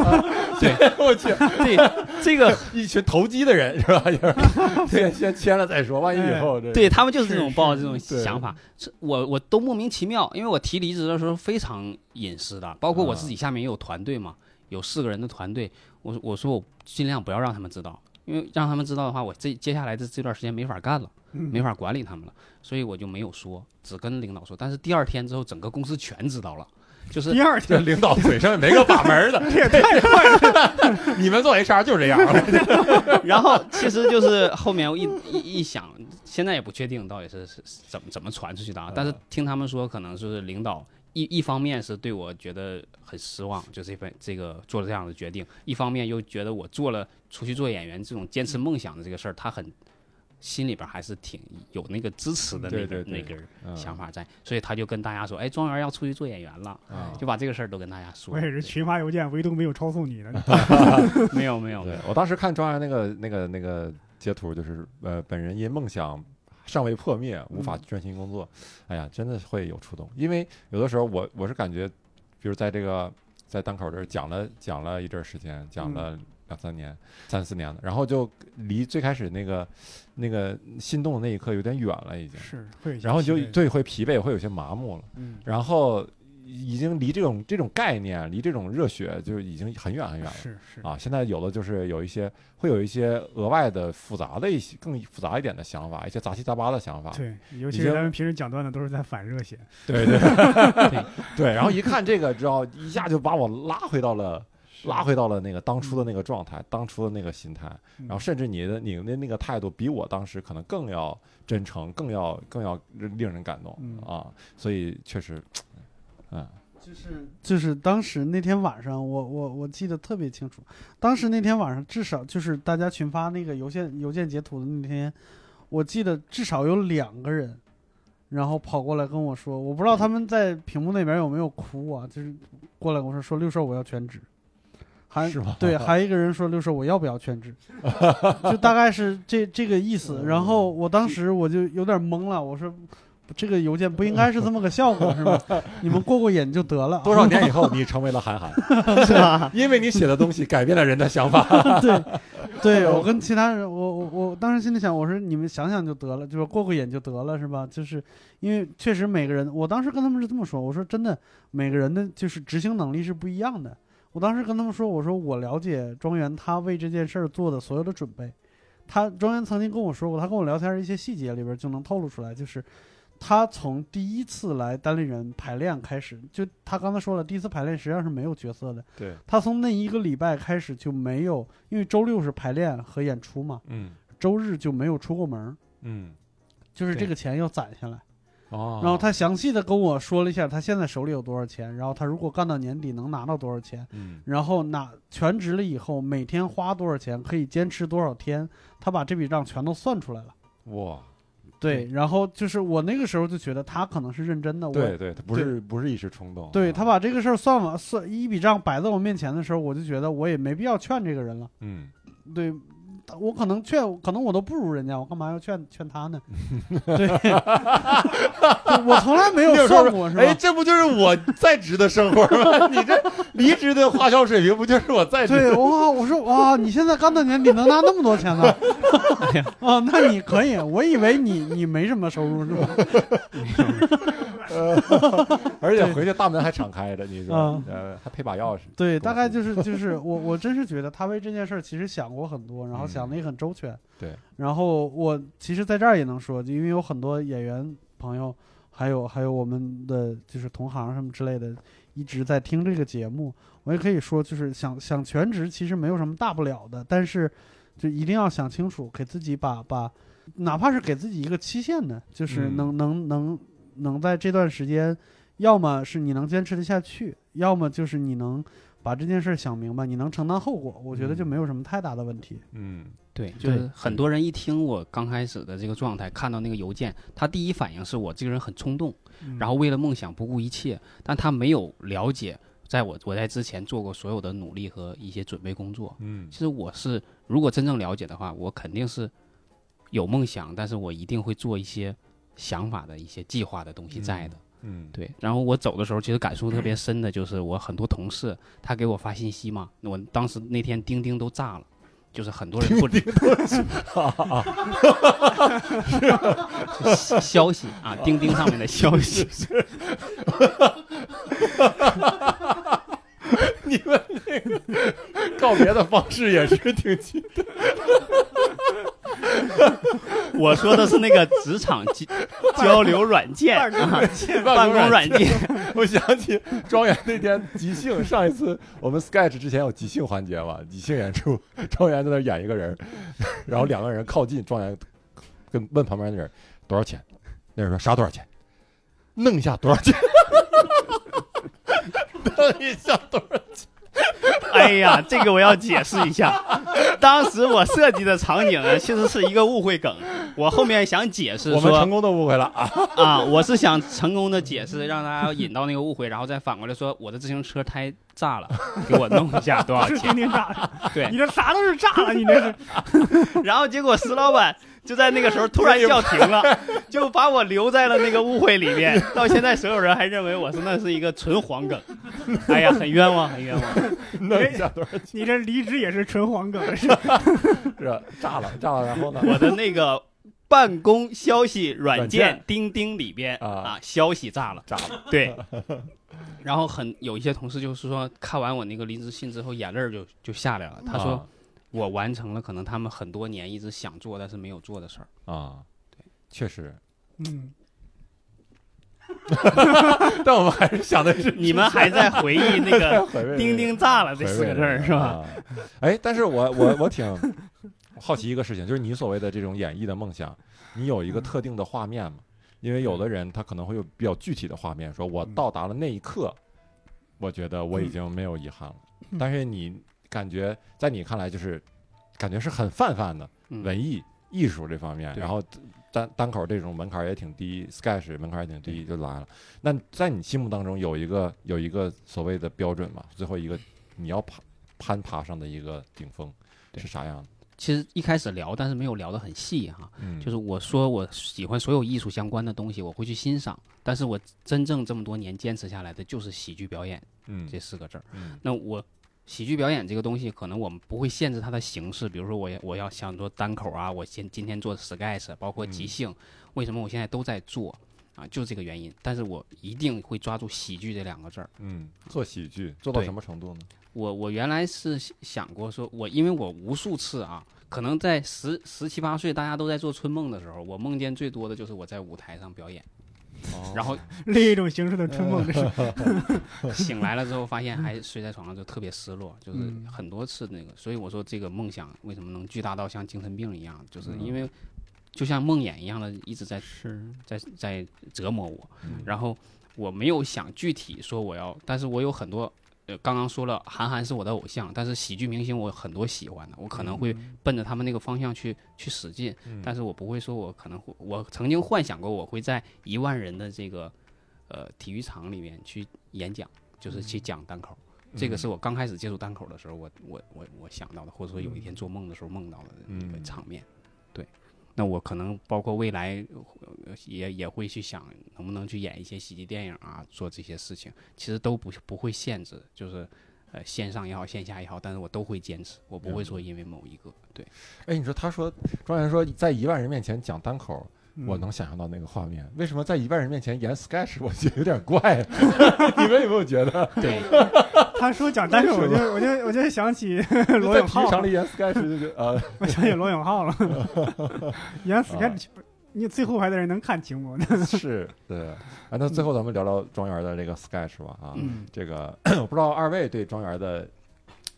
Speaker 2: 对，
Speaker 1: 我去，
Speaker 2: 这这个
Speaker 1: 一群投机的人是吧？ 就是先先签了再说，万一以后这
Speaker 2: 对他们就是这
Speaker 3: 是
Speaker 2: 种抱着这种
Speaker 1: 对
Speaker 2: 想法，是我我都莫名其妙，因为我提离职的时候非常隐私的，包括我自己下面也有团队嘛，有四个人的团队，我我说我尽量不要让他们知道，因为让他们知道的话，我这接下来这这段时间没法干了，没法管理他们了，所以我就没有说，只跟领导说，但是第二天之后，整个公司全知道了，就是
Speaker 3: 第二
Speaker 1: 这
Speaker 3: 天
Speaker 1: 领导嘴上也没个把门儿的， 这也太坏了！ 你们做 HR 就这样，啊
Speaker 2: 然后其实就是后面我一一一想，现在也不确定到底是是是怎么怎么传出去的啊。
Speaker 1: 嗯
Speaker 2: 但是听他们说，可能是领导一一方面是对我觉得很失望，就这份这个做了这样的决定；一方面又觉得我做了出去做演员这种坚持梦想的这个事儿，他很心里边还是挺有那个支持的那
Speaker 1: 嗯对
Speaker 2: 个
Speaker 1: 对对嗯
Speaker 2: 那根、儿想法在，所以他就跟大家说：“哎，庄园要出去做演员了。”
Speaker 1: 啊
Speaker 2: 就把这个事儿都跟大家说
Speaker 3: 我也。是群发邮件，唯独没有抄送你的。
Speaker 2: 没有没有没
Speaker 1: 对
Speaker 2: 有，
Speaker 1: 我当时看庄园那个那个那个截图，就是呃，本人因梦想尚未破灭，无法专心工作。哎呀，真的会有触动，因为有的时候我我是感觉，比如在这个在档口这儿讲了讲了一阵儿时间，讲了两三年、三四年了，然后就离最开始那个那个心动的那一刻有点远了已经。
Speaker 3: 是，会有一些
Speaker 1: 然后你就
Speaker 3: 期待
Speaker 1: 对会疲惫，会有些麻木了。
Speaker 4: 嗯
Speaker 1: 然后已经离这种这种概念，离这种热血就已经很远很远了。
Speaker 3: 是是，
Speaker 1: 啊，现在有的就是有一些会有一些额外的复杂的一些更复杂一点的想法，一些杂七杂八的想法。
Speaker 3: 对，尤
Speaker 1: 啊已
Speaker 3: 其是
Speaker 1: 经
Speaker 3: 咱们平时讲段子都是在反热血，
Speaker 1: 对对对 对，然后一看这个之后，一下就把我拉回到了拉回到了那个当初的那个状态，当初的那个心态，
Speaker 3: 嗯
Speaker 1: 然后甚至你的你的那个态度比我当时可能更要真诚，更要更要令人感动
Speaker 3: 嗯
Speaker 1: 啊，所以确实，嗯
Speaker 4: 就是就是当时那天晚上，我我我记得特别清楚，当时那天晚上至少就是大家群发那个邮件邮件截图的那天，我记得至少有两个人，然后跑过来跟我说，我不知道他们在屏幕那边有没有哭啊，就是过来跟我说说六兽我要全职，还
Speaker 1: 是吗
Speaker 4: 对，还有一个人说六兽我要不要全职，就大概是这这个 意
Speaker 1: 嗯
Speaker 4: 思。然后我当时我就有点懵了，我说。这个邮件不应该是这么个效果是吗？你们过过瘾就得了啊，
Speaker 1: 多少年以后你成为了韩寒，
Speaker 4: 是吧？
Speaker 1: 因为你写的东西改变了人的想法。
Speaker 4: 对， 对我跟其他人，我我我当时心里想，我说你们想想就得了，就是过过瘾就得了，是吧？就是因为确实每个人，我当时跟他们是这么说，我说真的，每个人的就是执行能力是不一样的。我当时跟他们说，我说我了解庄园他为这件事儿做的所有的准备。他庄园曾经跟我说过，他跟我聊天儿一些细节里边儿就能透露出来，就是他从第一次来单立人排练开始，就他刚才说了，第一次排练实际上是没有角色的，
Speaker 1: 对，
Speaker 4: 他从那一个礼拜开始就没有，因为周六是排练和演出嘛，
Speaker 1: 嗯
Speaker 4: 周日就没有出过门儿，
Speaker 1: 嗯，
Speaker 4: 就是这
Speaker 1: 对
Speaker 4: 个钱要攒下来。
Speaker 1: 哦，
Speaker 4: 然后他详细的跟我说了一下他现在手里有多少钱，然后他如果干到年底能拿到多少钱，
Speaker 1: 嗯
Speaker 4: 然后拿全职了以后每天花多少钱，可以坚持多少天，他把这笔账全都算出来了。
Speaker 1: 哇，
Speaker 4: 对，然后就是我那个时候就觉得他可能是认真的，我
Speaker 1: 对对，他不是不是一时冲动，
Speaker 4: 对
Speaker 1: 啊
Speaker 4: 他把这个事儿算完算一笔账摆在我面前的时候，我就觉得我也没必要劝这个人了。
Speaker 1: 嗯
Speaker 4: 对，我可能劝，可能我都不如人家，我干嘛要劝劝他呢？对，就我从来没有算过，是吧？
Speaker 1: 哎，这不就是我在职的生活 吗？你这离职的花销水平不就是我在职？
Speaker 4: 对，哇，我说哇，你现在干到年底能拿那么多钱呢？啊，那你可以，我以为你你没什么收入是吧？
Speaker 1: 而且
Speaker 4: 对
Speaker 1: 回去大门还敞开着，你说
Speaker 4: 嗯，
Speaker 1: 呃，还配把钥匙。
Speaker 4: 对，
Speaker 1: 懂
Speaker 4: 大概就是就是我我真是觉得他为这件事儿其实想过很多，然后
Speaker 1: 嗯
Speaker 4: 想的也很周全。
Speaker 1: 对，
Speaker 4: 然后我其实在这儿也能说，就因为有很多演员朋友，还有还有我们的就是同行什么之类的，一直在听这个节目，我也可以说，就是想想全职其实没有什么大不了的，但是就一定要想清楚，给自己把把，哪怕是给自己一个期限呢，就是
Speaker 1: 嗯
Speaker 4: 能、能能能在这段时间，要么是你能坚持得下去，要么就是你能把这件事儿想明白，你能承担后果，我觉得就
Speaker 1: 嗯
Speaker 4: 没有什么太大的问题。
Speaker 1: 嗯，
Speaker 2: 对，就是很多人一听我刚开始的这个状态，看到那个邮件，他第一反应是我这个人很冲动，
Speaker 3: 嗯
Speaker 2: 然后为了梦想不顾一切，但他没有了解，在我我在之前做过所有的努力和一些准备工作。
Speaker 1: 嗯
Speaker 2: 其实我是，如果真正了解的话，我肯定是有梦想，但是我一定会做一些想法的一些计划的东西在的。
Speaker 1: 嗯，
Speaker 2: 对，然后我走的时候，其实感触特别深的就是我很多同事，他给我发信息嘛，我当时那天钉钉都炸了，就是很多人不理消消息啊，钉钉上面的消息，
Speaker 1: 你们那个 告别的方式也是挺奇，
Speaker 2: 我说的是那个职场交交流软件，
Speaker 3: 办公
Speaker 2: 啊
Speaker 3: 软件
Speaker 2: 办公软件，
Speaker 1: 我想起庄园那天即兴，上一次 我们 sketch 之前有即兴环节嘛，即兴演出， 庄园在那儿 演一个人，然后两个人靠近，庄园跟问旁边那人多少钱，那人说啥多少钱，弄一下多少钱， 弄一下多少钱，
Speaker 2: 哎呀，这个我要解释一下。当时我设计的场景呢，其实是一个误会梗。我后面想解释
Speaker 1: 我们成功
Speaker 2: 说
Speaker 1: 的误会了啊，
Speaker 2: 啊，我是想成功的解释，让大家引到那个误会，然后再反过来说我的自行车胎炸了，给我弄一下 多少
Speaker 3: 是
Speaker 2: 钱
Speaker 3: 天？天炸，
Speaker 2: 对，
Speaker 3: 你这啥都是炸了，你这是。
Speaker 2: 然后结果石老板就在那个时候突然叫停了，就把我留在了那个误会里面。到现在，所有人还认为我是那是一个纯黄梗。哎呀，很冤枉，很冤枉。
Speaker 1: 弄一下多少钱
Speaker 3: 你这离职也是纯黄梗，
Speaker 1: 是
Speaker 3: 是
Speaker 1: 吧？炸了炸了，然后呢？
Speaker 2: 我的那个办公消息软
Speaker 1: 软
Speaker 2: 件
Speaker 1: 件
Speaker 2: 钉钉里边
Speaker 1: 啊
Speaker 2: 啊，消息炸了，
Speaker 1: 炸
Speaker 2: 了，对。然后很有一些同事就是说，看完我那个离职信之后，眼泪儿就就下来了。他说，我完成了可能他们很多年一直想做但是没有做的事儿。
Speaker 1: 啊啊，确实，
Speaker 3: 嗯，
Speaker 1: 但我们还是想的 是
Speaker 2: 你们还在回忆那 个
Speaker 1: 回味
Speaker 2: “钉钉炸了”这四个字儿是
Speaker 1: 回
Speaker 2: 吧？？
Speaker 1: 味的啊哎，但是我我我挺好奇一个事情，就是你所谓的这种演绎的梦想，你有一个特定的画面吗？因为有的人他可能会有比较具体的画面，说我
Speaker 3: 嗯
Speaker 1: 到达了那一刻，我觉得我已经没有遗憾了。
Speaker 2: 嗯
Speaker 1: 但是你感觉在你看来就是感觉是很泛泛的
Speaker 2: 嗯
Speaker 1: 文艺艺术这方面，
Speaker 2: 对
Speaker 1: 然后单单口这种门槛儿也挺低，sketch 门槛儿也挺低就来了。那在你心目当中有一个有一个所谓的标准嘛？最后一个你要爬攀爬上的一个顶峰
Speaker 2: 对
Speaker 1: 是啥样的？
Speaker 2: 其实一开始聊，但是没有聊得很细哈、
Speaker 1: 嗯
Speaker 2: 就是是我说我喜欢所有艺术相关的东西，我会去欣赏。但是我真正这么多年坚持下来的就是喜剧表演
Speaker 1: 嗯
Speaker 2: 这四个字儿。
Speaker 1: 嗯
Speaker 2: 那我喜剧表演这个东西，可能我们不会限制它的形式，比如说我也我要想做单口啊，我今今天做 sketch，包括即
Speaker 1: 嗯
Speaker 2: 兴，为什么我现在都在做啊？就这个原因。但是我一定会抓住喜剧这两个字儿。
Speaker 1: 嗯，做喜剧做到
Speaker 2: 对
Speaker 1: 什么程 度呢？
Speaker 2: 我我原来是想过说，我因为我无数次啊，可能在十十七八岁大家都在做春梦的时候，我梦见最多的就是我在舞台上表演，
Speaker 1: 哦
Speaker 2: 然后
Speaker 3: 另一种形式的春梦，这是
Speaker 2: 醒来了之后发现还睡在床上，就特别失落，就是
Speaker 3: 嗯
Speaker 2: 很多次那个，所以我说这个梦想为什么能巨大到像精神病一样，就是因为就像梦魇一样的一直在
Speaker 3: 是
Speaker 2: 在在折磨我，
Speaker 1: 嗯
Speaker 2: 然后我没有想具体说我要，但是我有很多。呃，刚刚说了，韩寒是我的偶像，但是喜剧明星我很多喜欢的，我可能会奔着他们那个方向去去使劲，
Speaker 1: 嗯
Speaker 2: 但是我不会说我可能会，我曾经幻想过我会在一万人的这个呃体育场里面去演讲，就是
Speaker 1: 嗯
Speaker 2: 去讲单口。这个是我刚开始接触单口的时候，我我我我想到的，或者说有一天做梦的时候梦到的一个
Speaker 1: 嗯
Speaker 2: 场面。对，那我可能包括未来呃也也会去想能不能去演一些喜剧电影啊，做这些事情，其实都不不会限制，就是。呃，线上也好，线下也好，但是我都会坚持，我
Speaker 4: 嗯
Speaker 2: 不会说因为某一 个，对，
Speaker 1: 哎，你说他说庄园说在一万人面前讲单口，
Speaker 3: 嗯
Speaker 1: 我能想象到那个画面。为什么在一万人面前演 sketch，我觉得有点怪？啊 你们有没有觉得？
Speaker 2: 对，
Speaker 3: 他说讲单口，我就我就我就想起罗
Speaker 1: 在
Speaker 3: 永
Speaker 1: 体
Speaker 3: 浩
Speaker 1: 育，场里演 sketch 就觉得呃，
Speaker 3: 我想起罗永浩了， 演
Speaker 1: 啊
Speaker 3: sketch，你最后排的人能看清吗？
Speaker 1: 是，对。啊，那最后咱们聊聊庄园的这个 sketch 吧，啊，
Speaker 2: 嗯
Speaker 1: 这个 我不知道二位对庄园的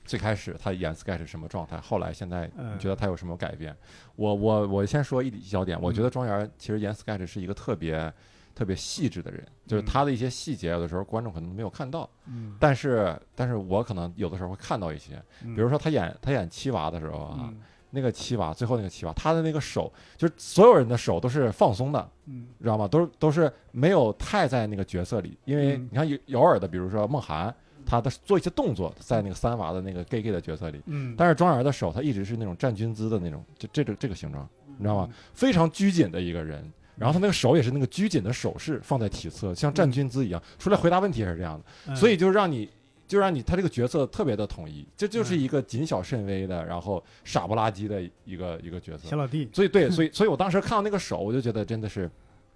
Speaker 1: 最开始他演 sketch 是什么状态，后来现在
Speaker 3: 嗯
Speaker 1: 你觉得他有什么改变？我我我先说一小点，我
Speaker 3: 嗯
Speaker 1: 觉得庄园其实演 sketch 是一个特别特别细致的人，就是
Speaker 3: 嗯
Speaker 1: 他的一些细节，有的时候观众可能没有看到，
Speaker 3: 嗯，
Speaker 1: 但是但是我可能有的时候会看到一些，比
Speaker 3: 比
Speaker 1: 如说他演他演七娃的时候啊。
Speaker 3: 嗯
Speaker 1: 那个七娃，最后那个七娃，他的那个手，就是所有人的手都是放松的，
Speaker 3: 嗯
Speaker 1: 知道吗？都是都是没有太在那个角色里，因为
Speaker 3: 嗯
Speaker 1: 你看有有尔的，比如说梦涵，她的做一些动作，在那个三娃的那个 gay gay 的角色里，
Speaker 3: 嗯，
Speaker 1: 但是庄园的手，她一直是那种站军姿的那种，就这种这个形状，你知道吗
Speaker 3: 嗯？
Speaker 1: 非常拘谨的一个人。然后他那个手也是那个拘谨的手势放在体侧，像站军姿一样。出来回答问题也是这样的，
Speaker 3: 嗯
Speaker 1: 所以就让你就让你他这个角色特别的统一，这
Speaker 3: 嗯
Speaker 1: 就是一个谨小慎微的，然后傻不拉几的一个一个角色
Speaker 3: 小。老弟，
Speaker 1: 所以 对，所以所以我当时看到那个手，我就觉得真的是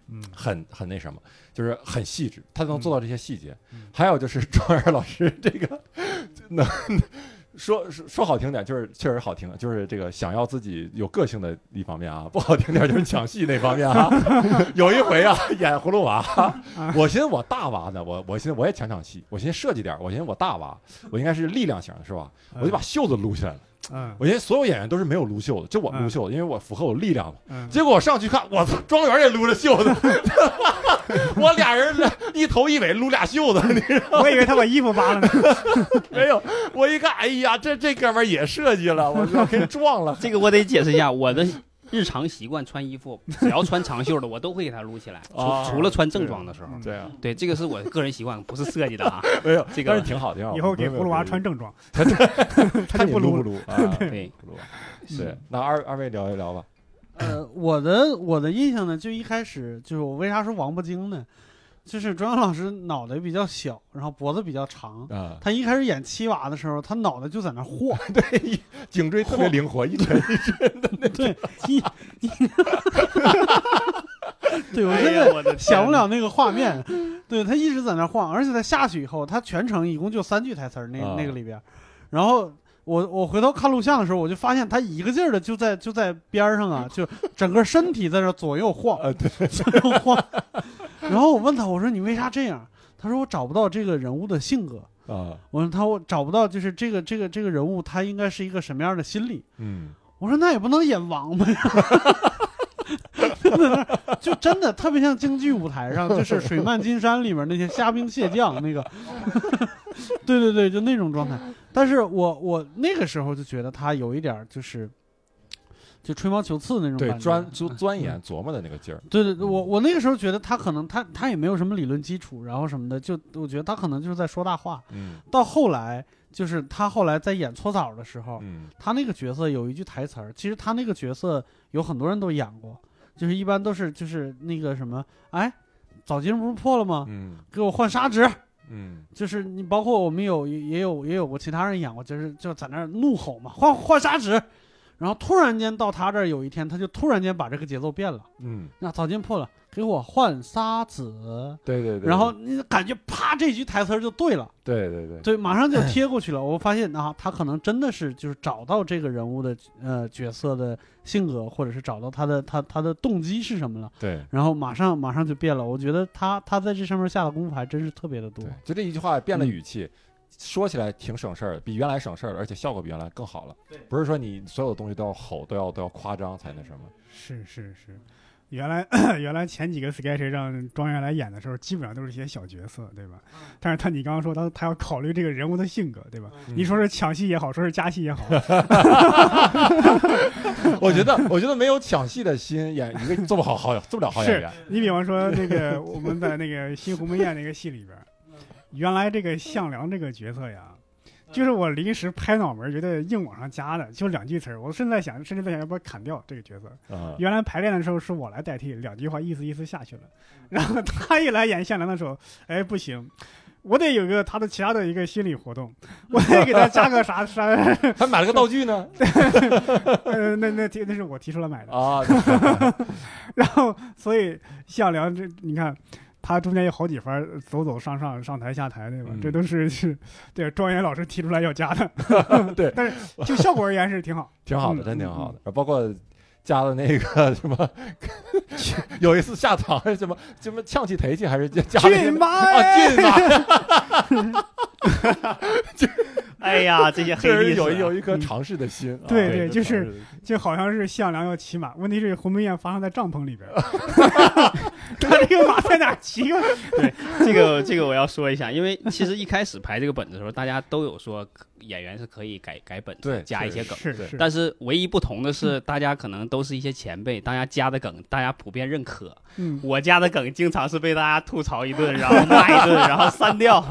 Speaker 3: 嗯
Speaker 1: 很很那什么，就是很细致，他能做到这些细节。
Speaker 3: 嗯嗯
Speaker 1: 还有就是 庄园老师这个就能说说说好听点，就是确实好听，就是这个想要自己有个性的一方面啊，不好听点就是抢戏那方面啊。 有一回啊，演葫芦娃，我寻思我大娃呢，我我寻思我也抢抢戏，我寻思设计点儿，我寻思我大娃，我应该是力量型的是吧？我就把袖子撸起来了。
Speaker 3: 嗯
Speaker 1: 我寻思所有演员都是没有撸袖子，就我撸袖子，因为我符合我力量嘛。
Speaker 3: 嗯，
Speaker 1: 结果我上去看，我操，庄园也撸着袖 子，我俩人一头一尾撸俩袖子， 你知道
Speaker 3: 我以为他把衣服 扒了呢。
Speaker 1: 没有？我一看，哎呀，这这哥们儿也设计了，我操，给撞了。
Speaker 2: 这个我得解释一下，我的日常习惯穿衣服，只要穿长袖的，我都会给它撸起来，除、
Speaker 4: 哦
Speaker 1: 啊
Speaker 2: 除了穿正装的时候。
Speaker 3: 嗯
Speaker 1: 对啊，
Speaker 2: 对，这个是我个人习惯，不是设计的啊。
Speaker 1: 没有，
Speaker 2: 这个
Speaker 1: 但是挺好，挺好。
Speaker 3: 以后给葫芦娃穿正装，
Speaker 1: 他
Speaker 3: 就不
Speaker 1: 撸
Speaker 3: 撸嗯
Speaker 1: 不撸 啊？
Speaker 2: 对，
Speaker 1: 不撸。对，那二二位聊一聊吧。
Speaker 4: 呃，我的我的印象呢，就一开始就是我为啥说王八精呢？就是庄阳老师脑袋比较小，然后脖子比较长。
Speaker 1: 啊，
Speaker 4: 他一开始演七娃的时候，他脑袋就在那晃，
Speaker 1: 对，颈椎特别灵活，一拳
Speaker 4: 对，你你 对我
Speaker 2: 哎
Speaker 4: 真
Speaker 2: 呀
Speaker 4: 的
Speaker 2: 我 的天
Speaker 4: 想不了那个画面， 对他一直在那晃，而且他下去以后，他全程一共就三句台词儿，那、
Speaker 1: 啊
Speaker 4: 那个里边儿，然后。我我回头看录像的时候，我就发现他一个劲儿的就在就在边儿上啊，就整个身体在这左右晃，
Speaker 1: 呃，对，
Speaker 4: 左右晃。然后我问他，我说你为啥这样？他说我找不到这个人物的性格。
Speaker 1: 啊，
Speaker 4: 我说他我找不到，就是这个这个这个人物他应该是一个什么样的心理？
Speaker 1: 嗯，
Speaker 4: 我说那也不能演王八呀， 就真的特别像京剧舞台上，就是《水漫金山》里面那些虾兵蟹将那个， 对对对，就那种状态。但是我我那个时候就觉得他有一点儿就是，就吹毛求疵那种
Speaker 1: 对，
Speaker 4: 感觉。
Speaker 1: 钻钻
Speaker 3: 嗯
Speaker 1: 钻研琢磨的那个劲儿，
Speaker 4: 对对对，我我那个时候觉得他可能他他也没有什么理论基础，然后什么的，就我觉得他可能就是在说大话。
Speaker 1: 嗯
Speaker 4: 到后来就是他后来在演搓澡的时候，
Speaker 1: 嗯
Speaker 4: 他那个角色有一句台词儿，其实他那个角色有很多人都演过，就是一般都是就是那个什么，哎，澡巾不是破了吗？
Speaker 1: 嗯
Speaker 4: 给我换砂纸。
Speaker 1: 嗯
Speaker 4: 就是你包括我们有也有也有过其他人演过，就是就在那儿怒吼嘛，换换砂纸。然后突然间到他这儿有一天，他就突然间把这个节奏变了，
Speaker 1: 嗯，
Speaker 4: 那澡巾破了，给我换砂纸。
Speaker 1: 对对对，
Speaker 4: 然后你感觉啪，这句台词儿就对了。
Speaker 1: 对对对，
Speaker 4: 对，马上
Speaker 1: 哎
Speaker 4: 就贴过去了。我发现啊，他可能真的是就是找到这个人物的呃角色的性格，或者是找到他的他他的动机是什么了，
Speaker 1: 对
Speaker 4: 然后马上马上就变了。我觉得他他在这上面下的功夫还真是特别的多
Speaker 1: 对。，就这一句话变了
Speaker 4: 嗯
Speaker 1: 语气，说起来挺省事儿的，比原来省事儿了，而且效果比原来更好了。不是说你所有东西都要吼，都要都要夸张才那什 么。
Speaker 3: 是是是，原来原来前几个 sketch 让庄园来演的时候，基本上都是一些小角色，对吧？
Speaker 1: 嗯
Speaker 3: 但是他你刚刚说他他要考虑这个人物的性格，对吧？
Speaker 1: 嗯
Speaker 3: 你说是抢戏也好，说是加戏也好，
Speaker 1: 我觉得，我觉得没有抢戏的心，演一个做不好好演做不了好演
Speaker 3: 是
Speaker 1: 员。
Speaker 3: 你比方说那个我们在那个《新鸿门宴》那个戏里边儿，原来这个项梁这个角色呀。就是我临时拍脑门儿觉得硬往上加的，就两句词儿。我甚至在想，甚至在想要不要砍掉这个角色。
Speaker 1: 啊，
Speaker 3: 原来排练的时候是我来代替，两句话意思意思下去了。然后他一来演项梁的时候，哎，不行，我得有个他的其他的一个心理活动，我得给他加个啥啥，
Speaker 1: 还买了个道具呢
Speaker 3: 呃，那那那是我提出来买的。
Speaker 1: 啊！
Speaker 3: 然后所以项梁这你看。他中间有好几番儿走走上上上台下台，对吧？
Speaker 1: 嗯，
Speaker 3: 这都是是对庄园老师提出来要加的
Speaker 1: 对
Speaker 3: 但是就效果而言是挺好。
Speaker 1: 挺好的，
Speaker 3: 嗯
Speaker 1: 真挺好
Speaker 3: 嗯
Speaker 1: 的。包括加的那个什么， 有一次下场是什么什么呛气抬气，还是加加了一
Speaker 3: 俊
Speaker 1: 个
Speaker 3: 妈
Speaker 1: 啊
Speaker 3: 哎，
Speaker 1: 俊吧？
Speaker 2: 哎呀， 这些黑
Speaker 1: 这
Speaker 2: 历
Speaker 1: 是
Speaker 2: 史
Speaker 1: 有
Speaker 2: 啊
Speaker 1: 有一颗尝试的心。啊
Speaker 3: 嗯对
Speaker 1: 有一
Speaker 3: 对
Speaker 1: 颗
Speaker 3: 就是
Speaker 1: 尝试的心
Speaker 3: 就好像是项梁要骑马，问题是鸿门宴发生在帐篷里 边儿，他这个马在哪儿骑啊？
Speaker 2: 这个这个我要说一下，因为其实一开始排这个本子的时候，大家都有说演员是可以改改本子
Speaker 1: 对，
Speaker 2: 加一些
Speaker 1: 确
Speaker 2: 梗。
Speaker 3: 是
Speaker 1: 对
Speaker 3: 是，
Speaker 2: 但是唯一不同的是，大家可能都是一些前辈，大家加的梗大家普遍认可。
Speaker 3: 嗯，
Speaker 2: 我加的梗经常是被大家吐槽一顿，然后骂一顿，然后删掉。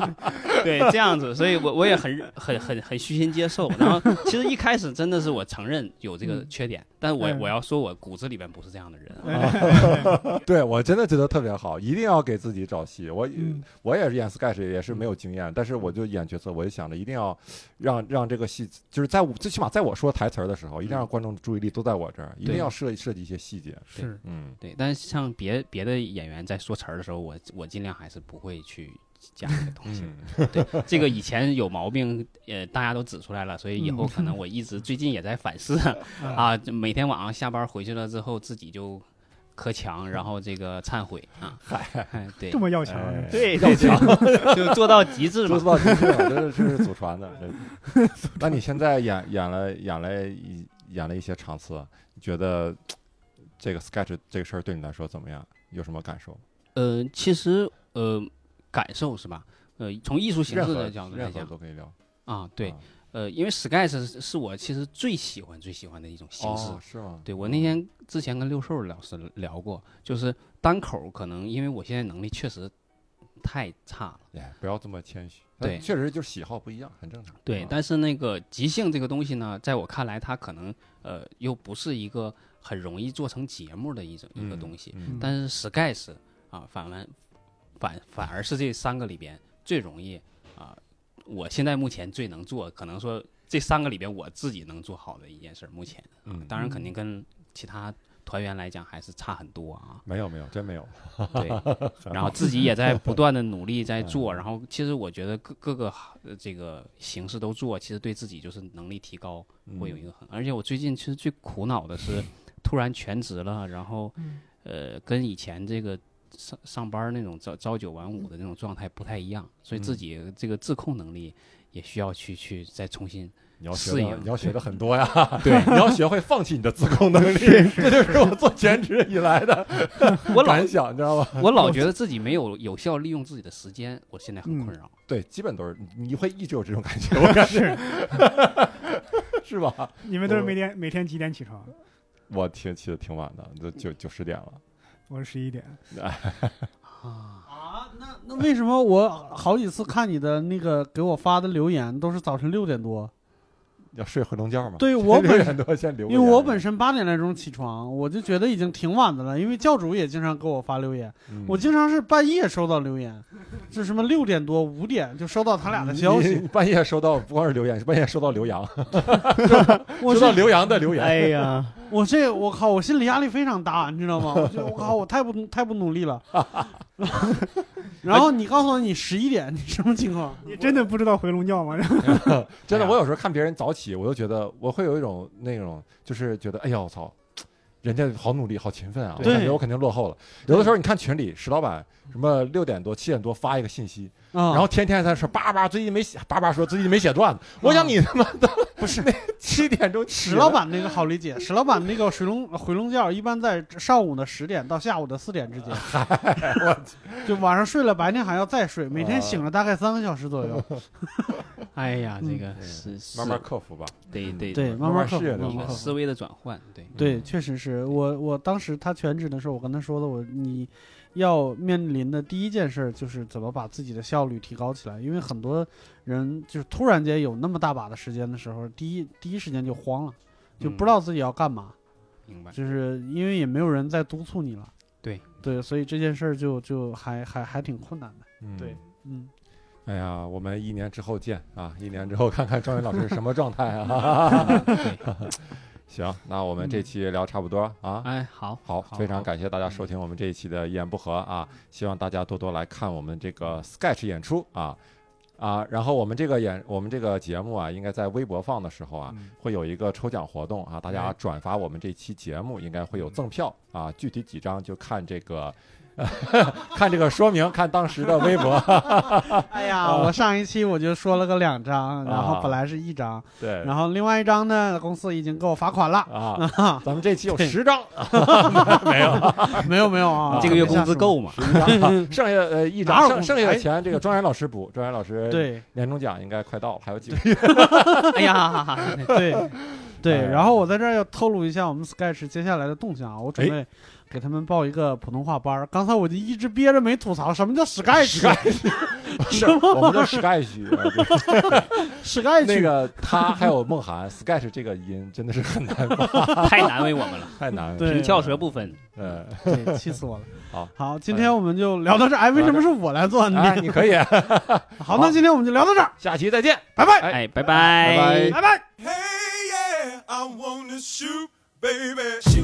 Speaker 2: 对，这样子，所以我我也很很很很虚心接受。然后其实一开始真的是我承认有这个缺点，但是我
Speaker 3: 嗯
Speaker 2: 我要说我骨子里边不是这样的人啊。
Speaker 3: 哎
Speaker 1: 对我真的觉得特别好，一定要给自己找戏。我、
Speaker 3: 嗯
Speaker 1: 我也是演 sketch 也是没
Speaker 2: 嗯
Speaker 1: 有经验，但是我就演角色，我就想着一定要让让这个戏，就是在我最起码在我说台词儿的时候，一定让观众的注意力都在我这儿，一定
Speaker 2: 嗯对
Speaker 1: 要设设计一些细节。
Speaker 3: 是
Speaker 1: 嗯，
Speaker 2: 对，但是像别别的演员在说词儿的时候，我我尽量还是不会去加这个东
Speaker 1: 嗯
Speaker 2: 西。 对，这个以前有毛病，呃，大家都指出来了，所以以后可
Speaker 1: 嗯
Speaker 2: 能我一直最近也在反思 啊，就每天晚上下班回去了之后，自己就磕墙，然后这个忏悔啊，嗨，对
Speaker 3: 这，么要强，啊
Speaker 1: 哎，
Speaker 2: 对
Speaker 1: 要
Speaker 2: 对
Speaker 1: 强，
Speaker 2: 就做到极致
Speaker 1: 做
Speaker 2: 嘛。
Speaker 1: 到极致了，这是这是祖传的。这 那你现在演演了演了一演了一些场次，你觉得这个 sketch 这个事儿对你来说怎么样？有什么感受？
Speaker 2: 呃，其实呃，感受是吧？呃，从艺术形
Speaker 1: 任
Speaker 2: 式
Speaker 1: 何
Speaker 2: 的角度来
Speaker 1: 任何
Speaker 2: 讲
Speaker 1: 都可以聊。
Speaker 2: 啊，对
Speaker 1: 啊，
Speaker 2: 呃，因为 sketch 是是我其实最喜欢最喜欢的一种形式
Speaker 1: 哦，是吗？
Speaker 2: 对我那天之前跟六兽老师聊过，就是单口可能因为我现在能力确实太差了，
Speaker 1: 哎，不要这么谦虚。但
Speaker 2: 对
Speaker 1: 确实就是喜好不一样，很正常。
Speaker 2: 对，
Speaker 1: 啊
Speaker 2: 但是那个即兴这个东西呢，在我看来，它可能呃又不是一个很容易做成节目的一种一个
Speaker 1: 嗯
Speaker 2: 东西，
Speaker 1: 嗯
Speaker 2: 但是 sketch 啊，反完反反而是这三个里边最容易啊，我现在目前最能做，可能说这三个里边我自己能做好的一件事儿，目前。
Speaker 1: 嗯，
Speaker 2: 当然肯定跟其他团员来讲还是差很多 啊。
Speaker 1: 没有没有，真没有。
Speaker 2: 对， 然后自己也在不断的努力在做，然后其实我觉得各各个呃这个形式都做，其实对自己就是能力提高
Speaker 1: 嗯
Speaker 2: 会有一个很，而且我最近其实最苦恼的是突然全职了，然后呃跟以前这个上上班那种朝朝九晚五的那种状态不太一样，所以自
Speaker 1: 嗯
Speaker 2: 己这个自控能力也需要去去再重新
Speaker 1: 你要学
Speaker 2: 适
Speaker 1: 的，
Speaker 2: 应
Speaker 1: 你要学的很多呀。
Speaker 2: 对
Speaker 1: 你要学会放弃你的自控能 力，这就是我做全职以来的
Speaker 2: 我老
Speaker 1: 感想，你知道吗？
Speaker 2: 我老觉得自己没有有效利用自己的时间，我现在很困扰。
Speaker 1: 对，基本都是你会一直有这种感觉，我感觉 是吧？
Speaker 3: 你们都是
Speaker 1: 我
Speaker 3: 每天每天几点起床？
Speaker 1: 我挺起的挺晚的，都九九十点了。
Speaker 3: 我是十一点。
Speaker 4: 啊，那那为什么我好几次看你的那个给我发的留言都是早晨六点多？
Speaker 1: 要睡回笼觉嘛？
Speaker 4: 对我
Speaker 1: 六
Speaker 4: 本
Speaker 1: 点多先 留个
Speaker 4: 因为
Speaker 1: 言。
Speaker 4: 我本身八点来钟起床，我就觉得已经挺晚的了。因为教主也经常给我发留言，
Speaker 1: 嗯
Speaker 4: 我经常是半夜收到留言，就什么六点多、五点就收到他俩的消
Speaker 1: 你
Speaker 4: 息。
Speaker 1: 你半夜收到不光是留言，是半夜收到刘洋，
Speaker 4: 我
Speaker 1: 收到
Speaker 4: 是
Speaker 1: 刘洋的留言。
Speaker 5: 哎呀，
Speaker 4: 我这我靠，我心理压力非常大，你知道吗？我觉得我靠，我太不太不努 力了。然后你告诉我你十一点，你什么情况？
Speaker 3: 你真的不知道回笼觉吗？
Speaker 1: 真的，
Speaker 2: 哎呀
Speaker 1: 我有时候看别人早起，我就觉得我会有一种那种，就是觉得，哎呀，我操，人家好努力，好勤奋啊，我
Speaker 4: 对
Speaker 1: 感觉我肯定落后了。有的时候你看群里石老板什么六点多、七点多发一个信息，
Speaker 4: 啊，
Speaker 1: 然后天天在说叭叭，最近没写，叭叭说最近没写段子，
Speaker 4: 啊
Speaker 1: 我想你他妈的不是那 七点钟起
Speaker 4: 史
Speaker 1: 来
Speaker 4: 老板那个好理解，史老板那个回笼回笼觉一般在上午的十点到下午的四点之间，就晚上睡了，白天还要再睡，每天
Speaker 1: 啊
Speaker 4: 醒了大概三个小时 左右。
Speaker 2: 哎呀，这
Speaker 4: 嗯
Speaker 2: 个
Speaker 1: 对
Speaker 2: 是是
Speaker 1: 慢慢克服吧。
Speaker 2: 得得
Speaker 4: 对，
Speaker 1: 慢
Speaker 4: 慢
Speaker 1: 慢
Speaker 4: 克服，
Speaker 1: 适应
Speaker 4: 慢
Speaker 2: 一
Speaker 4: 慢
Speaker 2: 个
Speaker 4: 克
Speaker 2: 思
Speaker 4: 服。
Speaker 2: 维的转换，对
Speaker 4: 对，确实是我我当时他全职的时候，我跟他说的，我你要面临的第一件事儿就是怎么把自己的效率提高起来，因为很多人就是突然间有那么大把的时间的时候，第一第一时间就慌了，就
Speaker 2: 嗯
Speaker 4: 不知道自己要干嘛。
Speaker 2: 明白。
Speaker 4: 就是因为也没有人在督促你了。
Speaker 2: 对
Speaker 4: 对，所以这件事儿就就还还还挺困难的。
Speaker 1: 嗯
Speaker 4: 对嗯，
Speaker 1: 哎呀，我们一年之后见啊！一年之后看看张云老师是什么状态 啊！
Speaker 2: 对，
Speaker 1: 行，那我们这期聊差不多
Speaker 4: 嗯
Speaker 1: 啊。
Speaker 2: 哎，好，
Speaker 1: 好，非常
Speaker 2: 好
Speaker 1: 感谢大家收听我们这一期的《一言不合》啊，希望大家多多来看我们这个 Sketch 演出啊啊，然后我们这个演我们这个节目啊，应该在微博放的时候啊，
Speaker 3: 嗯
Speaker 1: 会有一个抽奖活动啊，大家
Speaker 5: 哎
Speaker 1: 转发我们这期节目应该会有赠票啊，具体几张就看这个。 看这个说明，看当时的微博，
Speaker 2: 啊
Speaker 4: 哎呀，我上一期我就说了个两张，然
Speaker 2: 啊
Speaker 4: 后本来是一张，
Speaker 2: 哎
Speaker 1: 对，
Speaker 4: 然后另外一张呢，公司已经给我罚 款了。
Speaker 1: 啊，咱们这期有十张，没有，
Speaker 4: 没有没有啊，
Speaker 2: 这个月
Speaker 4: 别
Speaker 2: 工
Speaker 4: 瞎
Speaker 2: 资
Speaker 4: 说
Speaker 2: 够吗？
Speaker 1: 十张啊，剩下呃一
Speaker 4: 哪
Speaker 1: 张，
Speaker 4: 有
Speaker 1: 剩剩下的
Speaker 4: 哎
Speaker 1: 钱这个庄园老师补，庄园老师
Speaker 4: 对
Speaker 1: 年终奖应该快到了，还有几个
Speaker 2: 哎呀，
Speaker 4: 对对
Speaker 1: 哎，
Speaker 4: 然后我在这儿要透露一下我们 Sketch 接下来的动向啊，我准
Speaker 1: 哎
Speaker 4: 备给他们报一个普通话班儿。刚才我就一直憋着没吐槽什么叫 Sketch，Sketch
Speaker 1: 是我们的 sketch，呃就是那个他还有梦涵 sketch 这个音真的是很难发，
Speaker 2: 太难为我们 了，
Speaker 1: 太难了。
Speaker 4: 对
Speaker 2: 平翘舌不分。
Speaker 1: 呃，
Speaker 4: 对，气死我了。
Speaker 1: 好
Speaker 4: 好，今天我们就聊到这儿。哎，为什么是我来做？你
Speaker 1: 哎，你可以，
Speaker 4: 好，那今天我们就聊到这儿，
Speaker 1: 下期再见。哎
Speaker 2: 哎，
Speaker 1: 拜拜
Speaker 5: 拜拜。Hey yeah, I wanna shoot, baby.